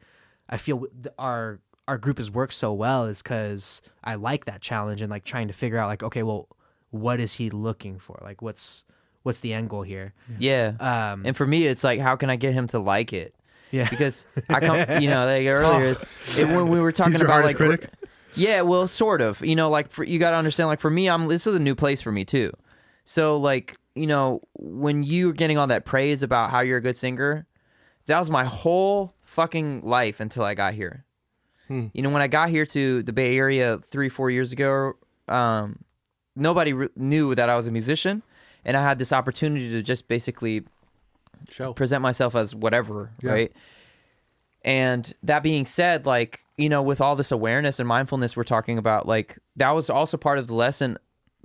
S5: I feel th- our our group has worked so well is because I like that challenge and like trying to figure out like okay, well, what is he looking for? Like what's what's the end goal here?
S4: Yeah.
S5: Um,
S4: and for me, it's like, how can I get him to like it?
S5: Yeah.
S4: Because I come, you know, like earlier, it's it, when we were talking
S2: your
S4: about
S2: hardest
S4: like,
S2: critic?
S4: yeah, well, sort of, you know, like for, you got to understand, like for me, I'm this is a new place for me too. So like, you know, when you're getting all that praise about how you're a good singer, that was my whole fucking life until I got here.
S2: Hmm.
S4: You know, when I got here to the Bay Area three, four years ago, um, nobody re- knew that I was a musician, and I had this opportunity to just basically
S2: Show.
S4: present myself as whatever, right? And that being said, like, you know, with all this awareness and mindfulness we're talking about, like, that was also part of the lesson,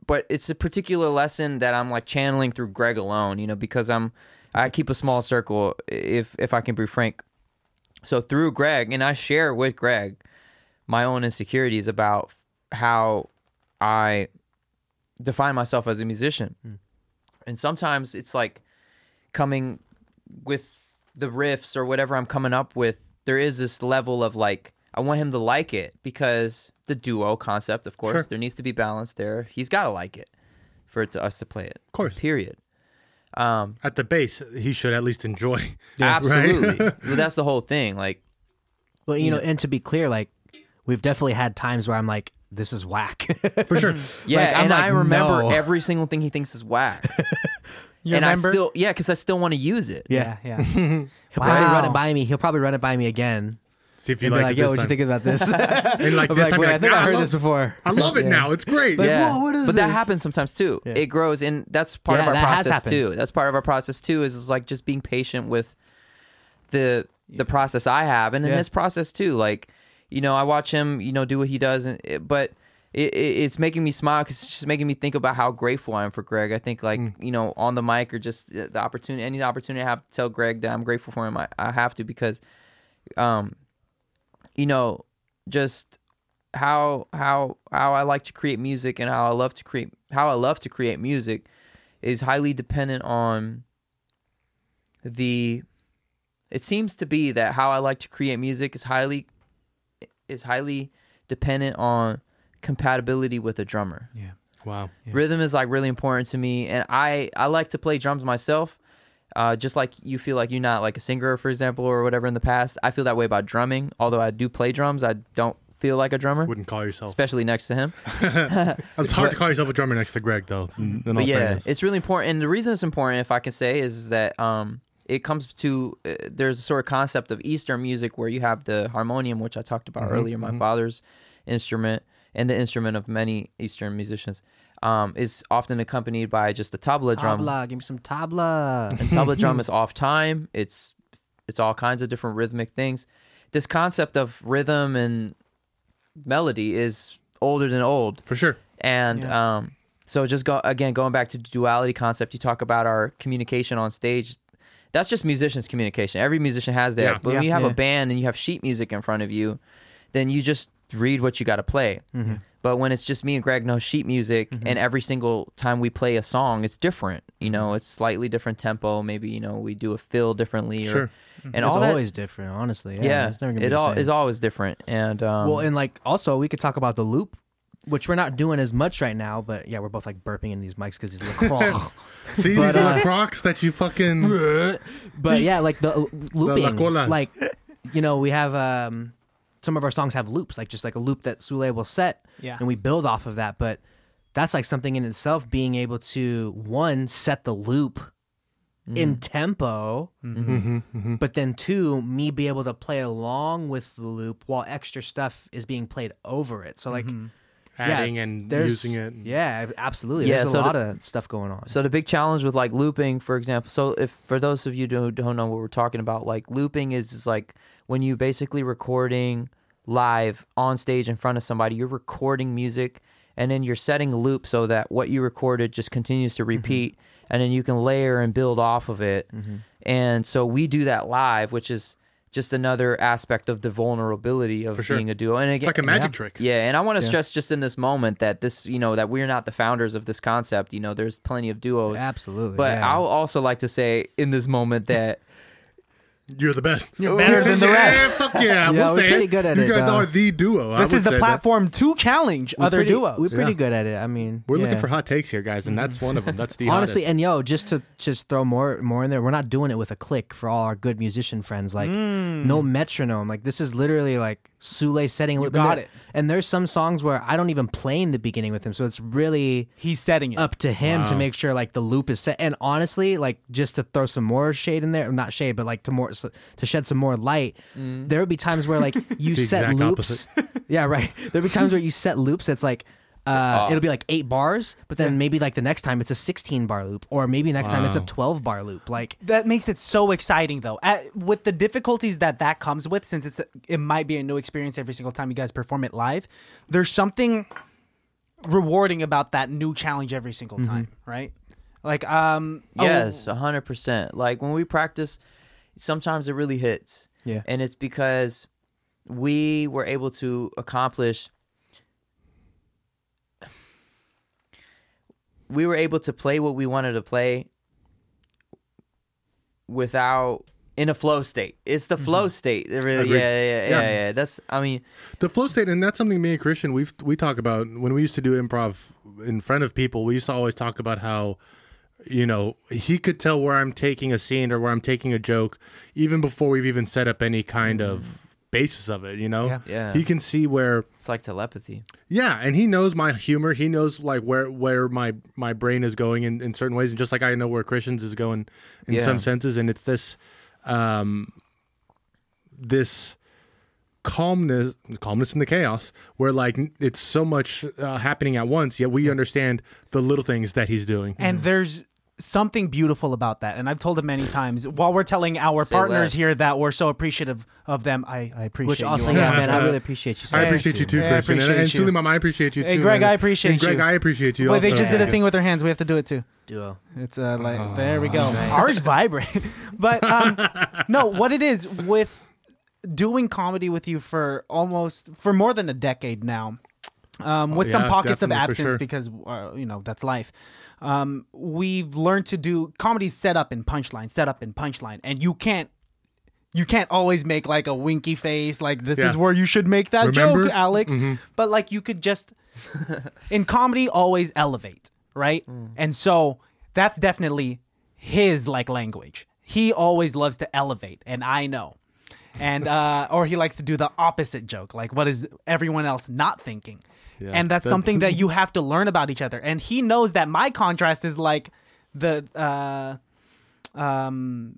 S4: but it's a particular lesson that I'm like channeling through Greg alone, you know, because I'm, I keep a small circle, if, if I can be frank. So through Greg, and I share with Greg my own insecurities about how I define myself as a musician. And sometimes it's like coming with the riffs or whatever I'm coming up with, there is this level of like I want him to like it because the duo concept, of course,
S2: Sure.
S4: there needs to be balance there. He's got to like it for it to us to play it. Of
S2: course.
S4: Period. Um,
S2: At the base, he should at least enjoy.
S4: absolutely. But that's the whole thing. Like,
S5: Well, you know, and to be clear, like we've definitely had times where I'm like, this is whack.
S2: For sure.
S4: yeah,
S5: Like, I'm
S4: and I
S5: like,
S4: remember
S5: no.
S4: every single thing he thinks is whack.
S3: You
S4: and
S3: remember?
S4: I still, yeah, because I still want to use it.
S5: yeah.
S3: yeah. yeah.
S5: He'll probably run
S3: Wow.
S5: it by me. He'll probably run it by me again.
S2: See if you
S5: And be
S2: like,
S5: like,
S2: it
S5: yo,
S2: this
S5: what you
S2: time.
S5: think about this?
S2: And like
S5: I'm
S2: this,
S5: like,
S2: I'd be
S5: wait, I
S2: like,
S5: think
S2: "Nah,
S5: I heard
S2: love-
S5: this before.
S2: I love it now. It's great.
S5: Like,
S4: yeah.
S5: whoa, what is
S4: but that
S5: this?
S4: happens sometimes too.
S5: Yeah.
S4: It grows, and that's part of
S5: Yeah,
S4: our
S5: that has
S4: process
S5: happened.
S4: too. That's part of our process too. Is, is like just being patient with the the process I have, and in
S3: Yeah.
S4: his process too. Like you know, I watch him, you know, do what he does, and it, but it, it, it's making me smile because it's just making me think about how grateful I am for Greg. I think like
S5: Mm.
S4: you know, on the mic or just uh, the the opportunity, any opportunity I have to tell Greg that I'm grateful for him, I, I have to because, um, you know, just how how how I like to create music and how I love to create how I love to create music is highly dependent on the it seems to be that how I like to create music is highly is highly dependent on compatibility with a drummer.
S2: Wow.
S4: Rhythm is like really important to me and I I like to play drums myself. Uh, just like you feel like you're not like a singer, for example, or whatever in the past, I feel that way about drumming. Although I do play drums, I don't feel like a drummer
S2: Wouldn't call yourself.
S4: especially next to him.
S2: It's hard to call yourself a drummer next to Greg, though. In all
S4: But yeah,
S2: fairness.
S4: it's really important. And the reason it's important, if I can say, is, is that um, it comes to uh, there's a sort of concept of Eastern music where you have the harmonium, which I talked about earlier, my father's instrument, and the instrument of many Eastern musicians. Um, is often accompanied by just a tabla drum.
S5: Tabla, give me some tabla.
S4: and tabla drum is off time. It's it's all kinds of different rhythmic things. This concept of rhythm and melody is older than old.
S2: for sure.
S4: And um, so just go again going back to the duality concept. You talk about our communication on stage. That's just musicians' communication. Every musician has that.
S2: Yeah.
S4: But
S3: Yeah.
S4: when you have
S3: Yeah.
S4: a band and you have sheet music in front of you, then you just read what you got to play.
S5: Mm-hmm.
S4: But when it's just me and Greg know sheet music, and every single time we play a song, it's different. You know,
S5: Mm-hmm.
S4: it's slightly different tempo. Maybe you know we do a fill differently. Or,
S2: Sure.
S4: And
S5: it's
S4: all that-
S5: always different, honestly. Yeah,
S4: yeah,
S5: it's never gonna be
S4: it
S5: the
S4: all
S5: same.
S4: is always different. And um,
S5: Well, and like also we could talk about the loop, which we're not doing as much right now. But yeah, we're both like burping in these mics because he's lacroix.
S2: See
S5: But,
S2: these
S5: uh,
S2: uh, crocs that you fucking.
S5: but yeah, like the uh, looping,
S2: colas.
S5: like you know, we have um, some of our songs have loops, like just like a loop that Sule will set,
S3: Yeah.
S5: and we build off of that. But that's like something in itself, being able to one set the loop in tempo,
S2: Mm-hmm.
S5: but then two, me be able to play along with the loop while extra stuff is being played over it. So like.
S2: adding
S5: yeah,
S2: and
S5: there's-
S2: using it.
S5: Mm-hmm. Yeah, absolutely.
S4: Yeah,
S5: There's a
S4: so
S5: lot
S4: the-
S5: of stuff going on.
S4: So the big challenge with like looping, for example, so if for those of you who don't know what we're talking about, like looping is, is like when you basically recording live on stage in front of somebody, you're recording music and then you're setting a loop so that what you recorded just continues
S2: Mm-hmm.
S4: to repeat
S2: Mm-hmm.
S4: and then you can layer and build off of it. And so we do that live, which is just another aspect of the vulnerability of
S2: sure.
S4: being a duo. And again,
S2: It's like a magic
S4: yeah.
S2: trick.
S4: Yeah, and I want to stress just in this moment that this, you know, that we're not the founders of this concept. You know, there's plenty of duos.
S5: Absolutely,
S4: But
S5: yeah.
S4: I'll also like to say in this moment that
S2: You're the best. You're
S6: better than the
S2: Yeah,
S6: rest.
S2: fuck yeah. we'll
S5: we're
S2: say
S5: pretty
S2: it.
S5: good at
S2: you
S5: it,
S2: guys
S5: though.
S2: are the duo. I
S6: This
S2: would
S6: is
S2: say
S6: the
S2: that.
S6: platform to challenge other
S5: pretty,
S6: duos.
S5: We're pretty good at it. I mean,
S2: We're
S5: yeah.
S2: looking for hot takes here, guys, and that's one of them. That's the
S5: honestly
S2: hottest.
S5: and yo just to just throw more more in there we're not doing it with a click for all our good musician friends like
S6: Hmm.
S5: no metronome like this is literally like Sule setting you
S6: got
S5: and there-
S6: it.
S5: and there's some songs where I don't even play in the beginning with him so it's really
S6: He's setting it.
S5: up to him to make sure like the loop is set and honestly like just to throw some more shade in there not shade but like to more to shed some more light there would be times where like you set
S2: exact
S5: loops yeah right there'd be times where you set loops that's like uh, it'll be like eight bars, but then maybe like the next time it's a 16 bar loop, or maybe next time it's a 12 bar loop. Like,
S6: that makes it so exciting though At, with the difficulties that that comes with since it's it might be a new experience every single time you guys perform it live there's something rewarding about that new challenge every single time right like um oh,
S4: Yes, a hundred percent. Like when we practice, sometimes it really hits.
S5: Yeah.
S4: and it's because we were able to accomplish. We were able to play what we wanted to play without in a flow state. It's the flow state. It really,
S2: Agreed.
S4: yeah, yeah, yeah,
S2: Yeah.
S4: yeah, yeah. That's. I mean,
S2: The flow state, and that's something me and Christian we we talk about when we used to do improv in front of people. We used to always talk about how, you know, he could tell where I'm taking a scene or where I'm taking a joke even before we've even set up any kind of basis of it. You know,
S4: Yeah.
S2: he can see where
S4: it's like telepathy.
S2: yeah, and he knows my humor. He knows like where where my my brain is going in, in certain ways, and just like I know where Christian's is going in
S4: Yeah.
S2: some senses. And it's this, um, this calmness, calmness in the chaos, where like n- it's so much uh, happening at once. Yet we understand the little things that he's doing.
S6: and there's something beautiful about that and i've told him many times while we're telling our
S4: Say
S6: partners
S4: less.
S6: here that we're so appreciative of them i, I appreciate
S5: which
S6: you
S5: also,
S6: all.
S5: yeah, man, I really appreciate you. so
S2: I
S5: much,
S2: appreciate you too,
S6: Yeah, I
S2: Christian, and, and
S6: appreciate you.
S2: Suleiman, I appreciate you too.
S6: Hey, Greg,
S2: and-
S6: I appreciate
S2: and Greg,
S6: you.
S2: I appreciate you.
S6: Wait, they
S2: also.
S6: just did a thing with their hands we have to do it too
S5: Duo.
S6: It's uh, like
S2: Oh,
S6: there we go. Ours vibrate, but um, no, what it is with doing comedy with you for almost for more than a decade now, um, with some
S2: Oh, yeah,
S6: pockets of
S2: definitely, for
S6: absence
S2: sure.
S6: because uh, you know that's life. Um, we've learned to do comedy set up and punchline, set up and punchline, and you can't. You can't always make like a winky face, like this
S2: Yeah.
S6: is where you should make that
S2: Remember? Mm-hmm.
S6: joke, Alex. But like you could just in comedy always elevate right and so that's definitely his like language he always loves to elevate and i know and uh or he likes to do the opposite joke like what is everyone else not thinking and that's
S2: that-
S6: something that you have to learn about each other and he knows that my contrast is like the uh um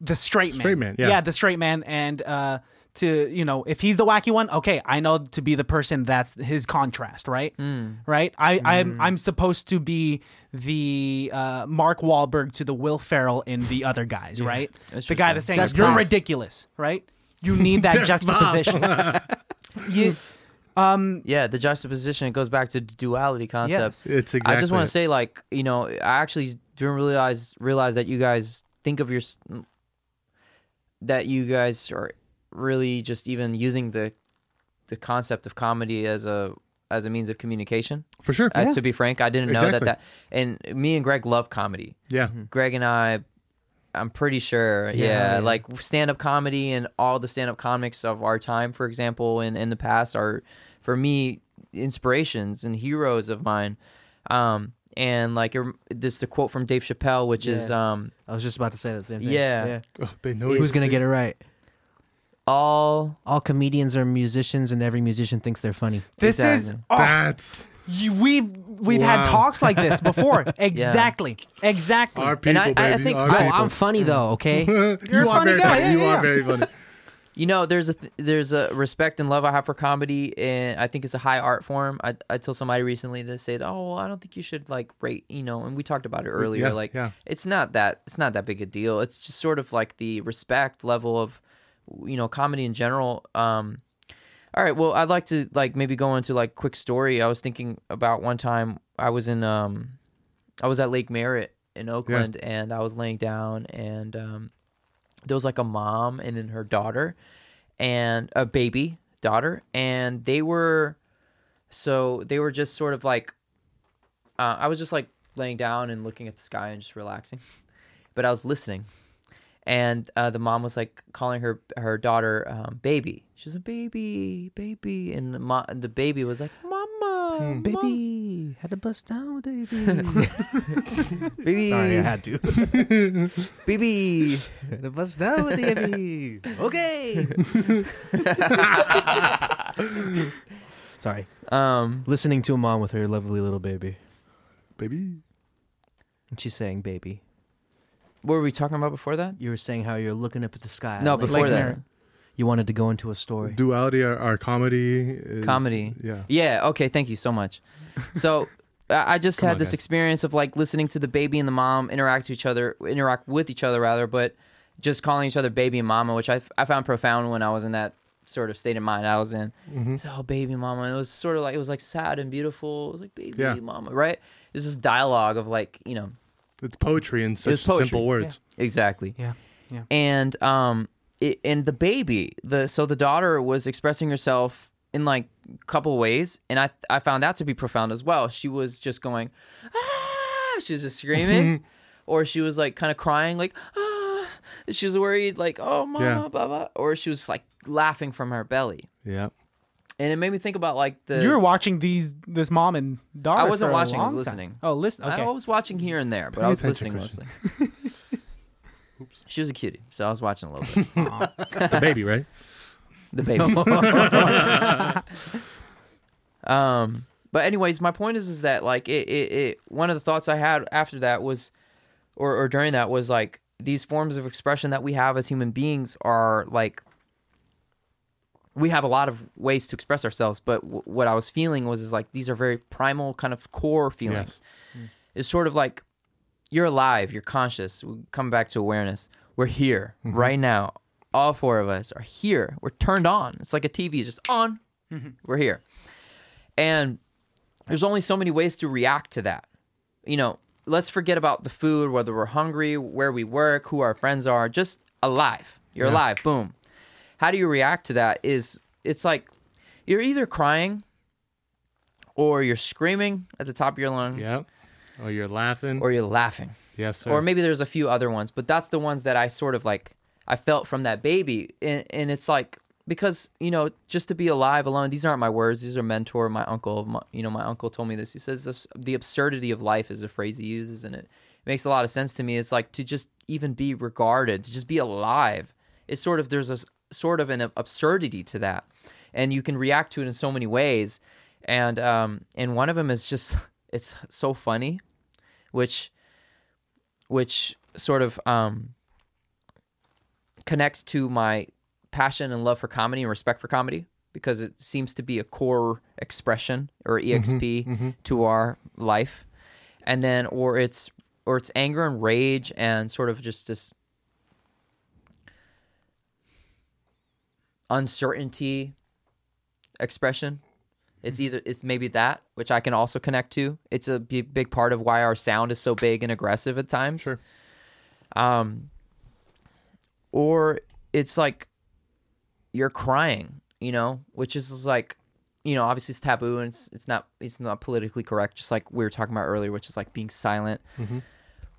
S6: the straight man
S2: Straight man, yeah.
S6: the straight man and uh to you know if he's the wacky one okay i know to be the person that's his contrast right
S4: Hmm.
S6: right i
S2: Hmm.
S6: i'm i'm supposed to be the uh mark Wahlberg to the will ferrell in the other guys right the guy that's saying
S5: That's
S6: you're
S5: Bob.
S6: ridiculous right you need that juxtaposition you,
S4: Yeah, the juxtaposition goes back to the duality concept.
S6: Yes.
S2: It's
S4: I just
S2: exactly
S4: want
S2: it.
S4: to say, like, you know, I actually didn't realize realize that you guys think of your s- that you guys are really just even using the the concept of comedy as a as a means of communication.
S2: for sure.
S4: Uh, to be frank, I didn't know
S2: Exactly.
S4: that that. And me and Greg love comedy.
S2: yeah.
S4: Greg and I, I'm pretty sure, yeah, like stand up comedy and all the stand up comics of our time, for example, and in the past are, for me, inspirations and heroes of mine. Um, and like it- this, the quote from Dave Chappelle, which is, um,
S5: I was just about to say that same thing.
S4: Yeah.
S2: Oh, they know
S5: Who's
S2: he's-
S5: going to get it right?
S4: all
S5: All comedians are musicians, and every musician thinks they're funny.
S6: this is
S4: Exactly.
S6: oh,
S2: That's
S6: you, we've we've had
S2: Wow.
S6: talks like this before exactly exactly
S2: our people,
S4: I- I
S2: baby.
S4: think-
S2: our
S4: Oh,
S5: Oh,
S2: people.
S5: I'm funny though, okay?
S2: You're
S6: a funny
S2: very
S6: guy.
S2: funny.
S6: Yeah,
S2: you
S6: yeah,
S2: are
S6: yeah.
S2: very funny.
S4: you know there's a th- there's a respect and love i have for comedy and i think it's a high art form i, I told somebody recently that said oh well, i don't think you should like rate you know and we talked about it earlier
S2: yeah,
S4: like
S2: yeah.
S4: it's not that it's not that big a deal it's just sort of like the respect level of you know comedy in general um all right well i'd like to like maybe go into like quick story i was thinking about one time i was in um i was at lake merritt in oakland and i was laying down and um there was like a mom and then her daughter and a baby daughter and they were so they were just sort of like uh, i was just like laying down and looking at the sky and just relaxing but i was listening and uh, the mom was like calling her her daughter um, baby she's a baby baby and the, mo- the baby was like mama mama,
S5: Baby, had to bust down, baby.
S4: baby
S5: Sorry, I had to.
S4: baby
S5: had to bust down with the baby. Okay. Sorry.
S4: um
S5: Listening to a mom with her lovely little baby.
S2: baby.
S5: And she's saying, baby.
S4: what were we talking about before that
S5: You were saying how you're looking up at the sky.
S4: no
S5: like
S4: before that
S5: You wanted to go into a story.
S2: Duality or, or comedy. Is,
S4: comedy
S2: Yeah.
S4: Yeah. Okay. Thank you so much. So I I just
S2: Come
S4: had
S2: on,
S4: this
S2: guys.
S4: experience of like listening to the baby and the mom interact to each other, interact with each other rather, but just calling each other baby and mama, which I, I found profound when I was in that sort of state of mind I was in.
S2: Mm-hmm.
S4: It's, oh, baby mama. And it was sort of like, it was like sad and beautiful. It was like baby
S2: Yeah.
S4: mama, right? There's this dialogue of like, you know,
S2: It's poetry in such
S4: was poetry,
S2: simple words.
S4: exactly.
S3: Yeah.
S4: and um it, and the baby the so the daughter was expressing herself in like a couple ways and i i found that to be profound as well she was just going ah she was just screaming or she was like kind of crying like ah she was worried like oh mama
S2: Yeah.
S4: blah blah or she was like laughing from her belly
S2: Yeah.
S4: and it made me think about like the
S3: You were watching these this mom and daughter.
S4: I wasn't
S3: for a
S4: watching, I was
S3: long time.
S4: listening.
S3: Oh, listen. Okay.
S4: I was watching here and there, but I was
S2: attention,
S4: listening mostly. She was a cutie, so I was watching a little bit.
S2: The baby, right?
S4: the baby. um, but anyways, my point is is that like it, it, it one of the thoughts I had after that was, or or during that was like these forms of expression that we have as human beings are like we have a lot of ways to express ourselves but w- what i was feeling was is like these are very primal kind of core feelings it's sort of like you're alive you're conscious we come back to awareness we're here right now all four of us are here we're turned on it's like a tv is just on we're here and there's only so many ways to react to that you know let's forget about the food whether we're hungry where we work who our friends are just alive you're alive boom how do you react to that is it's like you're either crying or you're screaming at the top of your lungs
S2: Yeah. Or you're laughing.
S4: or you're laughing
S2: yes, sir.
S4: or maybe there's a few other ones, but that's the ones that I sort of like I felt from that baby, and, and it's like because you know just to be alive alone. These aren't my words; these are mentor, my uncle. My, you know, my uncle told me this. He says this, the absurdity of life is a phrase he uses, and it makes a lot of sense to me. It's like to just even be regarded, to just be alive. It's sort of there's a s- sort of an absurdity to that, and you can react to it in so many ways, and um and one of them is just it's so funny, which which sort of um, connects to my passion and love for comedy and respect for comedy because it seems to be a core expression or exp to our life and then or it's or it's anger and rage and sort of just this uncertainty expression it's either it's maybe that which i can also connect to it's a b- big part of why our sound is so big and aggressive at times
S2: Sure.
S4: um or it's like you're crying you know which is like you know obviously it's taboo and it's, it's not it's not politically correct just like we were talking about earlier which is like being silent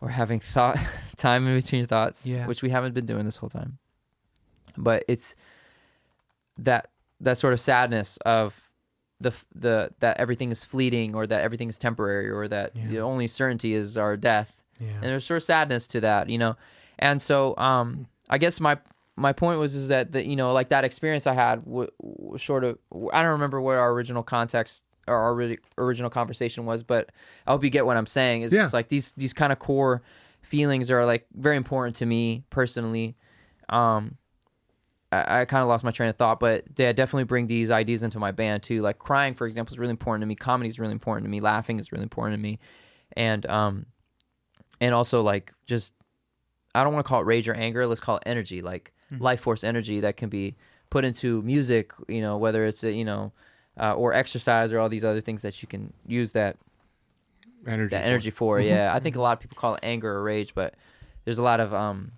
S4: or having thought time in between your thoughts
S3: Yeah.
S4: which we haven't been doing this whole time but it's that that sort of sadness of the f- the that everything is fleeting or that everything is temporary or that the only certainty is our death and there's sort of sadness to that you know and so um i guess my my point was is that the, you know like that experience i had w- w- sort of i don't remember what our original context or our ori- original conversation was but i hope you get what i'm saying it's
S2: Yeah.
S4: just like these these kind of core feelings are like very important to me personally um I, I kind of lost my train of thought, but yeah, definitely bring these ideas into my band too. Like crying, for example, is really important to me. Comedy is really important to me. Laughing is really important to me, and um, and also like just I don't want to call it rage or anger. Let's call it energy, like
S2: Mm-hmm.
S4: life force energy that can be put into music. You know, whether it's uh, you know, uh, or exercise or all these other things that you can use that
S2: energy. Mm-hmm.
S4: that energy for. Yeah, I think a lot of people call it anger or rage, but there's a lot of um,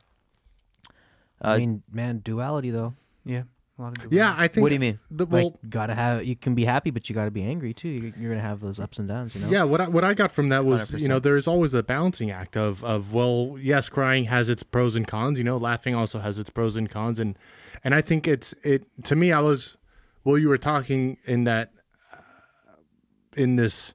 S5: I mean, man, duality though.
S3: Yeah. A lot of good
S2: Yeah, I think.
S4: What do you mean?
S2: The,
S5: Like,
S2: well,
S5: gotta have. You can be happy, but you gotta be angry too. You- You're gonna have those ups and downs. You know.
S2: Yeah, what I, what I got from that was you know there's always the balancing act of of well yes crying has its pros and cons you know laughing also has its pros and cons and and I think it's it to me I was well you were talking in that uh, in this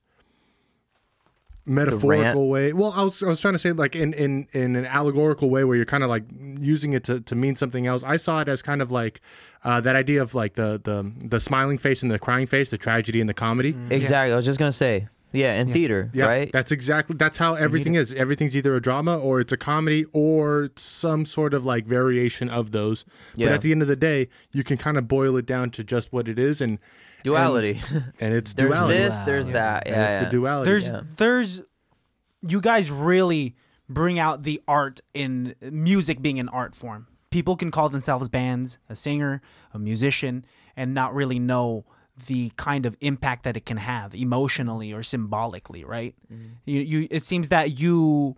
S2: metaphorical way well I was I was trying to say like in in in an allegorical way where you're kind of like using it to to mean something else I saw it as kind of like uh, that idea of like the the the smiling face and the crying face the tragedy and the comedy.
S5: Mm.
S4: Exactly. I was just gonna say. Yeah, in theater,
S2: Yeah,
S4: right?
S2: That's exactly that's how everything is. Everything's either a drama or it's a comedy or some sort of like variation of those. But
S4: Yeah.
S2: at the end of the day, you can kind of boil it down to just what it is and
S4: Duality.
S2: and, and it's
S4: there's
S2: duality.
S4: this. There's that.
S2: And
S4: Yeah.
S2: it's
S4: yeah.
S2: the duality.
S3: there's
S4: Yeah.
S3: there's you guys really bring out the art in music being an art form people can call themselves bands a singer a musician and not really know the kind of impact that it can have emotionally or symbolically right you, you it seems that you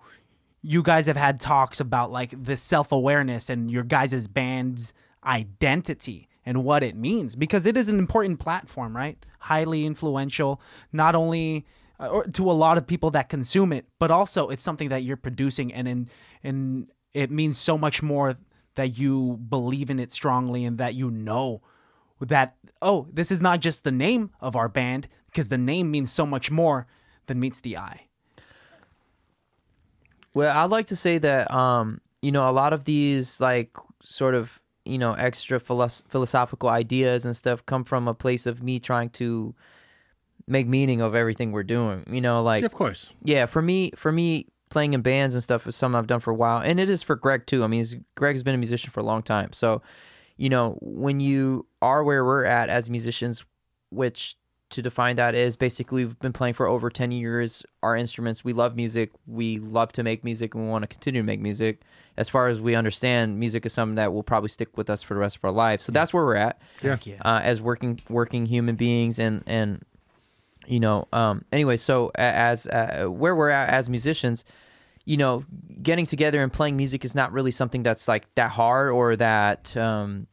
S3: you guys have had talks about like the self-awareness and your guys' band's identity and what it means because it is an important platform right highly influential not only uh, or to a lot of people that consume it but also it's something that you're producing and in and it means so much more that you believe in it strongly and that you know that oh this is not just the name of our band because the name means so much more than meets the eye
S4: Well, I'd like to say that um, you know a lot of these like sort of you know extra philos- philosophical ideas and stuff come from a place of me trying to make meaning of everything we're doing. You know, like
S2: Yeah, of course.
S4: yeah, for me, for me, playing in bands and stuff is something I've done for a while, and it is for Greg too. I mean, he's, Greg's been a musician for a long time, so you know when you are where we're at as musicians, which to define that is basically we've been playing for over ten years. Our instruments, we love music, we love to make music, and we want to continue to make music. As far as we understand, music is something that will probably stick with us for the rest of our lives. So that's where we're at
S2: Yeah.
S4: uh, as working working human beings and and you know um anyway so a- as uh, where we're at as musicians you know getting together and playing music is not really something that's like that hard or that um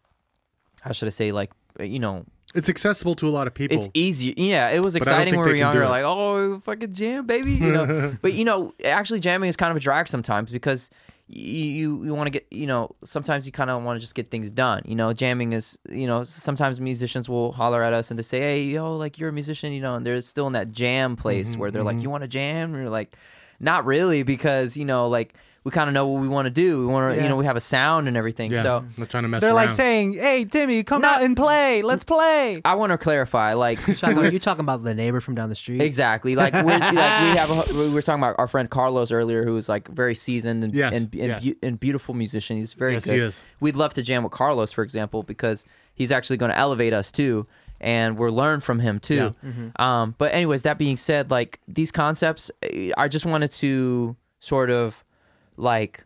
S4: how should i say like you know
S2: It's accessible to a lot of people.
S4: it's easy. Yeah, it was
S2: But I don't
S4: exciting
S2: think
S4: when we
S2: they
S4: were
S2: can do
S4: younger.
S2: it.
S4: Like, oh, fucking jam, baby. You know, but you know, actually jamming is kind of a drag sometimes because y- you you want to get you know sometimes you kind of want to just get things done. You know, jamming is you know sometimes musicians will holler at us and they say, hey, yo, like you're a musician, you know, and they're still in that jam place
S2: Mm-hmm,
S4: where they're like, you want to jam? And you're like, not really, because you know, like we kind of know what we want to do. We want to, you know, we have a sound and everything.
S2: yeah.
S4: So
S2: I'm not trying to mess
S3: They're like
S2: around.
S3: saying, "Hey, Timmy, come
S4: Not-
S3: out and play. Let's play."
S4: I want to clarify, like.
S5: Talking about- you're talking about the neighbor from down the street.
S4: Exactly. Like, we're, like we have, a, we were talking about our friend Carlos earlier, who is like very seasoned and
S2: Yes,
S4: and, and,
S2: yes.
S4: beau- and beautiful musician. He's very
S2: Yes, he
S4: good.
S2: is.
S4: We'd love to jam with Carlos, for example, because he's actually going to elevate us too, and we'll learn from him too. Um, but anyways, that being said, like these concepts, eh, I just wanted to sort of like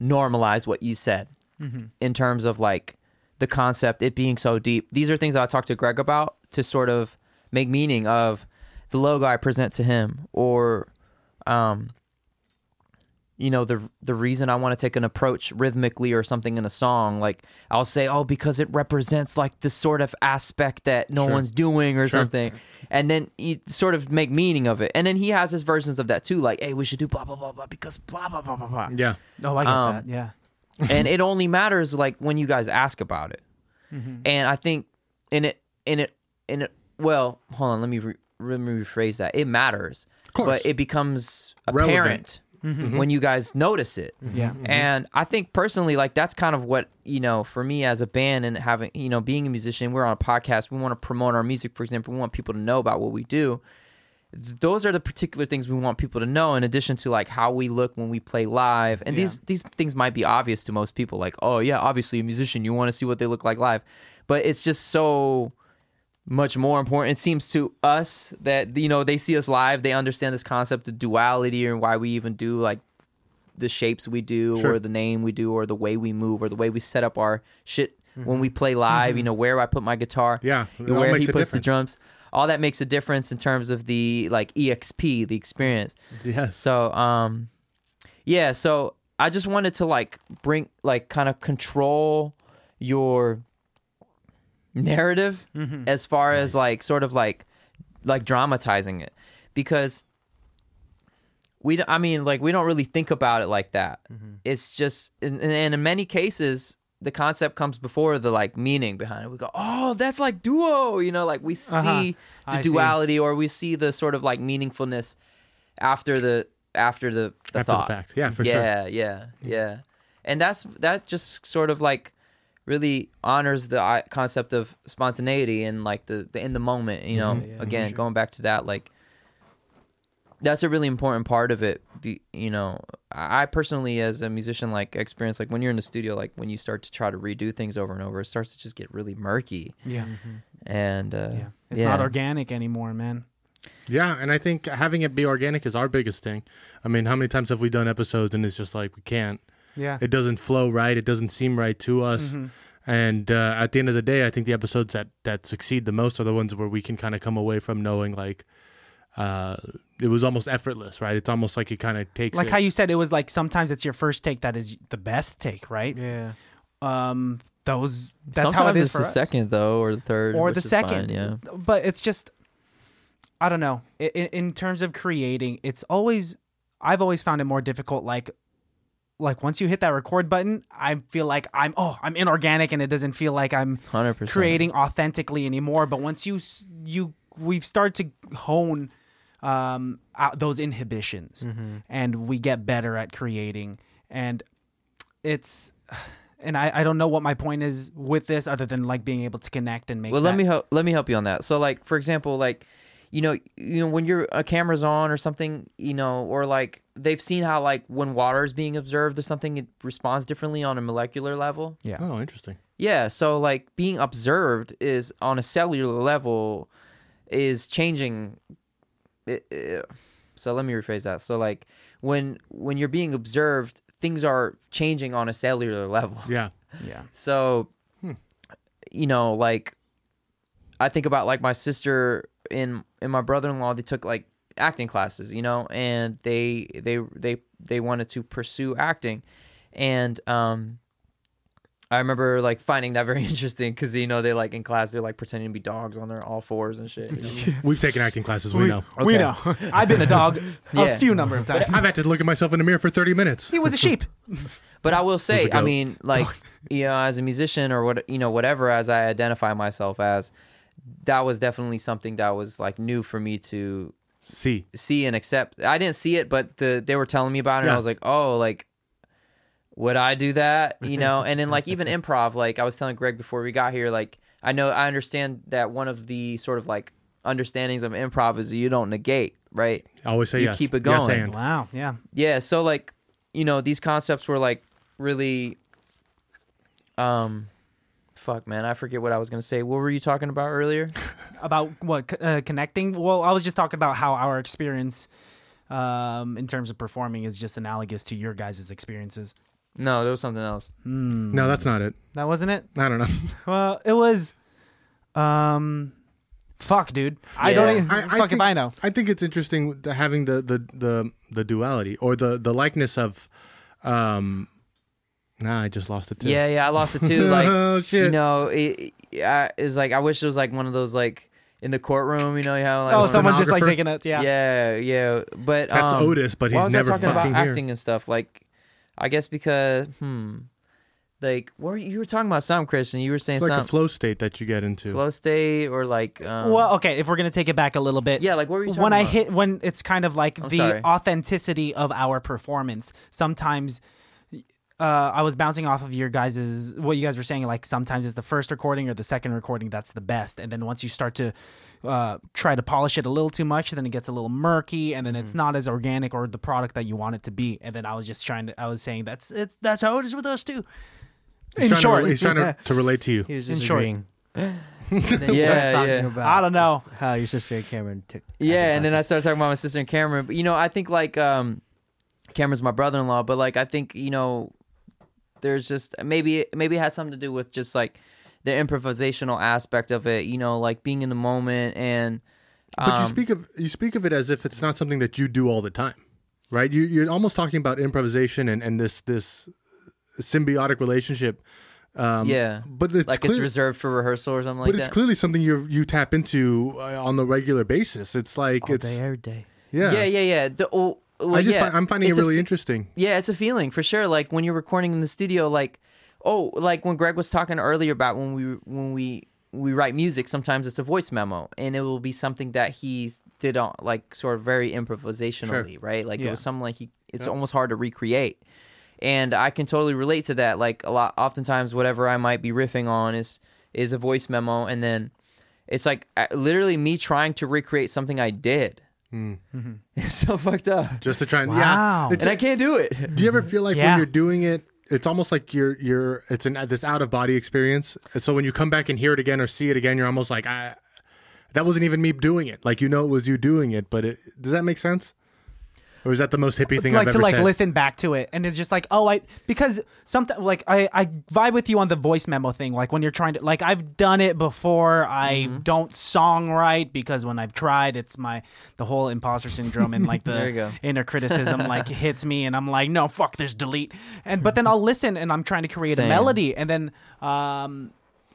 S4: normalize what you said in terms of like the concept, it being so deep. These are things that I talked to Greg about to sort of make meaning of the logo I present to him or um you know the the reason I want to take an approach rhythmically or something in a song like I'll say oh because it represents like this sort of aspect that no one's doing or something and then you sort of make meaning of it and then he has his versions of that too like hey we should do blah blah blah blah because blah blah blah blah blah
S2: Yeah.
S3: Oh, I get
S4: Um,
S3: that. Yeah.
S4: and it only matters like when you guys ask about it.
S2: Mm-hmm.
S4: And I think in it in it in it well, hold on, let me re- let me rephrase that. It matters,
S2: course.
S4: but it becomes
S2: Relevant.
S4: apparent when you guys notice it.
S3: Yeah.
S4: And I think personally, like that's kind of what you know for me as a band and having you know being a musician, we're on a podcast. We want to promote our music, for example. We want people to know about what we do. Those are the particular things we want people to know. In addition to like how we look when we play live, and these these things might be obvious to most people. Like, oh yeah, obviously a musician, you want to see what they look like live, but it's just so much more important. It seems to us that you know they see us live, they understand this concept of duality and why we even do like the shapes we do or the name we do or the way we move or the way we set up our shit when we play live you know where i put my guitar
S2: Mm-hmm. Yeah,
S4: you
S2: it
S4: know,
S2: all
S4: where
S2: makes
S4: he
S2: a
S4: puts the
S2: difference.
S4: drums all that makes a difference in terms of E the like exp the experience
S2: Yes.
S4: so um yeah so I just wanted to like bring like kind of control your narrative as far as like sort of like like dramatizing it because we don't, I mean like we don't really think about it like that. It's just and, and in many cases the concept comes before the like meaning behind it. We go, "Oh, that's like duo," you know, like we see the
S6: I see.
S4: duality or we see the sort of like meaningfulness after the after the,
S2: After
S4: the
S2: the
S4: thought.
S2: fact. Yeah, for sure.
S4: yeah, yeah, yeah. And that's that just sort of like really honors the i- concept of spontaneity and like the, the in the moment, you know. Again, going back to that like that's a really important part of it. Be, you know, I I personally, as a musician, like experience like when you're in the studio, like when you start to try to redo things over and over, it starts to just get really murky.
S6: Yeah.
S4: And uh,
S6: Yeah. It's
S4: yeah.
S6: not organic anymore, man.
S2: Yeah, and I think having it be organic is our biggest thing. I mean, how many times have we done episodes and it's just like we can't.
S6: Yeah.
S2: It doesn't flow right. It doesn't seem right to us.
S4: Mm-hmm.
S2: And uh, at the end of the day, I think the episodes that that succeed the most are the ones where we can kind of come away from knowing like uh, it was almost effortless, right? It's almost like it kind of takes
S6: like
S2: it-
S6: how you said it was like sometimes it's your first take that is the best take, right?
S5: Yeah.
S6: Um those that's
S4: Sometimes
S6: how it is
S4: it's
S6: for
S4: the
S6: us.
S4: second though, or the third,
S6: or
S4: which
S6: the
S4: is
S6: second.
S4: fine, yeah.
S6: But it's just, I don't know. In, in terms of creating, it's always, I've always found it more difficult. Like, like once you hit that record button, I feel like I'm, oh, I'm inorganic, and it doesn't feel like I'm
S4: 100%.
S6: creating authentically anymore. But once you, s- you, we've started to hone um, out those inhibitions,
S4: Mm-hmm.
S6: and we get better at creating. And it's, and I, I don't know what my point is with this other than like being able to connect and make.
S4: Well,
S6: that-
S4: let me help. Let me help you on that. So, like for example, like you know, you know, when your a camera's on or something, you know, or like they've seen how like when water is being observed or something, it responds differently on a molecular level.
S2: Oh, interesting.
S4: Yeah. So like being observed is on a cellular level is changing. it- it- So let me rephrase that. So like when when you're being observed, things are changing on a cellular level.
S2: Yeah.
S6: Yeah.
S4: So,
S6: Hmm.
S4: you know, like I think about like my sister and and my brother in law. They took like acting classes, you know, and they they they they wanted to pursue acting, and um. I remember like finding that very interesting because you know they like in class they're like pretending to be dogs on their all fours and shit. you know?
S2: We've taken acting classes, we, know.
S6: We
S4: Okay.
S6: know. I've been a dog a
S4: Yeah.
S6: few number of times.
S2: I've had to look at myself in the mirror for 30 minutes.
S6: He was a sheep.
S4: But I will
S2: a
S4: say, I
S2: goat.
S4: mean, like, you know, as a musician or what, you know, whatever, as I identify myself as, that was definitely something that was like new for me to
S2: See.
S4: see and accept. I didn't see it, but the, they were telling me about it. And
S2: Yeah.
S4: I was like, oh, like, would I do that? You know, and then like even improv, like I was telling Greg before we got here, like I know I understand that one of the sort of like understandings of improv is you don't negate, right?
S2: I always say
S4: You
S2: yes.
S4: keep it
S2: Yes,
S4: going.
S2: and.
S6: Wow. Yeah.
S4: yeah so like you know these concepts were like really um fuck man i forget what i was gonna say what were you talking about earlier
S6: About what co- uh, connecting? Well, I was just talking about how our experience um, in terms of performing is just analogous to your guys' experiences.
S4: no there was something else
S2: No, that's not it.
S6: That wasn't it.
S2: I don't know.
S6: Well, it was. Um, fuck, dude. I don't.
S4: Yeah.
S6: Even,
S2: I- I
S6: fuck if
S2: think-
S6: I know.
S2: I think it's interesting the- having the the the, the duality or the the likeness of. um Nah, I just lost it too.
S4: yeah yeah i lost it too like
S2: Oh, shit.
S4: you know it, it I, it's like i wish it was like one of those like in the courtroom you know you have like
S6: Oh,
S4: one of
S6: someone just like
S2: Stenographer.
S6: taking it. Yeah.
S4: Yeah, yeah. But
S2: That's
S4: um,
S2: Otis, but
S4: why
S2: he's
S4: was I
S2: never
S4: talking
S2: fucking
S4: about
S2: here.
S4: acting and stuff. Like, I guess because hmm, like what were you, you were talking about something, Christian. You were saying
S2: It's like a
S4: something
S2: flow state that you get into.
S4: flow state or like um,
S6: Well, okay. If we're gonna take it back a little bit,
S4: yeah, like what were you talking
S6: when I
S4: about?
S6: hit when it's kind of like the
S4: sorry.
S6: authenticity of our performance. Sometimes uh, I was bouncing off of your guys's what you guys were saying. Like sometimes it's the first recording or the second recording that's the best, and then once you start to uh, try to polish it a little too much, then it gets a little murky, and then it's
S4: Mm-hmm.
S6: not as organic or the product that you want it to be. And then I was just trying to, I was saying that's it's that's how it is with us too.
S2: he's
S6: in
S2: trying,
S6: short,
S2: to, he's trying to, to relate to you.
S5: He was
S6: In
S5: just
S6: short.
S5: agreeing. and then you
S4: Yeah,
S5: started talking
S4: yeah.
S5: about
S6: I don't know.
S5: how your sister Cameron took.
S4: yeah, and then I started talking about my sister and Cameron. But you know, I think like um, Cameron's my brother-in-law, but like I think you know, there's just maybe maybe it had something to do with just like the improvisational aspect of it. You know, like being in the moment and
S2: But you
S4: um,
S2: speak of you speak of it as if it's not something that you do all the time. right? You, you're almost talking about improvisation and, and this this symbiotic relationship. Um,
S4: yeah,
S2: but it's
S4: like it's
S2: clear-
S4: reserved for rehearsal or something like
S2: but it's
S4: that.
S2: clearly something you you tap into uh, on the regular basis. It's like
S5: All
S2: it's
S5: day, every day.
S2: yeah.
S4: yeah, yeah, yeah. The- oh, well,
S2: I just
S4: yeah.
S2: fi- I'm finding
S4: It's
S2: it
S4: a
S2: really
S4: fe-
S2: interesting.
S4: Yeah, it's a feeling for sure. Like when you're recording in the studio, like oh, like when Greg was talking earlier about when we when we we write music, sometimes it's a voice memo, and it will be something that he did on like sort of very improvisationally, right? Like it
S6: Yeah.
S4: was something like he. It's almost hard to recreate, and I can totally relate to that. Like a lot, oftentimes, whatever I might be riffing on is is a voice memo, and then it's like I- literally me trying to recreate something I did. It's so fucked up
S2: Just to try and
S6: Wow.
S2: yeah. It's,
S4: and I can't do it.
S2: do you ever feel like
S6: Yeah.
S2: when you're doing it, it's almost like you're you're it's an this out of body experience. And so when you come back and hear it again or see it again, you're almost like I that wasn't even me doing it. Like you know it was you doing it, but it, does that make sense? Or is that the most hippie thing
S6: like
S2: I've
S6: to
S2: ever
S6: like
S2: said?
S6: listen back to it and it's just like oh i because sometimes like I, I vibe with you on the voice memo thing like when you're trying to like i've done it before i don't song right because when i've tried it's my the whole imposter syndrome and like
S4: There you go.
S6: the inner criticism like hits me and i'm like no fuck this delete and but then i'll listen and i'm trying to create
S4: Same.
S6: a melody and then um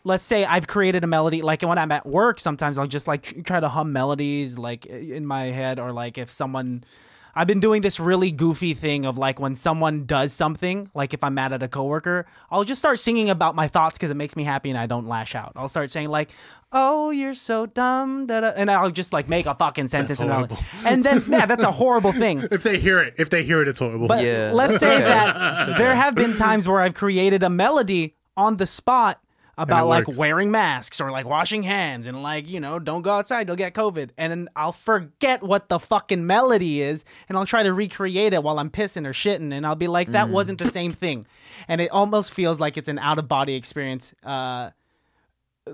S6: let's say I've created a melody, like when I'm at work, sometimes I'll just like tr- try to hum melodies like in my head, or like if someone. I've been doing this really goofy thing of like when someone does something, like if I'm mad at a coworker, I'll just start singing about my thoughts because it makes me happy and I don't lash out. I'll start saying like, "Oh, you're so dumb," da-da, and I'll just like make a fucking sentence and I'll, and then yeah, that's a horrible thing.
S2: if they hear it, if they hear it, it's horrible.
S6: But
S4: Yeah,
S6: let's
S4: that's
S6: say
S4: okay.
S6: that there have been times where I've created a melody on the spot about like
S2: works.
S6: wearing masks or like washing hands and like, you know, don't go outside, you'll get COVID. And then I'll forget what the fucking melody is and I'll try to recreate it while I'm pissing or shitting and I'll be like,
S4: Mm.
S6: that wasn't the same thing. And it almost feels like it's an out of body experience. Uh,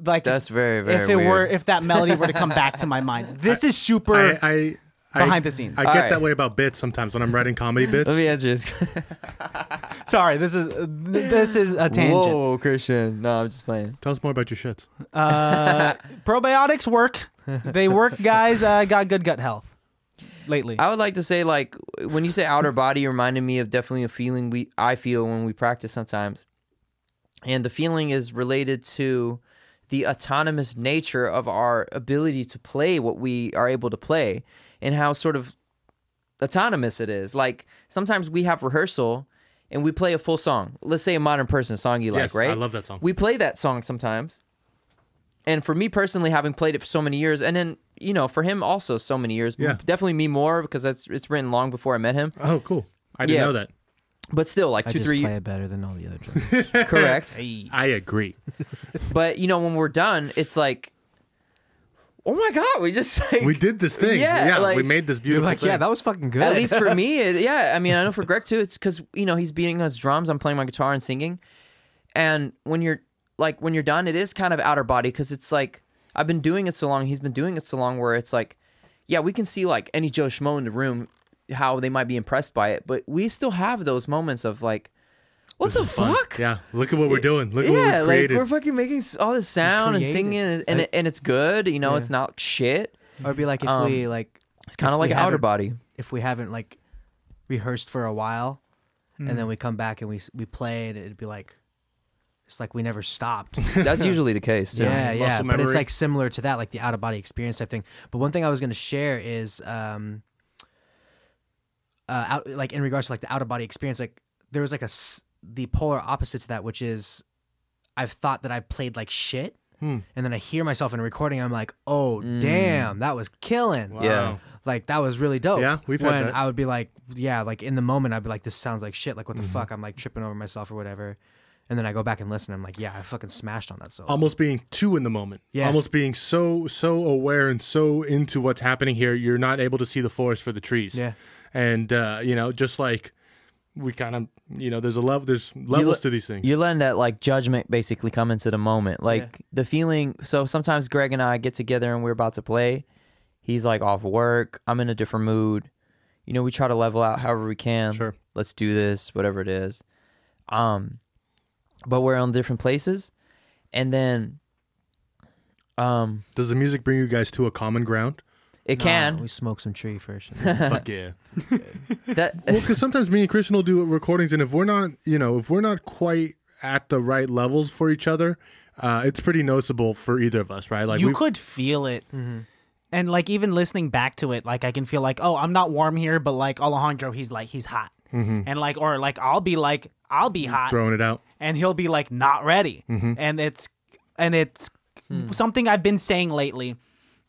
S6: like
S4: That's very, very
S6: if it were
S4: weird.
S6: if that melody were to come back to my mind. This is super
S2: I, I, I
S6: behind the scenes.
S2: I
S4: All
S2: get
S4: right.
S2: that way about bits sometimes when I'm writing comedy bits.
S4: Let me answer this.
S6: Sorry, this is this is a tangent.
S4: Whoa, Christian. No, I'm just playing.
S2: Tell us more about your shits.
S6: Uh, probiotics work. They work, guys. Uh, got good gut health lately.
S4: I would like to say, like, when you say outer body, it reminded me of definitely a feeling we I feel when we practice sometimes, and the feeling is related to the autonomous nature of our ability to play what we are able to play, and how sort of autonomous it is. Like sometimes we have rehearsal and we play a full song. Let's say a modern person song you
S2: Yes,
S4: like, right?
S2: I love that song.
S4: We play that song sometimes. And for me personally, having played it for so many years, and then you know, for him also so many years,
S2: Yeah.
S4: definitely me more because that's it's written long before I met him.
S2: Oh, cool. I didn't
S4: Yeah.
S2: know that.
S4: But still, like
S5: I
S4: two,
S5: just
S4: three,
S5: play it better than all the other drummers.
S4: correct.
S2: I agree.
S4: but you know, when we're done, it's like, oh my god, we just like,
S2: We did this thing.
S4: Yeah,
S2: Yeah, we
S4: like-
S2: made this
S5: You're
S2: beautiful.
S5: like,
S2: thing.
S5: yeah, that was fucking good.
S4: At least for me, it, yeah. I mean, I know for Greg too. It's because you know he's beating us drums. I'm playing my guitar and singing. And when you're like when you're done, it is kind of outer body because it's like I've been doing it so long. He's been doing it so long where it's like, yeah, we can see like any Joe Schmo in the room how they might be impressed by it, but we still have those moments of like, what the
S2: Fun.
S4: fuck?
S2: Yeah, look at what we're doing. Look at
S4: yeah,
S2: what we've
S4: like
S2: created.
S4: we're fucking making s- all this sound and
S5: created.
S4: singing, and and, it, and it's good. You know, it's not shit.
S5: or be like if
S4: Um,
S5: we like
S4: It's kind of
S5: we
S4: like outer
S5: haven't-
S4: body.
S5: if we haven't like rehearsed for a while, and
S4: Hmm.
S5: then we come back and we we play it, it'd be like it's like we never stopped.
S4: That's usually the case. Too.
S5: yeah,
S2: Muscle
S5: yeah. But
S2: memory.
S5: it's like similar to that, like the out of body experience type thing. But one thing I was going to share is, um, uh, out, like in regards to like the out of body experience, like there was like a s- the polar opposite to that, which is I've thought that I've played like shit,
S2: Hmm.
S5: and then I hear myself in a recording, I'm like, oh damn, that was killing.
S4: Yeah.
S5: Like that was really dope.
S2: Yeah, we've had
S5: when
S2: that.
S5: I would be like, yeah, like in the moment, I'd be like, this sounds like shit. Like what the
S2: Mm-hmm.
S5: fuck? I'm like tripping over myself or whatever. And then I go back and listen. I'm like, yeah, I fucking smashed on that solo.
S2: almost being too in the moment.
S5: Yeah.
S2: Almost being so so aware and so into what's happening here, you're not able to see the forest for the trees.
S5: Yeah.
S2: And uh, you know, just like we kind of, you know, there's a level, there's levels
S4: le-
S2: to these things.
S4: You're letting that like judgment basically come into the moment. Like the feeling so sometimes Greg and I get together and we're about to play. He's like off work. I'm in a different mood. You know, we try to level out however we can.
S2: Sure.
S4: Let's do this, whatever it is. Um but we're on different places. And then um
S2: Does the music bring you guys to a common ground?
S4: It
S5: Uh, we
S4: can.
S5: smoke some tree first.
S2: Fuck yeah.
S4: That
S2: Well, because sometimes me and Christian will do recordings, and if we're not, you know, if we're not quite at the right levels for each other, uh, it's pretty noticeable for either of us, right? Like
S6: you
S2: we-
S6: could feel it. And like even listening back to it, like I can feel like, oh, I'm not warm here, but like Alejandro, he's like he's hot, and like or like I'll be like I'll be hot,
S2: throwing it out.
S6: and he'll be like not ready,
S4: Mm-hmm.
S6: and it's and it's something I've been saying lately,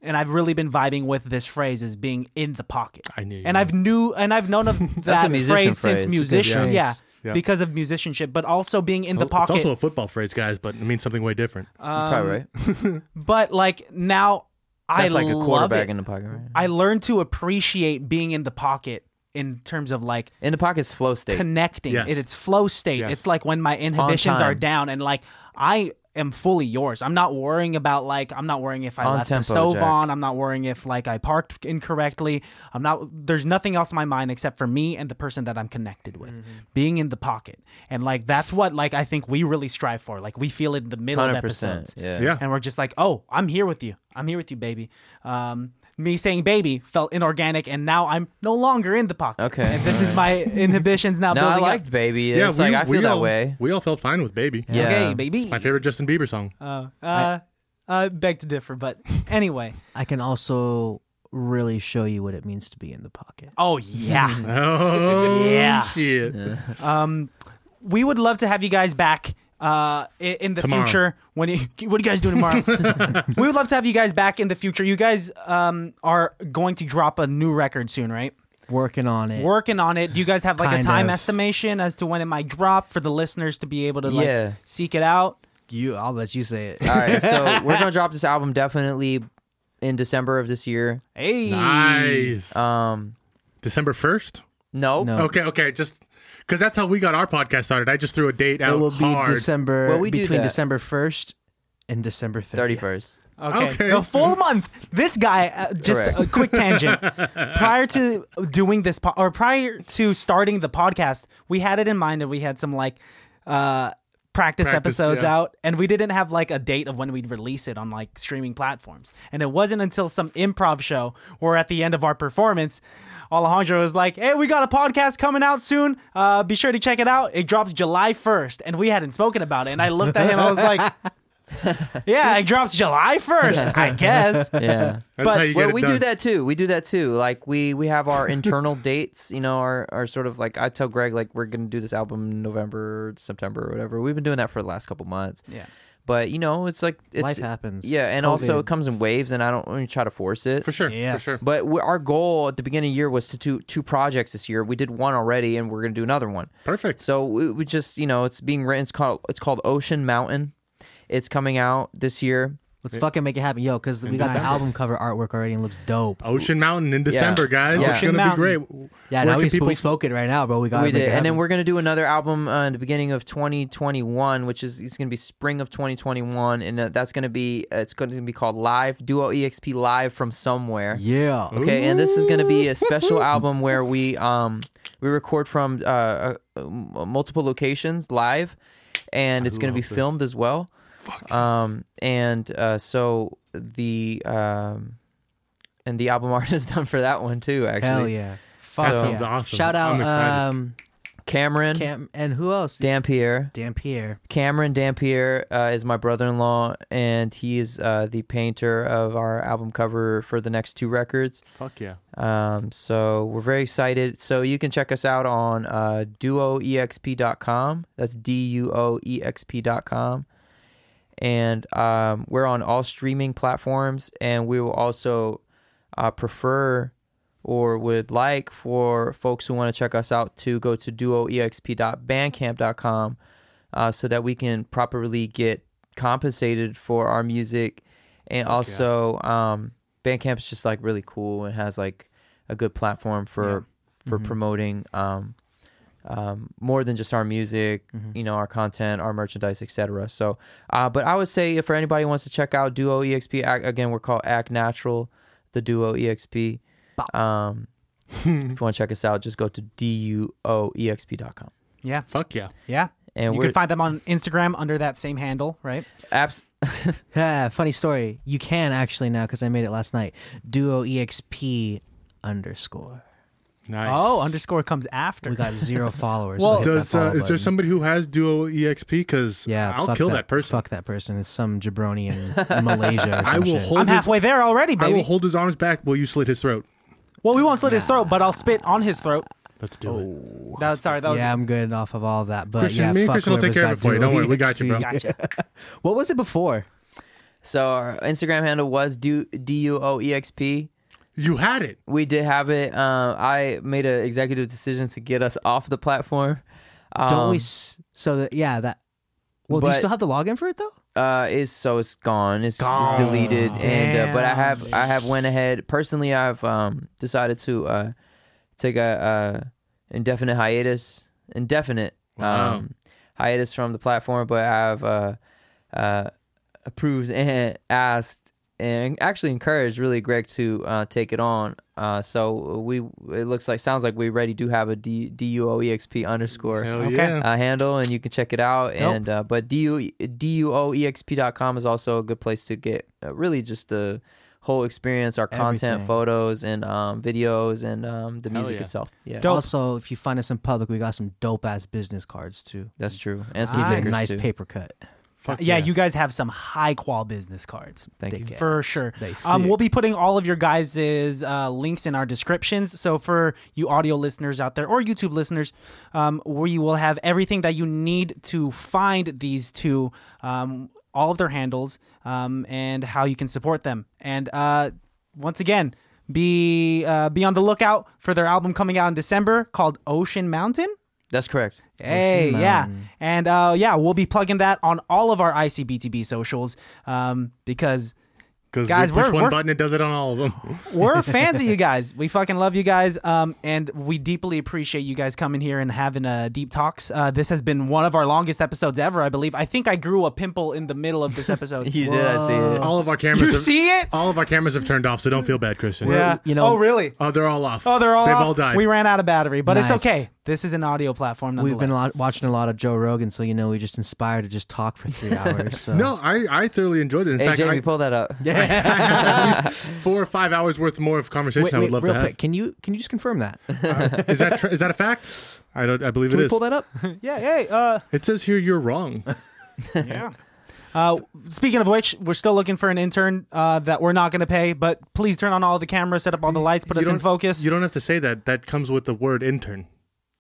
S6: and I've really been vibing with this phrase is being in the pocket.
S2: I knew you
S6: and
S2: were.
S6: I've knew and I've known of
S4: That's a
S6: that
S4: musician
S6: phrase,
S4: phrase. It's a
S6: since
S4: good
S6: musician,
S5: phrase.
S6: yeah,
S2: Yeah.
S6: because of musicianship, but also being in the
S2: It's
S6: pocket.
S2: also a football phrase, guys, but it means something way different.
S4: you're probably right.
S6: but like now, I
S4: That's like a
S6: love
S4: quarterback
S6: it.
S4: in the pocket. Right?
S6: I learned to appreciate being in the pocket in terms of like
S4: In the pocket's flow state.
S6: connecting.
S2: Yes.
S6: It- it's flow state.
S2: Yes.
S6: It's like when my inhibitions are
S4: time.
S6: down and like I am fully yours. I'm not worrying about like I'm not worrying if I
S4: On
S6: left
S4: tempo,
S6: the stove
S4: Jack.
S6: on. I'm not worrying if like I parked incorrectly. I'm not there's nothing else in my mind except for me and the person that I'm connected with. Being in the pocket. And like that's what like I think we really strive for. Like we feel it in the middle of
S4: Hundred
S6: episodes
S4: percent. Yeah.
S2: yeah.
S6: and we're just like, oh, I'm here with you. I'm here with you, baby. Um, me saying baby felt inorganic, and now I'm no longer in the pocket.
S4: Okay.
S6: And this is my inhibitions now
S4: No, I
S6: building
S4: liked baby.
S2: yeah,
S4: It's like I feel that
S2: all,
S4: way.
S2: We all felt fine with "Baby."
S6: up.
S4: Yeah.
S6: Okay, baby.
S2: my favorite Justin Bieber song.
S6: Uh, uh, I beg to differ, but anyway.
S5: I can also really show you what it means to be in the pocket.
S6: Oh yeah.
S2: Oh
S6: Yeah.
S2: shit!
S6: we would love to have you guys back uh, i- in the
S2: Tomorrow.
S6: future. When you, what are you guys doing tomorrow? we would love to have you guys back in the future. You guys um, are going to drop a new record soon, right?
S5: Working on it.
S6: working on it. Do you guys have like a
S5: Kind
S6: time
S5: of.
S6: estimation as to when it might drop for the listeners to be able to like
S4: Yeah.
S6: seek it out?
S5: You. I'll let you say it.
S4: All right, so we're gonna drop this album definitely in December of this year.
S6: Hey,
S2: Nice.
S4: Um,
S2: December first.
S4: no, Oh,
S5: No.
S2: Okay, okay, just because that's how we got our podcast started. I just threw a date out
S5: it will be
S2: hard.
S5: December
S4: Well, we do
S5: between
S4: that.
S5: December first and December
S4: thirty
S5: thirtieth.
S4: first.
S6: okay.
S2: Okay.
S6: the full month. This guy, uh, just
S4: Correct.
S6: a quick tangent. prior to doing this, po- or prior to starting the podcast, we had it in mind that we had some like uh, practice,
S2: Practice,
S6: episodes
S2: yeah.
S6: out, and we didn't have like a date of when we'd release it on like streaming platforms. And it wasn't until some improv show where at the end of our performance, Alejandro was like, "Hey, we got a podcast coming out soon. Uh, be sure to check it out. It drops July 1st. And we hadn't spoken about it. And I looked at him. I was like. Yeah, it drops July 1st, I guess.
S4: Yeah.
S2: That's
S6: But-
S2: how you get
S4: Well,
S2: it
S4: we
S2: done.
S4: do that too. We do that too. Like we we have our internal dates. You know, our our sort of like I tell Greg like we're gonna do this album in November, September, or whatever. We've been doing that for the last couple months.
S6: Yeah.
S4: But you know, it's like it's,
S5: Life happens.
S4: Yeah, and also
S5: COVID.
S4: it comes in waves, and I don't really try to force it.
S2: for sure.
S6: Yes.
S2: For sure.
S4: But we, our goal at the beginning of the year was to do two projects this year. We did one already, and we're gonna do another one.
S2: Perfect.
S4: So we, we just, you know, it's being written. It's called it's called Ocean Mountain. It's coming out this year.
S5: Let's fucking make it happen, yo! Because we got the album cover artwork already and it looks dope.
S2: Ocean Mountain in December, guys. it's
S4: Ocean
S2: gonna be
S6: Mountain.
S2: great.
S5: yeah,
S2: Where
S5: now
S2: can
S5: we, sp-
S2: people-
S5: we spoke it right now, bro. We got.
S4: we did, and then we're gonna do another album uh, in the beginning of 2021, which is it's gonna be spring of 2021, and uh, that's gonna be uh, it's gonna be called Live Duo EXP Live from somewhere.
S5: Yeah.
S4: Okay, and this is going to be a special album where we um we record from uh, uh m- multiple locations live, and it's going to be filmed as well. um and uh, so the um and the album art is done for that one too. Actually,
S5: Hell yeah!
S2: that
S4: So
S2: sounds awesome.
S5: Shout out,
S2: I'm excited.
S5: um,
S4: Cameron
S5: Cam, and who else?
S4: Dampierre.
S5: Dampier.
S4: Cameron Dampier uh, is my brother-in-law, and he is uh, the painter of our album cover for the next two records.
S2: Fuck yeah.
S4: Um, so we're very excited. So you can check us out on uh, duoexp.com. That's D U O E X P.com. And um, we're on all streaming platforms. And we will also uh, prefer or would like for folks who want to check us out to go to E duoexp.bandcamp.com uh, so that we can properly get compensated for our music. And also, um, Bandcamp is just like really cool and has like a good platform for for
S6: Mm-hmm.
S4: promoting um, um, more than just our music,
S6: Mm-hmm.
S4: you know, our content, our merchandise, etc. So, uh, but I would say if for anybody who wants to check out Duo E EXP, act, again, we're called Act Natural, the Duo EXP. Um, if you want to check us out, just go to duoexp.com.
S6: Yeah,
S2: Fuck yeah.
S6: yeah.
S4: and
S6: You
S4: we're
S6: can find them on Instagram under that same handle, right?
S4: abs-
S5: Yeah, funny story. You can actually now because I made it last night. Duo exp underscore.
S2: Nice.
S6: Oh, underscore comes after.
S5: We got zero followers.
S6: Well-
S5: so hit that
S2: Does,
S5: follow
S2: uh, is there
S5: button.
S2: somebody who has E Duo EXP? Because
S5: Yeah,
S2: I'll
S5: fuck
S2: kill that, person.
S5: Fuck that person. It's some jabroni in Malaysia. Or some
S2: I will
S5: shit.
S2: hold.
S6: I'm
S2: his,
S6: halfway there already,
S2: I
S6: baby.
S2: will hold his arms back while you slit his throat.
S6: well, we won't slit his throat, but I'll spit on his throat.
S2: Let's do it.
S6: That, sorry, that was
S5: yeah, I'm good off of all that. But
S2: Christian,
S5: yeah,
S2: me and
S5: fuck
S2: Christian will take
S5: whoever's
S2: care of it
S5: got
S2: for you. Don't
S5: Duo
S2: worry, we got you, bro.
S5: EXP.
S6: gotcha.
S5: What was it before?
S4: so our Instagram handle was du- duoexp.
S2: You had it.
S4: E We did have it. Uh, I made an executive decision to get us off the platform. Um,
S5: Don't we? S- so that yeah, that. Well, do you
S4: but-
S5: still have the login for it though?
S4: uh is so it's gone it's, it's deleted and uh, but i have i have went ahead personally i've um decided to uh take a uh indefinite hiatus indefinite
S2: Wow.
S4: um hiatus from the platform but i've uh uh approved and asked and actually encouraged really greg to uh take it on uh so we it looks like sounds like we already do have a D, duoexp underscore
S2: Hell
S6: Okay.
S2: yeah.
S4: uh, handle and you can check it out.
S6: Dope.
S4: And uh, but du E duoexp.com is also a good place to get uh, really just the whole experience, our content,
S5: Everything.
S4: photos, and um, videos, and um, the music
S2: yeah.
S4: itself. Yeah,
S6: Dope.
S5: Also, if you find us in public, we got some dope ass business cards too.
S4: that's true. And some
S5: These are
S6: Nice.
S4: stickers
S5: nice
S4: too.
S5: paper cut.
S2: Fuck
S6: yeah, you guys have some high qual business cards.
S4: Thank you.
S6: for sure.
S5: They
S6: Um,
S5: thick.
S6: we'll be putting all of your guys' uh, links in our descriptions. So for you audio listeners out there or YouTube listeners, um, we will have everything that you need to find these two, um, all of their handles, um, and how you can support them. And uh, once again, be uh, be on the lookout for their album coming out in December called Ocean Mountain.
S4: That's correct.
S6: Hey, yeah. And uh, yeah, we'll be plugging that on all of our ICBTB socials um, because
S2: Because
S6: Guys,
S2: we push
S6: we're-
S2: one
S6: we're-
S2: button, it does it on all of them.
S6: we're fans of you guys. We fucking love you guys. Um, and we deeply appreciate you guys coming here and having uh, deep talks. Uh, this has been one of our longest episodes ever, I believe. I think I grew a pimple in the middle of this episode.
S4: You did. I see it.
S2: All of our cameras.
S6: you
S2: have,
S6: see it?
S2: All of our cameras have turned off, so don't feel bad, Christian.
S6: Yeah.
S5: you know-
S6: oh, really?
S2: Oh, they're all off.
S6: Oh, they're all
S2: They've
S6: off?
S2: all died.
S6: We ran out of battery, but
S5: Nice.
S6: it's okay. This is an audio platform.
S5: We've been
S6: nonetheless.
S5: lo- watching a lot of Joe Rogan, so you know we just inspired to just talk for three hours. So.
S2: no, I, I thoroughly enjoyed it. In
S4: Hey,
S2: fact,
S4: Jamie,
S2: I,
S4: pull that up. Yeah.
S2: I had at least four or five hours worth more of conversation
S5: Wait,
S2: I would
S5: wait,
S2: love
S5: real
S2: to
S5: quick, can you can you just confirm that? Can
S2: have. Uh, is that tr- is that a fact? I don't. I believe it
S5: we
S2: is.
S5: pull that up?
S6: Yeah, hey, uh,
S2: It says here you're wrong.
S6: yeah. Uh, speaking of which, we're still looking for an intern uh, that we're not going to pay, but please turn on all the cameras, set up all the lights, put
S2: You
S6: us in
S2: don't-
S6: focus.
S2: You don't have to say that. That comes with the word intern.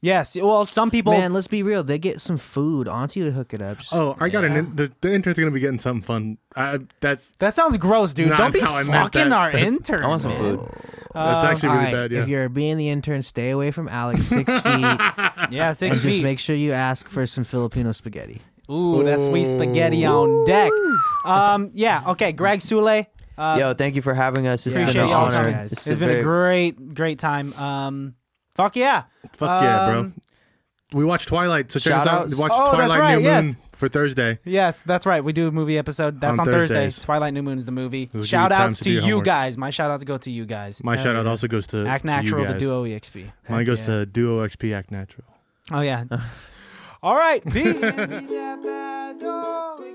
S6: yes. Well, some people.
S5: Man, let's be real. They get some food. Auntie would hook it up. Just-
S2: Oh, I got an. In- the, the intern's gonna be getting something fun. I, that
S6: that sounds gross, dude.
S2: Nah,
S6: don't be
S2: that's how I meant
S6: fucking
S2: that.
S6: our
S2: That's-
S6: intern.
S4: I want some
S6: man.
S4: food.
S6: Uh,
S2: that's actually
S5: All
S2: really
S5: right,
S2: bad. Yeah.
S5: If you're being the intern, stay away from Alex six feet. and
S6: Yeah, six
S5: just
S6: feet.
S5: make sure you ask for some Filipino spaghetti.
S6: Ooh, that's sweet spaghetti on deck. Um, yeah. Okay, Greg Sule. Uh,
S4: Yo, thank you for having us. It's been
S6: Appreciate
S4: an
S6: y'all
S4: honor.
S5: coming.
S4: This
S6: it's
S4: is
S6: been
S4: very-
S6: a great, great time. Um, fuck yeah.
S2: Fuck yeah, bro.
S6: Um,
S2: We watched Twilight, so check us out.
S4: shout-outs.
S2: Watch
S6: Oh, that's
S2: Twilight
S6: right,
S2: New
S6: yes.
S2: Moon for Thursday.
S6: Yes, that's right. We do a movie episode. That's
S2: On
S6: on, Thursday.
S2: Thursdays.
S6: Twilight New Moon is the movie.
S2: give you
S6: Shout
S2: time
S6: outs
S2: to
S6: to,
S2: do your
S6: you
S2: homework.
S6: guys. My shout outs go to you guys.
S2: My shout out also goes to
S6: Act
S2: to
S6: Natural,
S2: you
S6: the
S2: guys.
S6: Duo E EXP.
S2: Mine goes to Duo XP Act Natural.
S6: Oh, yeah. All right. Peace.
S7: Can't be that bad, oh, it